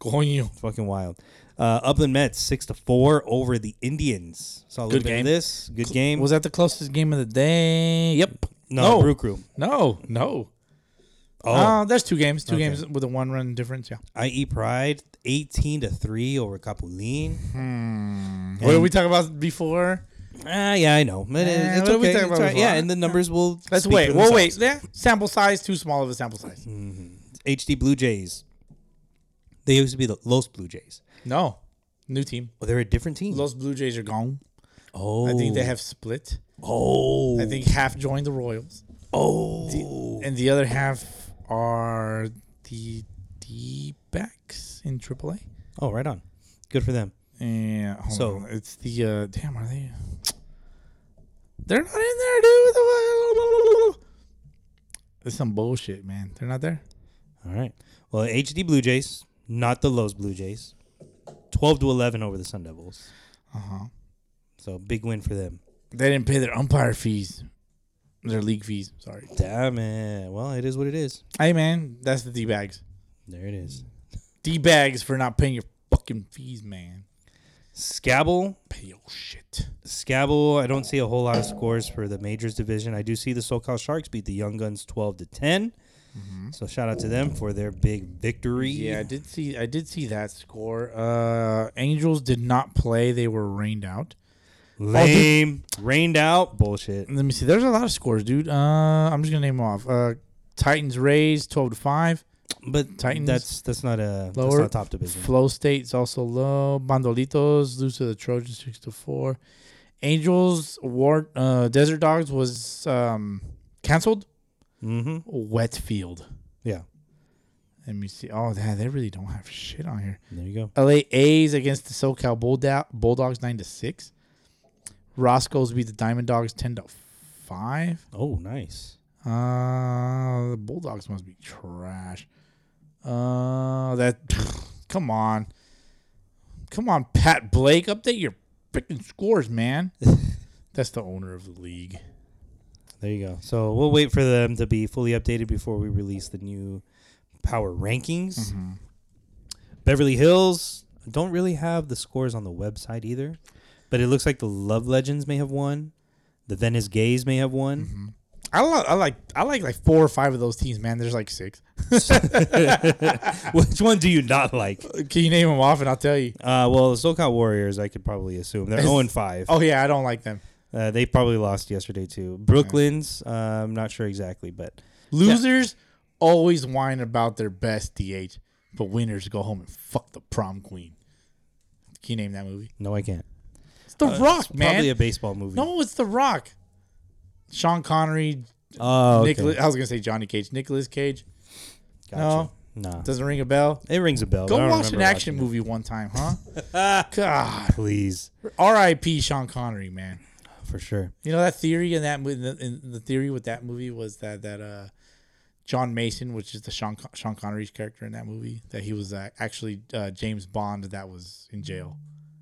going Fucking wild. Uh, Upland Mets 6 to 4 over the Indians. Saw a little Good bit of game. this. Good game. Was that the closest game of the day? Yep. no, no. Brew Crew. No, no. Oh. Uh, that's two games. Two games with a one run difference. Yeah. IE E Pride 18 to 3 over Capulin. What did we talk about before? Ah, yeah, I know. But it- Eh, it's what did we okay. talk It's about all right. before? Yeah, and the numbers will. Let's speak wait. for Well, wait. themselves. Yeah. Sample size, too small of a sample size. HD Blue Jays. They used to be the Los Blue Jays. No. New team. Well, they're a different team. Los Blue Jays are gone. oh, I think they have split. Oh, I think half joined the Royals, Oh, and the other half are the D backs in AAA. oh, right on. Good for them. Yeah. Hold So- on. it's the uh, damn. Are they? They're not in there, dude. It's some bullshit, man. They're not there. All right. Well, HD Blue Jays, not the Los Blue Jays. Twelve to eleven over the Sun Devils. Uh huh. Uh-huh. So big win for them. They didn't pay their umpire fees, their league fees. Sorry. Damn it. Well, it is what it is. Hey, man, that's the d bags. There it is. D bags for not paying your fucking fees, man. Scabble Pay your shit. Scabble, I don't see a whole lot of scores for the majors division. I do see the SoCal Sharks beat the Young Guns 12 to 10. Mm-hmm. So shout out to them for their big victory. Yeah, I did see. I did see that score. Uh Angels did not play; they were rained out. Lame. Rained out. Bullshit. Let me see. There's a lot of scores, dude. Uh, I'm just gonna name them off. Uh, Titans Rays twelve to five. But Titans? that's that's not a that's Lower not top division. Flow State's also low. Bandolitos lose to the Trojans six to four. Angels War uh, Desert Dogs was um canceled. Mm-hmm. Wet field. yeah. Let me see. Oh, yeah, they really don't have shit on here. There you go. LA A's against the SoCal Bulldogs, Bulldogs nine to six. Roscoe's beat the Diamond Dogs ten to five. Oh, nice. Uh, the Bulldogs must be trash. Uh, that. Come on, come on, Pat Blake, update your freaking scores, man. That's the owner of the league. There you go. So we'll wait for them to be fully updated before we release the new power rankings. Mm-hmm. Beverly Hills don't really have the scores on the website either, but it looks like the Love Legends may have won. The Venice Gays may have won. I, lo- I like I like like four or five of those teams, man. There's like six. Mm-hmm. Which one do you not like? Can you name them off, and I'll tell you. Uh, well, the SoCal Warriors, I could probably assume they're zero and five. Oh yeah, I don't like them. Uh, they probably lost yesterday too. Brooklyn's, uh, I'm not sure exactly, but Losers always whine about their best DH, but winners go home and fuck the prom queen. Can you name that movie? no, I can't. It's The Rock, man. Probably a baseball movie. no, it's The Rock. Sean Connery, oh, okay. Nicholas. I was gonna say Johnny Cage, Nicholas Cage. Gotcha. No, Doesn't ring a bell. it rings a bell. but I Go don't watch an remember action watching it. movie one time, huh? God, please, R.I.P. Sean Connery, man. for sure. You know that theory in that movie. In the theory with that movie was that that uh, John Mason, which is the Sean Con- Sean Connery's character in that movie, that he was uh, actually uh, James Bond that was in jail.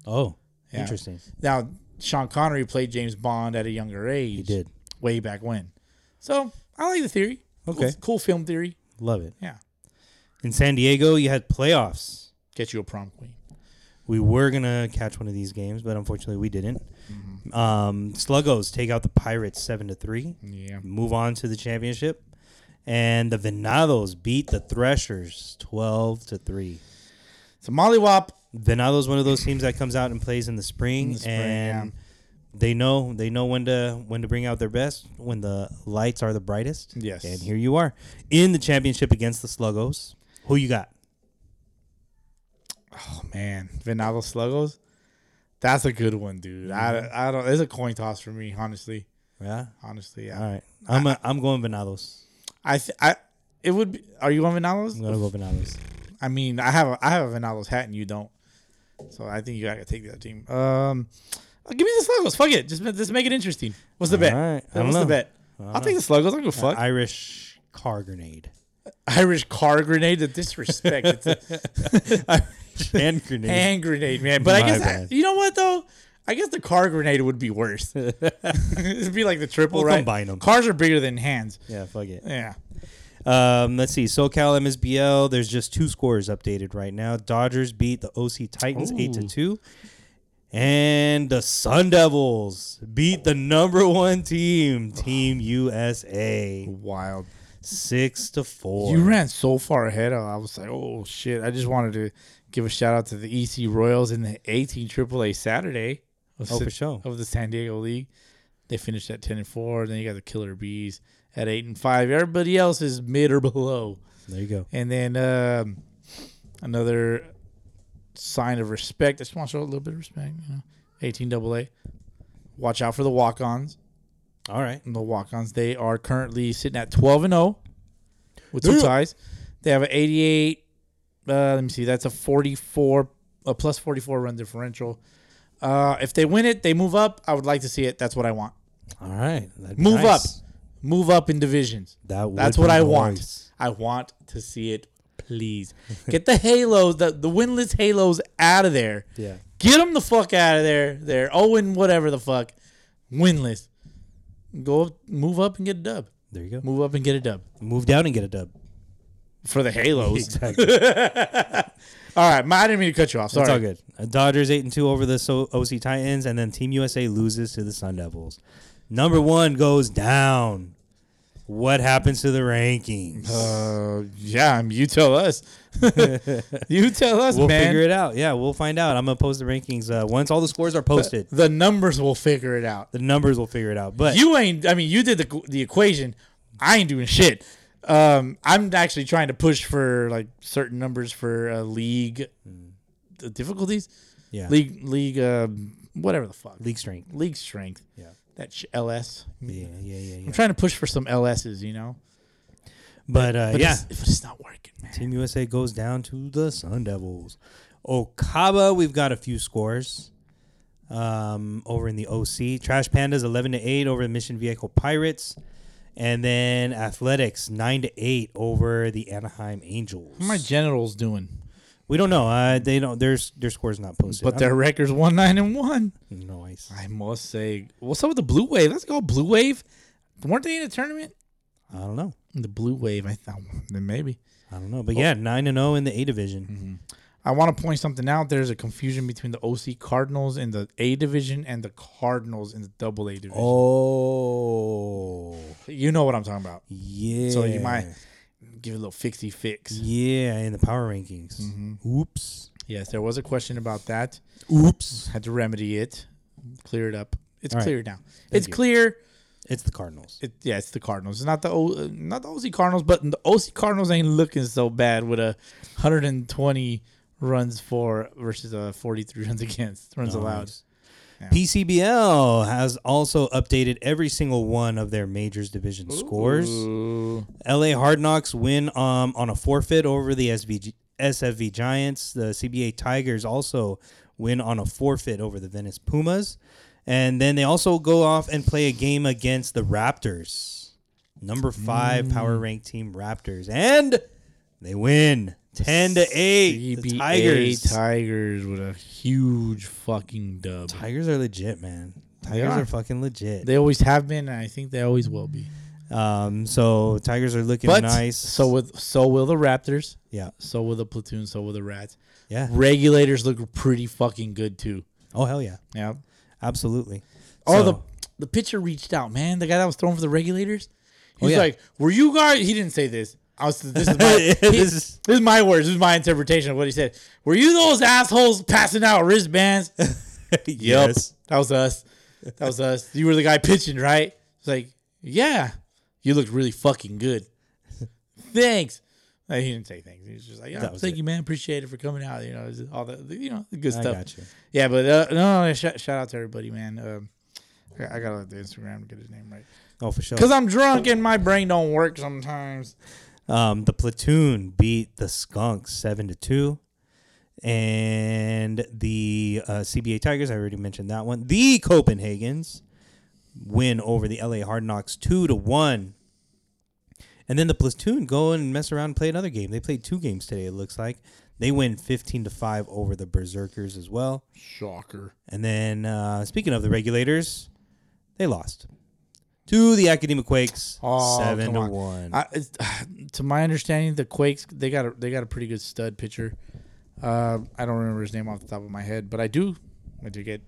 Oh, Yeah. interesting. Now Sean Connery played James Bond at a younger age. He did. way back when. So I like the theory. Okay. cool, cool film theory. Love it. Yeah, In San Diego, you had playoffs. get you a prom queen. We were gonna catch one of these games, but unfortunately, we didn't. Mm-hmm. Um, Sluggos take out the Pirates seven to three. Yeah, Move on to the championship, and the Venados beat the Threshers twelve to three. so Mollywop. Venado's one of those teams that comes out and plays in the spring, the spring, yeah. and they know they know when to when to bring out their best when the lights are the brightest. Yes. and here you are in the championship against the Sluggos. Who you got? Man, Venado Mm-hmm. Slugos. That's a good one, dude. I, I don't. It's a coin toss for me, honestly. Yeah. Honestly, yeah. All right. I'm a, I'm going Venados. I th- I it would be. Are you on Venalos? I'm gonna go Venados. I mean, I have a I have a Venalos hat and you don't, so I think you gotta take the other team. Um, uh, give me the Sluggos. Fuck it. Just just make it interesting. What's the bet? right. I don't What's know. the bet? I'll take the Sluggos. I don't give a fuck. Irish car grenade. Irish car grenade. The disrespect. It's a Hand grenade. hand grenade, man. But I My guess I- bad. you know what though. I guess the car grenade would be worse. It'd be like the triple, We'll right? combine 'em. Cars are bigger than hands. yeah, fuck it. Yeah. Um, let's see. SoCal MSBL. There's just two scores updated right now. Dodgers beat the OC Titans eight to two, and the Sun Devils beat the number one team, Team USA, Wild. six to four. You ran so far ahead. I was like, oh shit! I just wanted to give a shout out to the EC Royals in the 18 AAA Saturday. Of Oh, Sa- for sure. Of the San Diego League, they finished at 10 and four. Then you got the Killer Bees at eight and five. Everybody else is mid or below. There you go. And then um, another sign of respect. I just want to show a little bit of respect. You know, 18 AA. Watch out for the walk-ons. All right. the walk-ons. They are currently sitting at 12 and 0 with two Yeah. ties. They have an 88. Uh, let me see. That's a 44, a plus 44 run differential. Uh, if they win it, they move up. I would like to see it. That's what I want. All right. That'd be Move nice. up, move up in divisions. That would That's what be I nice. want. I want to see it. Please get the halos, the, the winless halos out of there. Yeah. Get them the fuck out of there. They're Owen, whatever the fuck, winless. Go up, move up and get a dub. There you go. Move, Move up and get a dub down and get a dub. for the halos. Exactly. all right, my, I didn't mean to cut you off. Sorry. It's all good. Uh, Dodgers eight and two over the so- OC Titans, and then Team USA loses to the Sun Devils. Number one goes down. What happens to the rankings? Uh, yeah, I mean, you tell us. you tell us, we'll man. figure it out. Yeah, we'll find out. I'm gonna post the rankings uh, once all the scores are posted. The numbers will figure it out. The numbers will figure it out. But You ain't. I mean, you did the the equation. I ain't doing shit. Um, I'm actually trying to push for like certain numbers for uh, league the difficulties, yeah, league, league league um, whatever the fuck league strength. league strength. Yeah. That sh- LS. Yeah, yeah, yeah, yeah. I'm trying to push for some LSs, you know. But, uh, But yeah, it's, but it's not working, man. Team USA goes down to the Sun Devils. Okaba, we've got a few scores um, over in the OC. Trash Pandas eleven to eight over the Mission Vehicle Pirates, and then Athletics nine to eight over the Anaheim Angels. What are my genitals doing? we don't know. Uh, they don't. Their their scores not posted. But I'm- their record's one nine and one. no ice. I must say, what's up with the Blue Wave? Let's go Blue Wave. Weren't they in a tournament? I don't know. The Blue Wave. I thought then maybe. I don't know. But Oh. yeah, nine and zero in the A division. Mm-hmm. I want to point something out. There's a confusion between the OC Cardinals in the A division and the Cardinals in the Double A division. Oh You know what I'm talking about. yeah. So you might give it a little fixie fix. Yeah, in the power rankings. Mm-hmm. Oops. Yes, there was a question about that. Oops. Had to remedy it, clear it up. It's All right. clear now. it's you. clear. It's the Cardinals. It, yeah, it's the Cardinals. It's not the o, uh, not the OC Cardinals, but the OC Cardinals ain't looking so bad with a 120 runs for versus a 43 runs against runs allowed. PCBL has also updated every single one of their majors division scores. LA Hard Knocks win um, on a forfeit over the SVG, SFV Giants. The CBA Tigers also win on a forfeit over the Venice Pumas. And then they also go off and play a game against the Raptors. Number five power ranked team Raptors. And they win 10 to 8. The CBA Tigers. Tigers with a huge fucking dub. Tigers are legit, man. Tigers are. are. fucking legit. They always have been, and I think they always will be. Um, so Tigers are looking But nice. so with so will the Raptors. yeah, So will the platoon. So will the Rats. yeah. Regulators look pretty fucking good too. Oh hell yeah, Yeah. absolutely. Oh, So- the the pitcher reached out, man. The guy that was throwing for the regulators. He's Oh, yeah. like, "Were you guys?" He didn't say this. I was. This is my. he- This this, is- is, my words. This is my interpretation of what he said. Were you those assholes passing out wristbands? yep, Yes. that was us. That was us. You were the guy pitching, right? It's like, yeah, you looked really fucking good. Thanks. Like, he didn't say thanks. He was just like, yeah, was thank it. you, man. Appreciate it for coming out. You know, it's all the you know the good I stuff. got you. Yeah, but uh, no, no, no, shout, shout out to everybody, man. Um, I I gotta look at the Instagram to get his name right. Oh, for sure. Cause I'm drunk and my brain don't work sometimes. Um, the platoon beat the Skunks seven to two, and the uh, CBA Tigers. I already mentioned that one. The Copenhagen's win over the LA Hard Knocks two to one. And then the platoon go and mess around and play another game. They played two games today. It looks like they win fifteen to five over the Berserkers as well. Shocker. And then uh, speaking of the regulators, they lost to the Academic Quakes Oh, seven come to on. one. I, it's, to my understanding, the Quakes they got a they got a pretty good stud pitcher. Uh, I don't remember his name off the top of my head, but I do. I do get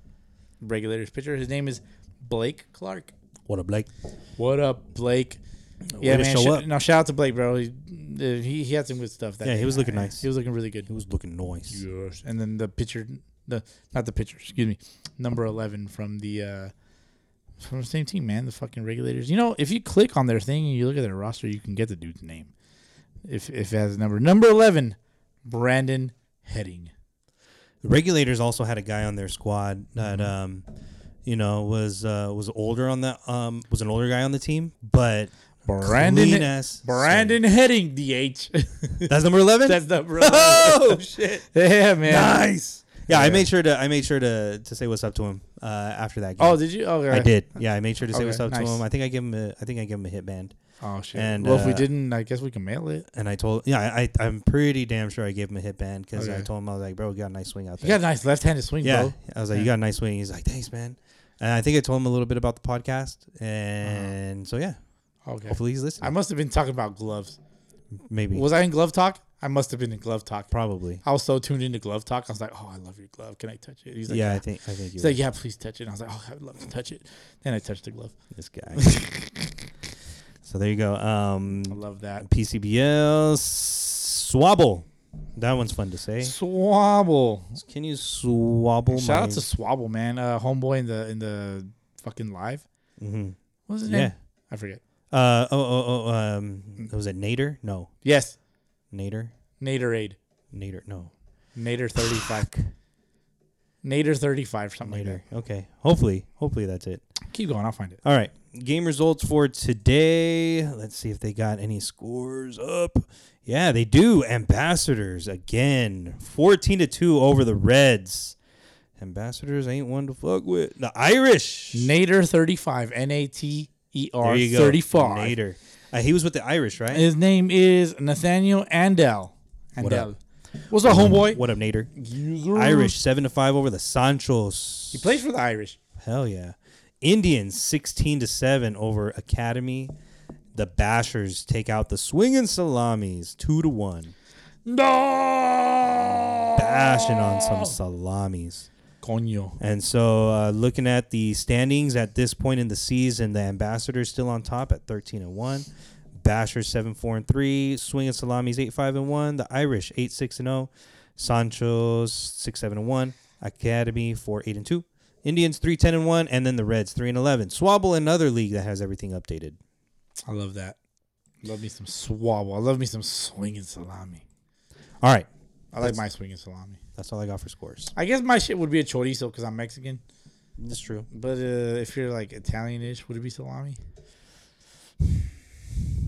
regulators pitcher. His name is Blake Clark. what a Blake. What up, Blake? Yeah, to man. show Show up. No, shout out to Blake, bro. He, uh, he he had some good stuff. That Yeah, he day. was looking I- nice. He was looking really good. It was looking nice. Yes. And then the pitcher, the not the pitcher, excuse me, number eleven from the uh from the same team, man. The fucking regulators. You know, if you click on their thing and you look at their roster, you can get the dude's name. If if it has a number, number eleven, Brandon Heading. The regulators also had a guy on their squad that Mm-hmm. um, you know, was uh, was older on the um was an older guy on the team, but Brandon Clean ass Brandon Heading, DH. that's number eleven. That's number. 11. oh shit. yeah, man. Nice. Yeah, I made sure to I made sure to to say what's up to him uh, after that game. Oh, did you? Okay. I did. Yeah, I made sure to say Okay, what's up nice. to him. I think I gave him a I think I gave him a hit band. Oh shit. And, well, if we uh, didn't, I guess we can mail it. And I told yeah, I I- I'm pretty damn sure I gave him a hit band because I Okay. told him I was like, bro, you got a nice swing out there. You got a nice left-handed swing, Yeah. bro. I was like, you got a nice swing. He's like, thanks, man. And I think I told him a little bit about the podcast. Uh-huh. And so, yeah, Okay. hopefully he's I listening. must have been talking about gloves. Maybe. Was I in glove talk? I must have been in glove talk. Probably. I was so tuned into glove talk. I was like, "Oh, I love your glove. Can I touch it?" He's like, "Ah." yeah, I think I think He's you like, "Yeah, please touch it." And I was like, "Oh, I would love to touch it." Then I touched the glove. this guy. so there you go. Um, I love that. PCBL swabble. That one's fun to say. Swabble. Can you swabble? Shout Oh my- out to Swabble, man. Uh, homeboy in the in the fucking live. Mm-hmm. What was his name? Yeah. I forget. uh oh oh oh um was it Nader? No, Yes, Nader, Naderade. Nader, no, Nader thirty five. Nader thirty five. Something Nader. like Okay, hopefully, hopefully that's it. that. Keep going. I'll find it. All right. Game results for today. Let's see if they got any scores up. Yeah, they do. Ambassadors again. 14 to 2 over the Reds. Ambassadors ain't one to fuck with. The Irish. Nader thirty five. N a t e There r you go. thirty five. Nader. Uh, he was with the Irish, right? His name is Nathaniel Andel. What up? Andel. What's up, homeboy? What up, Nader? Irish 7 to 5 over the Sanchos. He plays for the Irish. Hell yeah. Indians 16 to 7 over Academy. The Bashers take out the Swingin' Salamis 2 to 1. No. bashing on some salamis. Coño. And so, uh, looking at the standings at this point in the season, the Ambassadors still on top at thirteen and one, Bashers seven four and three, Swing and Salamis eight five and one, the Irish eight six and zero, Sancho's six seven and one, Academy four eight and two, Indians three ten and one, and then the Reds three and eleven. Swabble another league that has everything updated. I love that. Love me some swabble. I love me some swinging salami. All right, I like my swinging salami. that's all I got for scores. I guess my shit would be a chorizo because I'm Mexican. That's true. But uh, if you're like Italian-ish, would it be salami?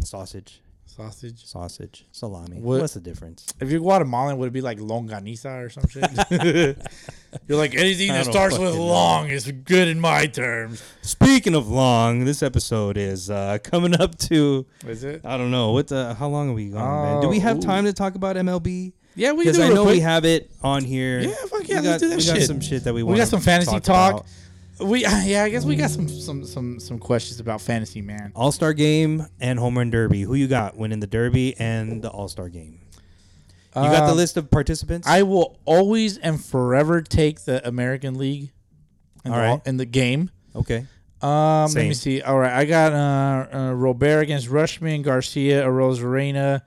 Sausage, Sausage? sausage, salami. What- What's the difference? If you're Guatemalan, would it be like longaniza or some shit? you're like, anything I that don't starts with fucking know. long is good in my terms. Speaking of long, this episode is uh, coming up to Is it? I don't know what the how long are we going, man? Do we have Oh, time to talk about MLB? Yeah, we can Because do it I real know we quick. have it on here. Yeah, fuck yeah, let's we got, do that we got shit. some shit that we We want. got some fantasy talk. talk. about. We yeah, I guess we got some some some some questions about fantasy, man. All Star Game and Home Run Derby. Who you got winning the Derby and the All Star Game? You got the Um, list of participants. I will always and forever take the American League in, All the, right. in the game. okay. Um, let Same. me see. All right, I got uh, uh, Robert against Rushman, Garcia, Arozarena,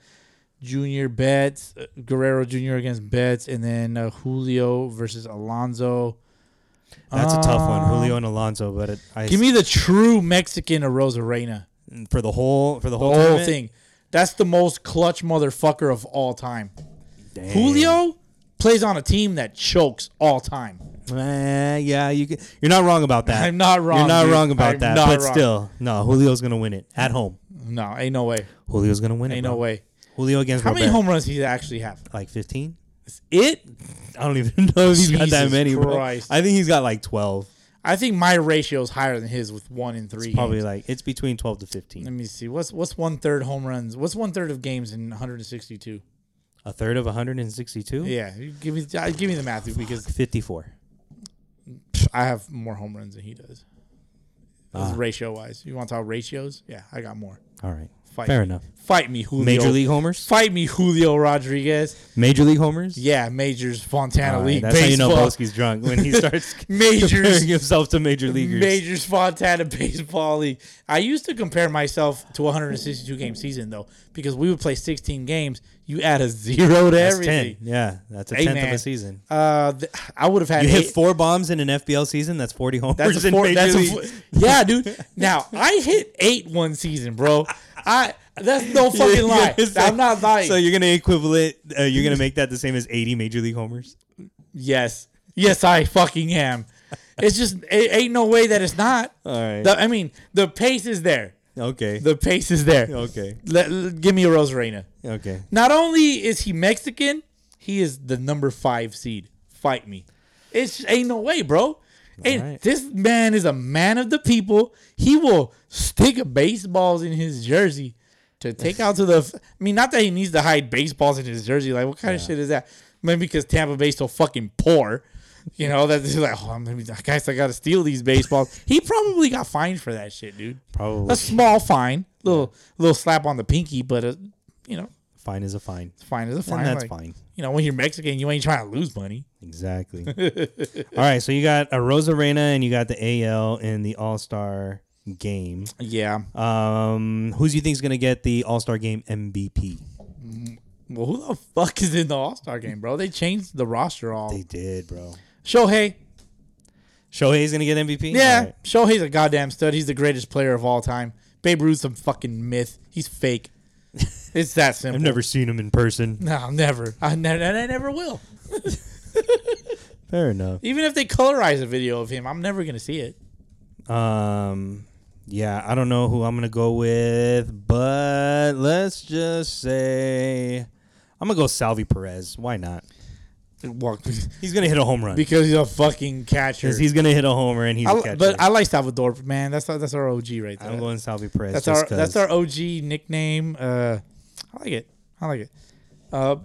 Junior Betts, uh, Guerrero Junior against Betts, and then uh, Julio versus Alonso. That's a tough one, Julio and Alonso. But it, I Um, Give me the true Mexican Arozarena. for the whole for the The whole, whole tournament? thing. That's the most clutch motherfucker of all time. Damn. Julio plays on a team that chokes all time. Eh, yeah, you can, you're not wrong about that. I'm not wrong, You're not dude. wrong about I'm that. not But wrong. still, no, Julio's gonna win it at home. No, ain't no way. Julio's gonna win it. Ain't no bro. way. Julio against How many Robert. home runs he actually have? Like fifteen. It. I don't even know if he's got that Jesus many. Bro. I Christ. think he's got like twelve. I think my ratio is higher than his with one in three. Probably games. like it's between twelve to Let fifteen. me see. What's what's one third home runs? What's one third of games in 162? A third of 162. Yeah, you give me uh, give me the math dude, because 54. pff, I have more home runs than he does. Ratio wise, you want to talk ratios? Yeah, I got more. All right. Fight Fair me. enough. Fight me, Julio. Major league homers. Fight me, Julio Rodriguez. Major league homers. Yeah, majors Fontana All right, League that's baseball. how you know Boski's drunk when he starts Majors. comparing himself to major leaguers. Majors Fontana Baseball League. I used to compare myself to a 162 game season though, because we would play 16 games. You add a zero to that's everything. ten. Yeah, that's a Hey, tenth of man. a season. Uh, th- I would have had You eight. hit four bombs in an FBL season. That's forty homers. That's a in four. major That's a league. four, yeah, dude. Now I hit eight one season, bro. I that's no fucking You're lie. gonna say- I'm not lying. So you're gonna equivalent. Uh, you're gonna make that the same as eighty major league homers. yes, yes, I fucking am. It's just it ain't no way that it's not. All right. The- I mean, the pace is there. Okay. The pace is there. okay. Let- let- give me a Rosarena. Okay. Not only is he Mexican, he is the number five seed. Fight me. It's ain't no way, bro. And right. this man is a man of the people. He will stick baseballs in his jersey to take out to the. I mean, not that he needs to hide baseballs in his jersey. Like, what kind of shit is that? Maybe because Tampa Bay's so fucking poor, you know that they're like, oh, maybe I guess I gotta steal these baseballs. he probably got fined for that shit, dude. Probably. a small fine, little little slap on the pinky, but uh, you know, Fine is a fine. fine is a fine. And that's like, fine. You know, when you're Mexican, you ain't trying to lose money. Exactly. All right. So you got a Rosarena and you got the AL in the All Star game. Yeah. Um, who do you think is gonna get the All Star game MVP? well, who the fuck is in the All Star game, bro? They changed the roster all. They did, bro. Shohei. Shohei's gonna get MVP. Yeah. All right. Shohei's a goddamn stud. He's the greatest player of all time. Babe Ruth's some fucking myth. He's fake. It's that simple. I've never seen him in person. No, never. I never. And I never will. Fair enough. Even if they colorize a video of him, I'm never gonna see it. Um, yeah, I don't know who I'm gonna go with, but let's just say I'm gonna go Salvi Perez. Why not? Well, He's gonna hit a home run because because he's a fucking catcher. he's gonna hit a homer and he's a I, catcher. but I like Salvador, man. That's our, that's our OG right there. am going Salvi Perez. That's just our that's our 'cause. OG nickname. Uh, I like it. I like it. Uh,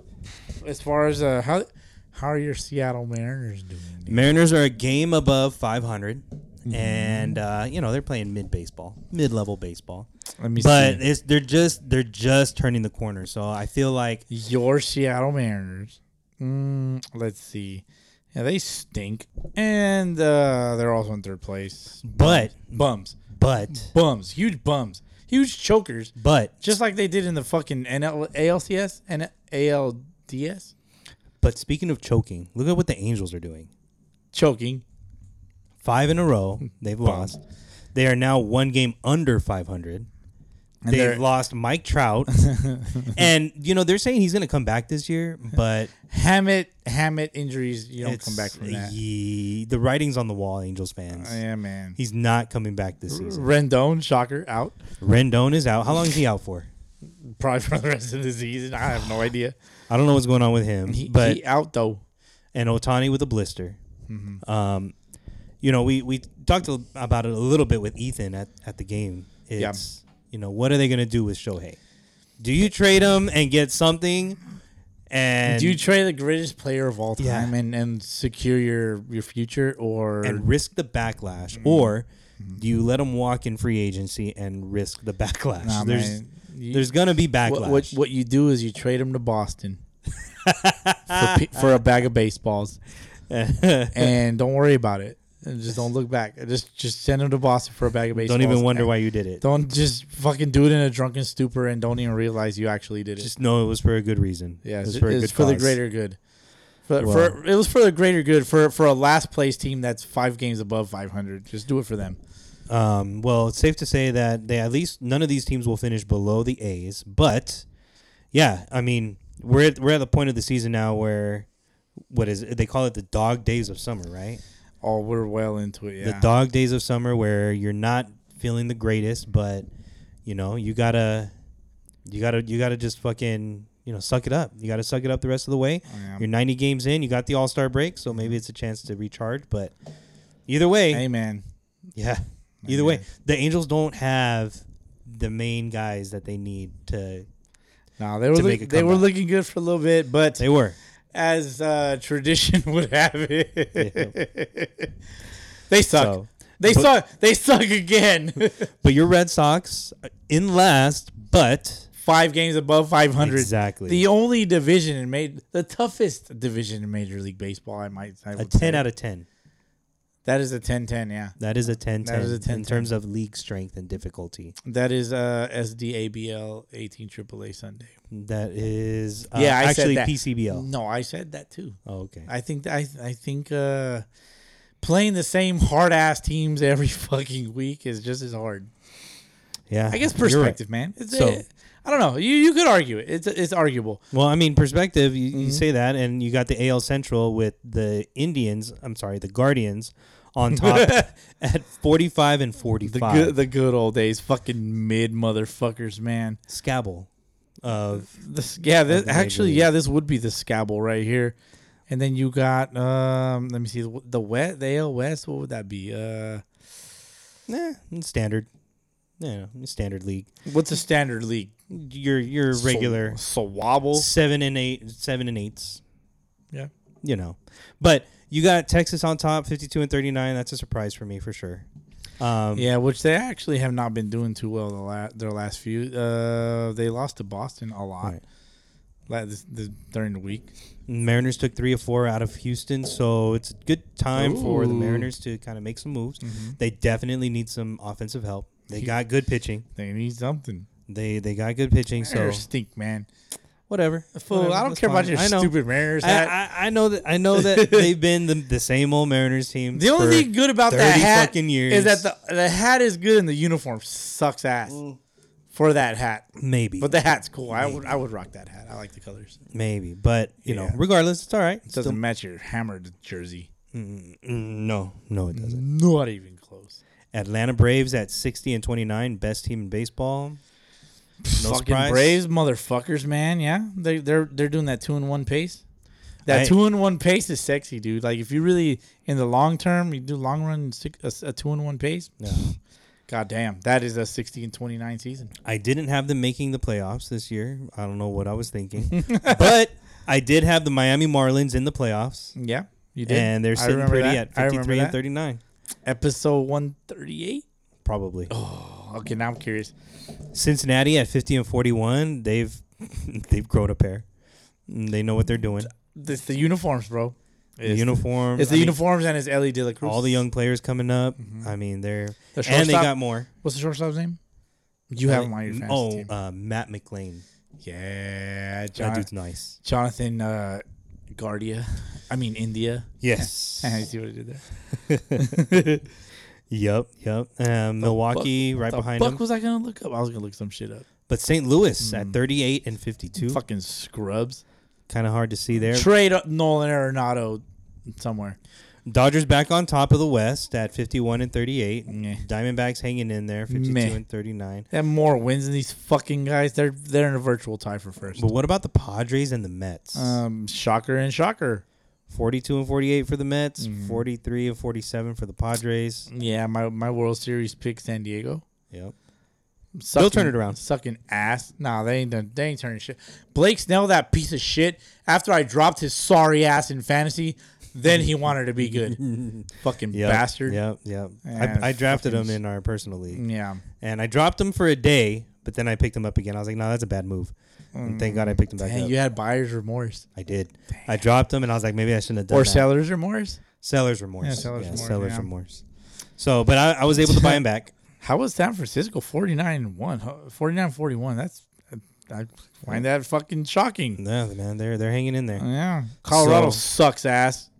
as far as uh, how how are your Seattle Mariners doing? Mariners are a game above 500, Mm-hmm. and uh, you know they're playing mid baseball, mid level baseball. Let me But see. it's, they're just they're just turning the corner. So I feel like Your Seattle Mariners. Mm, let's see. Yeah, they stink, and uh, they're also in third place. But- bums, but bums, huge bums, huge chokers, but just like they did in the fucking NL, ALCS and ALDS but speaking of choking, look at what the Angels are doing. choking. five in a row. They've lost. They are now one game under 500. they're- They've lost Mike Trout, and you know they're saying he's going to come back this year, but Hammett, Hammett injuries. You don't come back it's- from that. Oh, ye- the writing's on the wall, Angels fans. Yeah, man. He's not coming back this season. Rendon, shocker, out Rendon is out. How long is he out for? probably for the rest of the season. I have no idea. I don't know what's going on with him, He, but he out though. and Otani with a blister. Mm-hmm. Um, you know, we we talked a- about it a little bit with Ethan at, at the game. It's you know, what are they going to do with Shohei? Do you trade him and get something? And Do you trade the greatest player of all time Yeah. and, and secure your, your future, or and risk the backlash, Mm-hmm. or do you let him walk in free agency and risk the backlash? Nah, there's man. You- there's gonna be backlash. what, what what you do is you trade him to Boston for, pe- for a bag of baseballs, and don't worry about it. And just don't look back. Just just send him to Boston for a bag of baseballs. Don't even wonder and why you did it. Don't just fucking do it in a drunken stupor and don't even realize you actually did it. Just know it was for a good reason. Yeah, it it's, was it's for, for a good the cause. greater good. For, Well- for it was for the greater good for for a last place team that's five games above five hundred. Just do it for them. Um, well, it's safe to say that they at least none of these teams will finish below the A's. But yeah, I mean, we're at, we're at the point of the season now where what is it? They call it the dog days of summer, right? Oh, we're well into it. Yeah. The dog days of summer where you're not feeling the greatest, but you know, you gotta you gotta you gotta just fucking you know, suck it up. You gotta suck it up the rest of the way. Oh, yeah. You're ninety games in, you got the all star break, so maybe it's a chance to recharge, but either way, Hey man, yeah. Either way, the Angels don't have the main guys that they need to. no, they were To look- make a they were comeback. looking good for a little bit, but They were. as uh, tradition would have it, they suck. So, they suck. They suck again. But your Red Sox uh, in last, but Five games above 500. Exactly. The only division in made the toughest division in Major League Baseball. I might. I a 10 out of 10. That is a 10-10, Yeah. That is a 10 That is a 10-10. in terms of league strength and difficulty. That is uh SDABL 18 AAA Sunday. That is uh, yeah, I actually said that. PCBL. No, I said that too. Oh, okay. I think I I think uh playing the same hard ass teams every fucking week is just as hard. yeah. I guess you're right. perspective, man. It's So- uh, I don't know. You you could argue it. It's it's arguable. Well, I mean, perspective, you, Mm-hmm. you say that, and you got the AL Central with the Indians, I'm sorry, the Guardians on top at 45 and 45. The good the good old days, fucking mid motherfuckers, man. Scabble of This yeah, this, Major actually League. yeah, this would be the scabble right here. And then you got um let me see the, the wet the AL West, what would that be? Uh eh, standard. Yeah, standard league. what's a standard league? Your your regular So- Swabble. seven and eight, seven and eights. Yeah. you know. But you got Texas on top, fifty-two and thirty-nine. That's a surprise for me for sure. Um, Yeah, which they actually have not been doing too well the la- their last few. Uh, they lost to Boston a lot Right. la- this, this, during the week. Mariners took three or four out of Houston, so it's a good time for the Ooh. Mm-hmm. Mariners to kind of make some moves. They definitely need some offensive help. They got good pitching. They need something. They they got good pitching. So Mariners stink, man. whatever. Fool, Whatever, I don't that's care about fine. your I know. stupid Mariners I, hat. I, I know that I know that they've been the, the same old Mariners team. the only for- thing good about that 30 hat fucking years. Mm. is that the, the hat is good and the uniform sucks ass for that hat. maybe, But the hat's cool. I would I would rock that hat. I like the colors. maybe, but you know, Yeah. regardless, it's all right. It doesn't Still- match your hammered jersey. no, no, it doesn't. Not even close. Atlanta Braves at 60 and 29, best team in baseball. No fucking surprise. Braves motherfuckers, man. Yeah, they they're they're doing that two in one pace. That I- two in one pace is sexy, dude. Like if you really in the long term, you do long run six, a, a two in one pace. No. God damn, that is a sixty and twenty nine season. I didn't have them making the playoffs this year. I don't know what I was thinking. but I did have the Miami Marlins in the playoffs. Yeah, you did. And they're I sitting remember pretty that. at I remember 53 and that. 39, Episode one thirty eight. probably. Okay, now I'm curious. Cincinnati at 50 and 41, they've they've grown a pair. They know what they're doing. It's the uniforms, bro. The uniform. It's the I mean, uniforms and it's Ellie De La Cruz. All the young players coming up. I mean, they're Mm-hmm. The and they shortstop- got more. What's the shortstop's name? You have him on your fantasy oh, team. uh, Matt McLean. yeah, That John, dude's nice. Jonathan uh, Guardia. I mean India. Yes. I see what I did there. Yep, yep. Um, Milwaukee right behind fuck them, was I gonna look up? I was gonna look some shit up. but St. Louis Hmm. at 38 and 52. Fucking scrubs. Kind of hard to see there. Trade up Nolan Arenado somewhere. Dodgers back on top of the West at 51 and 38. Meh. Diamondbacks hanging in there, 52 Meh. and 39. They have more wins than these fucking guys. They're they're in a virtual tie for first. But what about the Padres and the Mets? Um, shocker and shocker. 42 and 48 for the Mets, 43 and 47 for the Padres. Yeah, my, my World Series pick San Diego. Yep. Sucking, turn it around. Sucking ass. Nah, they ain't done, they ain't turning shit. Blake Snell, that piece of shit. After I dropped his sorry ass in fantasy, then he wanted to be good. fucking Yep. bastard. Yep, yep. Yeah, I, I drafted fucking Mm. him in our personal league. Yeah. And I dropped him for a day, but then I picked him up again. I was like, no, that's a bad move. And thank God I picked him back Hey, up. you had buyer's remorse. I did. I dropped them, and I was like, maybe I shouldn't have done Or that. seller's remorse. seller's remorse. Yeah, seller's remorse, seller's yeah. remorse. So, but I, I was able to buy him back. How was San Francisco 49 1? 49 41. That's, I find that fucking shocking. No, man, they're they're hanging in there. Yeah. Colorado So- sucks ass.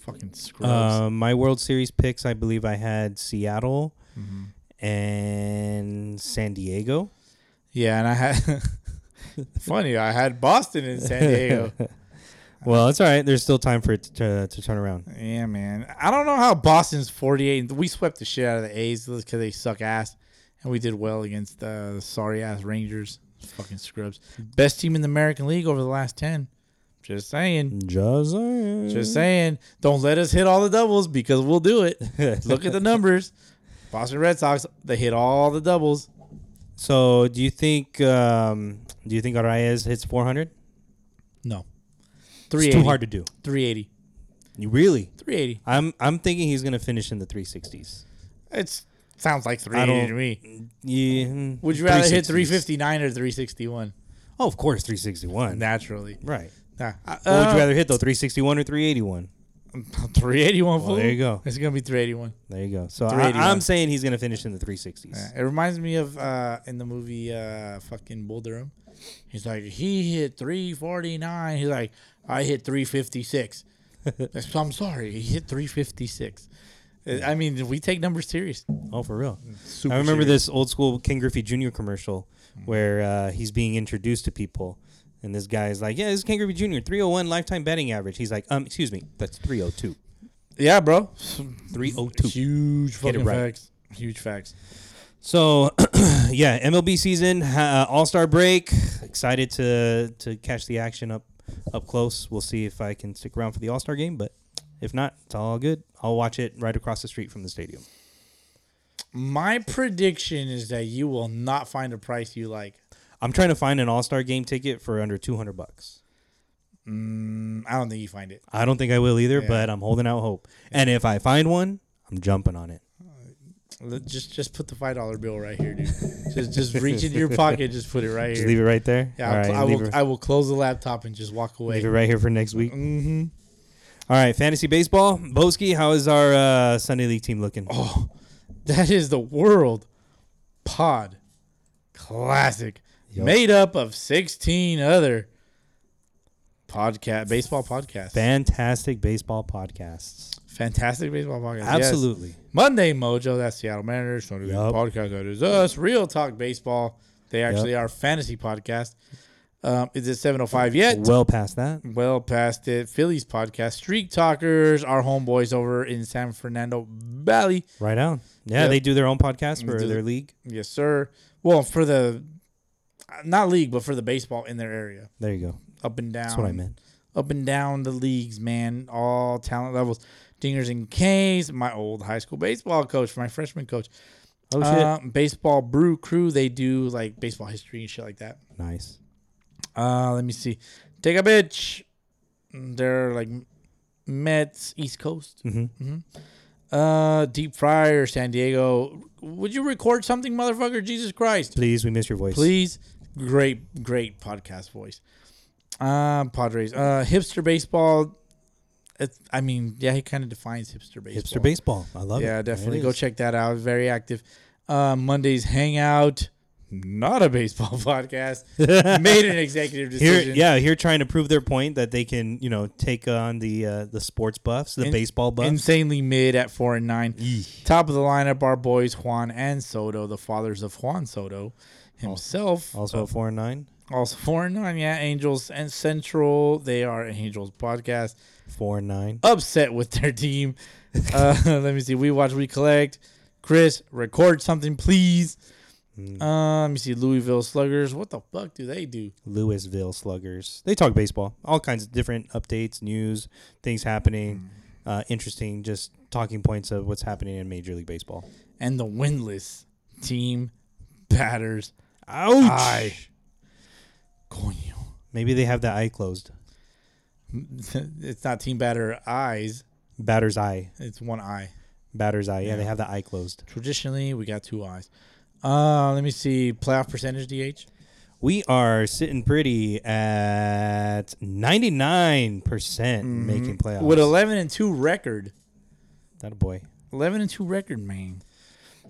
Fucking scrubs. Uh, my World Series picks, I believe I had Seattle Mm-hmm. and San Diego. yeah. And I had, funny, I had Boston in San Diego. Well, it's all right. There's still time for it to, to turn around. Yeah, man. I don't know how Boston's 48. We swept the shit out of the A's because they suck ass, and we did well against uh, sorry ass Rangers. Fucking scrubs. Best team in the American League over the last 10. Just saying. Just saying. Just saying. Don't let us hit all the doubles because we'll do it. Look at the numbers. Boston Red Sox, they hit all the doubles. So, do you think um, do you think Arias hits 400? No. It's 380. too hard to do. 380. You really? 380. I'm I'm thinking he's gonna finish in the 360s. It's sounds like don't- 380 to me. Yeah. mm, Would you rather hit 360s. 359 or 361? Oh, of course, 361. Naturally. right. Nah. I- What would uh, you rather hit though, 361 or 381? 381. fool. there you go. It's gonna be 381. There you go. So I, 381. I'm saying he's gonna finish in the 360s. Yeah, It reminds me of uh, in the movie uh, fucking Bull Durham. He's like, he hit 349. He's like, I hit 356. That's- I'm sorry, he hit 356. Uh, I mean, we take numbers serious. Oh, for real. Super I remember serious. Mm-hmm. this old school King Griffey Jr. commercial where uh, he's being introduced to people. And this guy is like, yeah, this is Ken Griffey Jr., 301 lifetime batting average. He's like, um, excuse me, that's 302. Yeah, bro. 302. Huge Get it fucking right. facts. Huge facts. So, yeah, MLB season, uh, All Star break. Excited to to catch the action up up close. We'll see if I can stick around for the All Star game, but if not, it's all good. I'll watch it right across the street from the stadium. My prediction is that you will not find a price you like. I'm trying to find an All Star game ticket for under 200 bucks. I don't think you find it. I don't think I will either, but I'm holding out hope. And if I find one, I'm jumping on it. Let- Just just put the five dollar bill right here, dude. just just reach into your pocket. Just put it right here. Just leave it right there. Yeah, all I'll right. cl- I leave, will. it, I will close the laptop and just walk leave it away. right here for next week. Mm-hmm. right, fantasy baseball. Boski, how is our uh, Sunday league team looking? Oh, That is the world pod classic, made up of sixteen other podcast baseball podcasts. fantastic baseball podcasts. Fantastic baseball podcast. yes. Absolutely. Monday Mojo, that's Seattle Mariners. Sunday League Yup. Podcast, that is us. Real Talk Baseball. They actually are a fantasy podcast. Um, is it 7.05 yet? Well past that. Well past it. Phillies podcast. Streak Talkers, our homeboys over in San Fernando Valley. Right on. Yeah, Yep. they do their own podcast for do their the- league. Yes, sir. Well, for the, not league, but for the baseball in their area. There you go. Up and down. That's what I meant. Up and down the leagues, man. All talent levels. Dingers and K's, my old high school baseball coach, my freshman coach. Oh shit. Uh, baseball brew crew. They do like baseball history and shit like that. nice. Uh, let me see. Take a bitch. They're like Mets East Coast. Mm-hmm. Uh, Deep Fryer, San Diego. Would you record something, motherfucker? Jesus Christ! Please, we miss your voice. Please, great, great podcast voice. Uh, Padres. Uh, hipster baseball. It's, I mean, yeah, he kind of defines hipster baseball. Hipster baseball. I love it. There Yeah, it definitely is. go check that out. Very active. Uh, Monday's hangout, not a baseball podcast. Made an executive Here, decision. yeah, here trying to prove their point that they can, you know, take on the uh, the sports buffs, the In- baseball buffs. Insanely mid at four and nine. Top of the lineup are boys Juan and Soto, the fathers of Juan Soto himself. also at four and nine, Also four and nine. Yeah, Angels and Central. They are Angels podcast. four and nine. upset with their team. Uh, let me see. We watch, we collect. Chris, record something, please. Uh, let me see. Louisville Sluggers. What the fuck do they do? Louisville Sluggers. They talk baseball, all kinds of different updates, news, things happening, uh, interesting, just talking points of what's happening in Major League Baseball. And the winless team batters. Ouch! I. Coño. Ah, Maybe they have the eye closed, It's not team batter eyes. batter's eye, It's one eye. batter's eye. Yeah, they have the eye closed. Traditionally, we got two eyes. Uh, let me see. Playoff percentage, DH. We are sitting pretty at ninety nine percent making playoffs. With 11 and 2 record. that a boy? 11 and 2 record, man.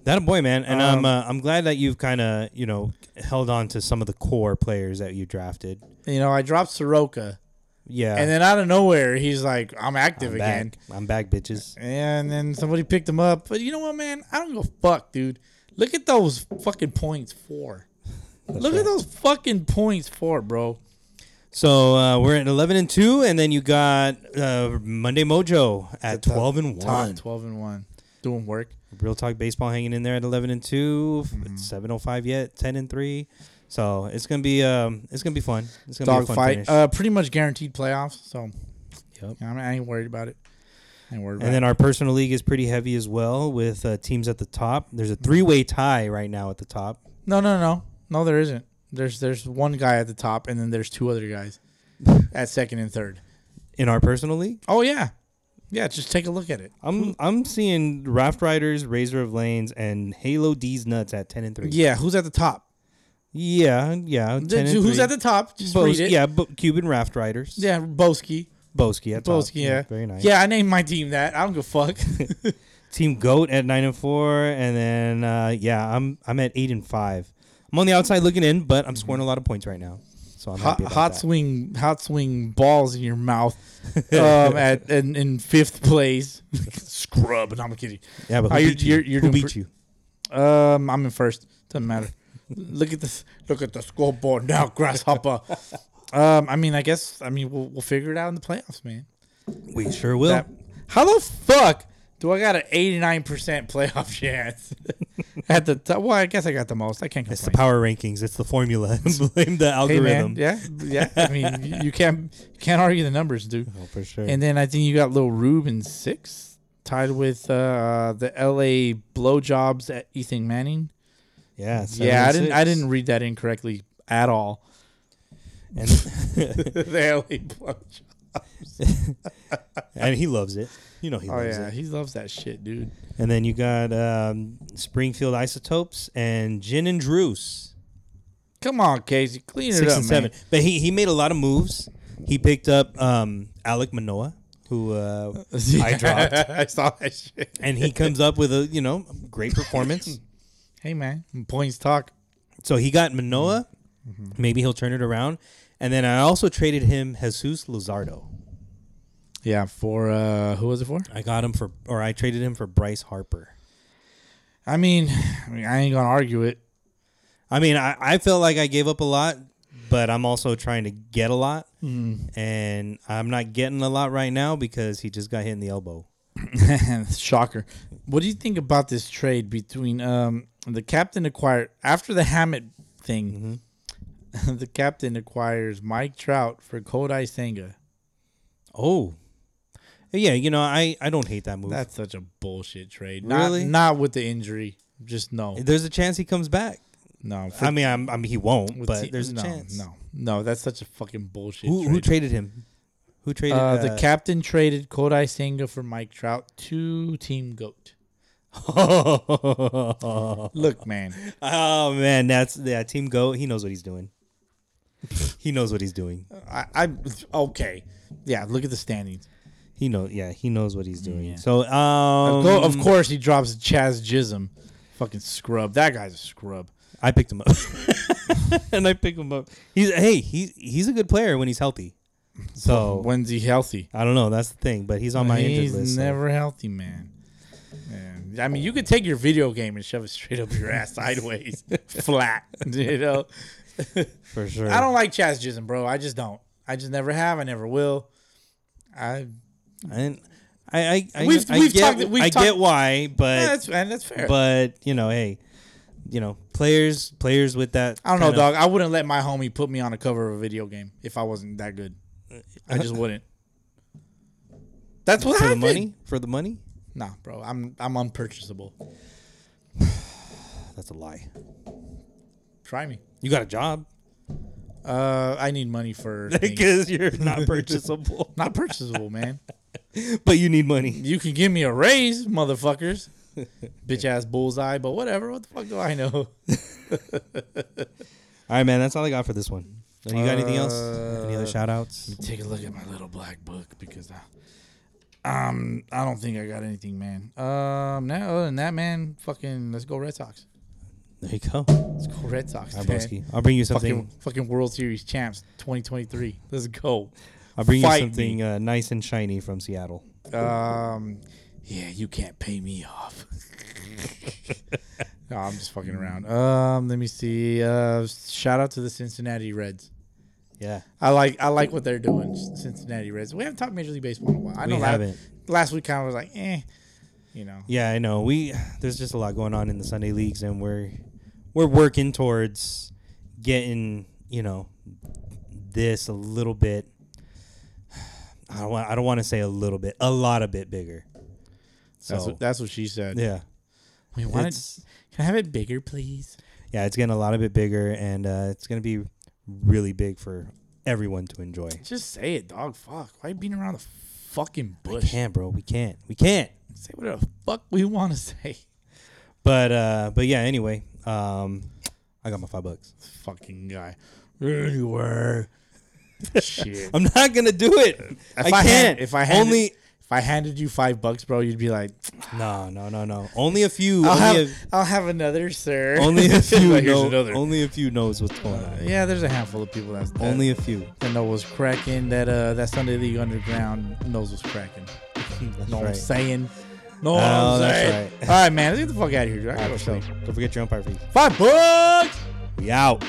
That a boy, man. And Um, I'm uh, I'm glad that you've kind of you know held on to some of the core players that you drafted. You know, I dropped Soroka. Yeah, And then out of nowhere, he's like, I'm active I'm again. back. I'm back, bitches. And then somebody picked him up. But you know what, man? I don't give a fuck, dude. Look at those fucking points for. Look at those fucking points for, bro. So uh, we're at eleven and two, and then you got uh, Monday Mojo at twelve and Top one. 12 and 1. Doing work. Real Talk Baseball hanging in there at eleven and two. Mm-hmm. Seven oh five yet. Ten and three. So it's gonna be um, it's gonna be fun. It's gonna be a Dog fun fight. finish. Uh, pretty much guaranteed playoffs. So Yep. yeah, I, mean, I ain't worried about it. I ain't worried about And then our personal league is pretty heavy as well, with uh, teams at the top. There's a three-way tie right now at the top. it. No, no, no. No, there isn't. There's there's one guy at the top, and then there's two other guys at second and third. In our personal league, Oh, yeah. Yeah, just take a look at it. I'm I'm seeing Raft Riders, Razor of Lanes, and Halo D's Nuts at ten and three. Yeah, who's at the top? yeah, yeah. 10 and Who's three. at the top? Just Bos- read it. Yeah, Bo- Cuban Raft Riders. Yeah, Boski. Boski at top. Boski, yeah. very nice. Yeah, I named my team that. I don't give a fuck. Team Goat at nine and four, and then uh, yeah, I'm I'm at eight and five. I'm on the outside looking in, but I'm Mm-hmm. scoring a lot of points right now, so I'm hot, happy about hot that. swing, hot swing balls in your mouth um, at in, in fifth place. Scrub. No, I'm kidding. Yeah, but Oh, who you're- beat you? you're- you're who doing beat pre- you? Um, I'm in first. Doesn't matter. look at this. Look at the scoreboard now, grasshopper. um, I mean, I guess. I mean, we'll we'll figure it out in the playoffs, man. We sure will. That- how the fuck do I got an 89 percent playoff chance at the top? Well, I guess I got the most. I can't complain. It's the power rankings. It's the formula. Blame Hey the algorithm. Oh, man, yeah, yeah. I mean, you- you can't you can't argue the numbers, dude. for sure. And then I think you got Lil Rube in sixth, tied with uh, the L.A. blowjobs at Ethan Manning. yeah, yeah, I didn't I didn't read that incorrectly at all. And, the E L.A. blowjobs. and he loves it. You know he Oh loves yeah, it. he loves that shit, dude. And then you got um, Springfield Isotopes and Gin and Drews Come on, Casey, clean it six up, and seven. man. But he he made a lot of moves. He picked up um, Alec Manoa, who uh, I dropped, I saw that shit. and he comes up with a you know great performance. Hey man, points talk. So he got Manoa. Mm-hmm. Maybe he'll turn it around. And then I also traded him Jesus Luzardo. Yeah, for uh, who was it for? I got him for, or I traded him for Bryce Harper. I mean, I, mean, I ain't gonna argue it. I mean, I, I felt like I gave up a lot, but I'm also trying to get a lot. Mm-hmm. And I'm not getting a lot right now because he just got hit in the elbow. Shocker. What do you think about this trade between um, the captain acquired after the Hammett thing? the captain acquires Mike Trout for Kodai Senga. Oh. Yeah, you know, I, I don't hate that move. That's such a bullshit trade. Really? Not, not with the injury. Just no. there's a chance he comes back. No. I mean, I'm, I mean, he won't, with but te- there's a no, chance. No. No, that's such a fucking bullshit Who, trade. who traded him? Who traded uh, the captain traded Kodai Senga for Mike Trout to Team Goat. cap? Look, man. Oh man, that's yeah. Team Goat. He knows what he's doing. he knows what he's doing. I, I okay. Yeah, look at the standings. He know. Yeah, he knows what he's doing. So um, Go, of course, he drops Chaz Jism. Fucking scrub. That guy's a scrub. I picked him up, and I pick him up. He's hey, he he's a good player when he's healthy. So When's he healthy? I don't know. That's the thing, but he's on my He's injured list. so- never healthy, man. Man, I mean, you could take your video game and shove it straight up your ass sideways, flat. You know, for sure. I don't like Chaz Jism, bro. I just don't. I just never have. I never will. I And I I I, We've- I we've get talked- we've I get talked- why, but that's and that's fair. but you know hey, you know players players with that. I don't know, kind dog. of- I wouldn't let my homie put me on a cover of a video game if I wasn't that good. I just wouldn't. That's what for the happened. money for the money. Nah, bro. I'm I'm unpurchasable. That's a lie. Try me. You got a job. Uh, I need money for things. because you're not purchasable, not purchasable, man. but you need money. You can give me a raise, motherfuckers. Bitch ass bullseye, but whatever. What the fuck do I know? All right, man. That's all I got for this one. You got anything else? Any Uh, other shout outs? Take a look at my little black book because I, um, I don't think I got anything, man. Um, now other than that, man, fucking let's go Red Sox. There you go. Let's go Red Sox. man. Broski. I'll bring you something. Fucking, fucking World Series champs 2023. Let's go. I'll bring you fight something me. uh, nice and shiny from Seattle. Um, yeah, you can't pay me off. no, I'm just fucking around. Um, let me see. Uh, shout out to the Cincinnati Reds. Yeah. I like I like what they're doing, Cincinnati Reds. We haven't talked Major League Baseball in a while. I know We la- haven't. Last week kind of was like, eh, you know. Yeah, I know. We there's just a lot going on in the Sunday leagues, and we're we're working towards getting you know this a little bit. I don't want. I don't want to say a little bit. A lot a bit bigger. So That's what that's what she said. yeah, We want it. It's- Can I have it bigger, please? yeah, it's getting a lot a bit bigger, and uh, it's gonna be really big for everyone to enjoy. Just say it, dog. Fuck. Why you beating around the fucking We bush? can't, bro. We can't. We can't. Say whatever the fuck we want to say. But uh, but yeah. Anyway, um, I got my five bucks. Fucking guy. Anywhere. Shit. I'm not gonna do it. I, had- can't. if I handed, only if I handed you five bucks, bro, you'd be like, No, no, no, no. Only a few. I'll only, have, I'll have another, sir. a, only a few Like, here's know. another. Uh, Only a few knows what's going on. yeah, there's a handful of people that's that, Only a few. that know what's cracking. That uh, that Sunday League Underground knows what's cracking. That's Know what I'm right. saying? Know what Oh, I'm that's saying? right. All right, man, let's get the fuck out of here, dude. I gotta go So sleep. don't forget your umpire fees. Five bucks. We out.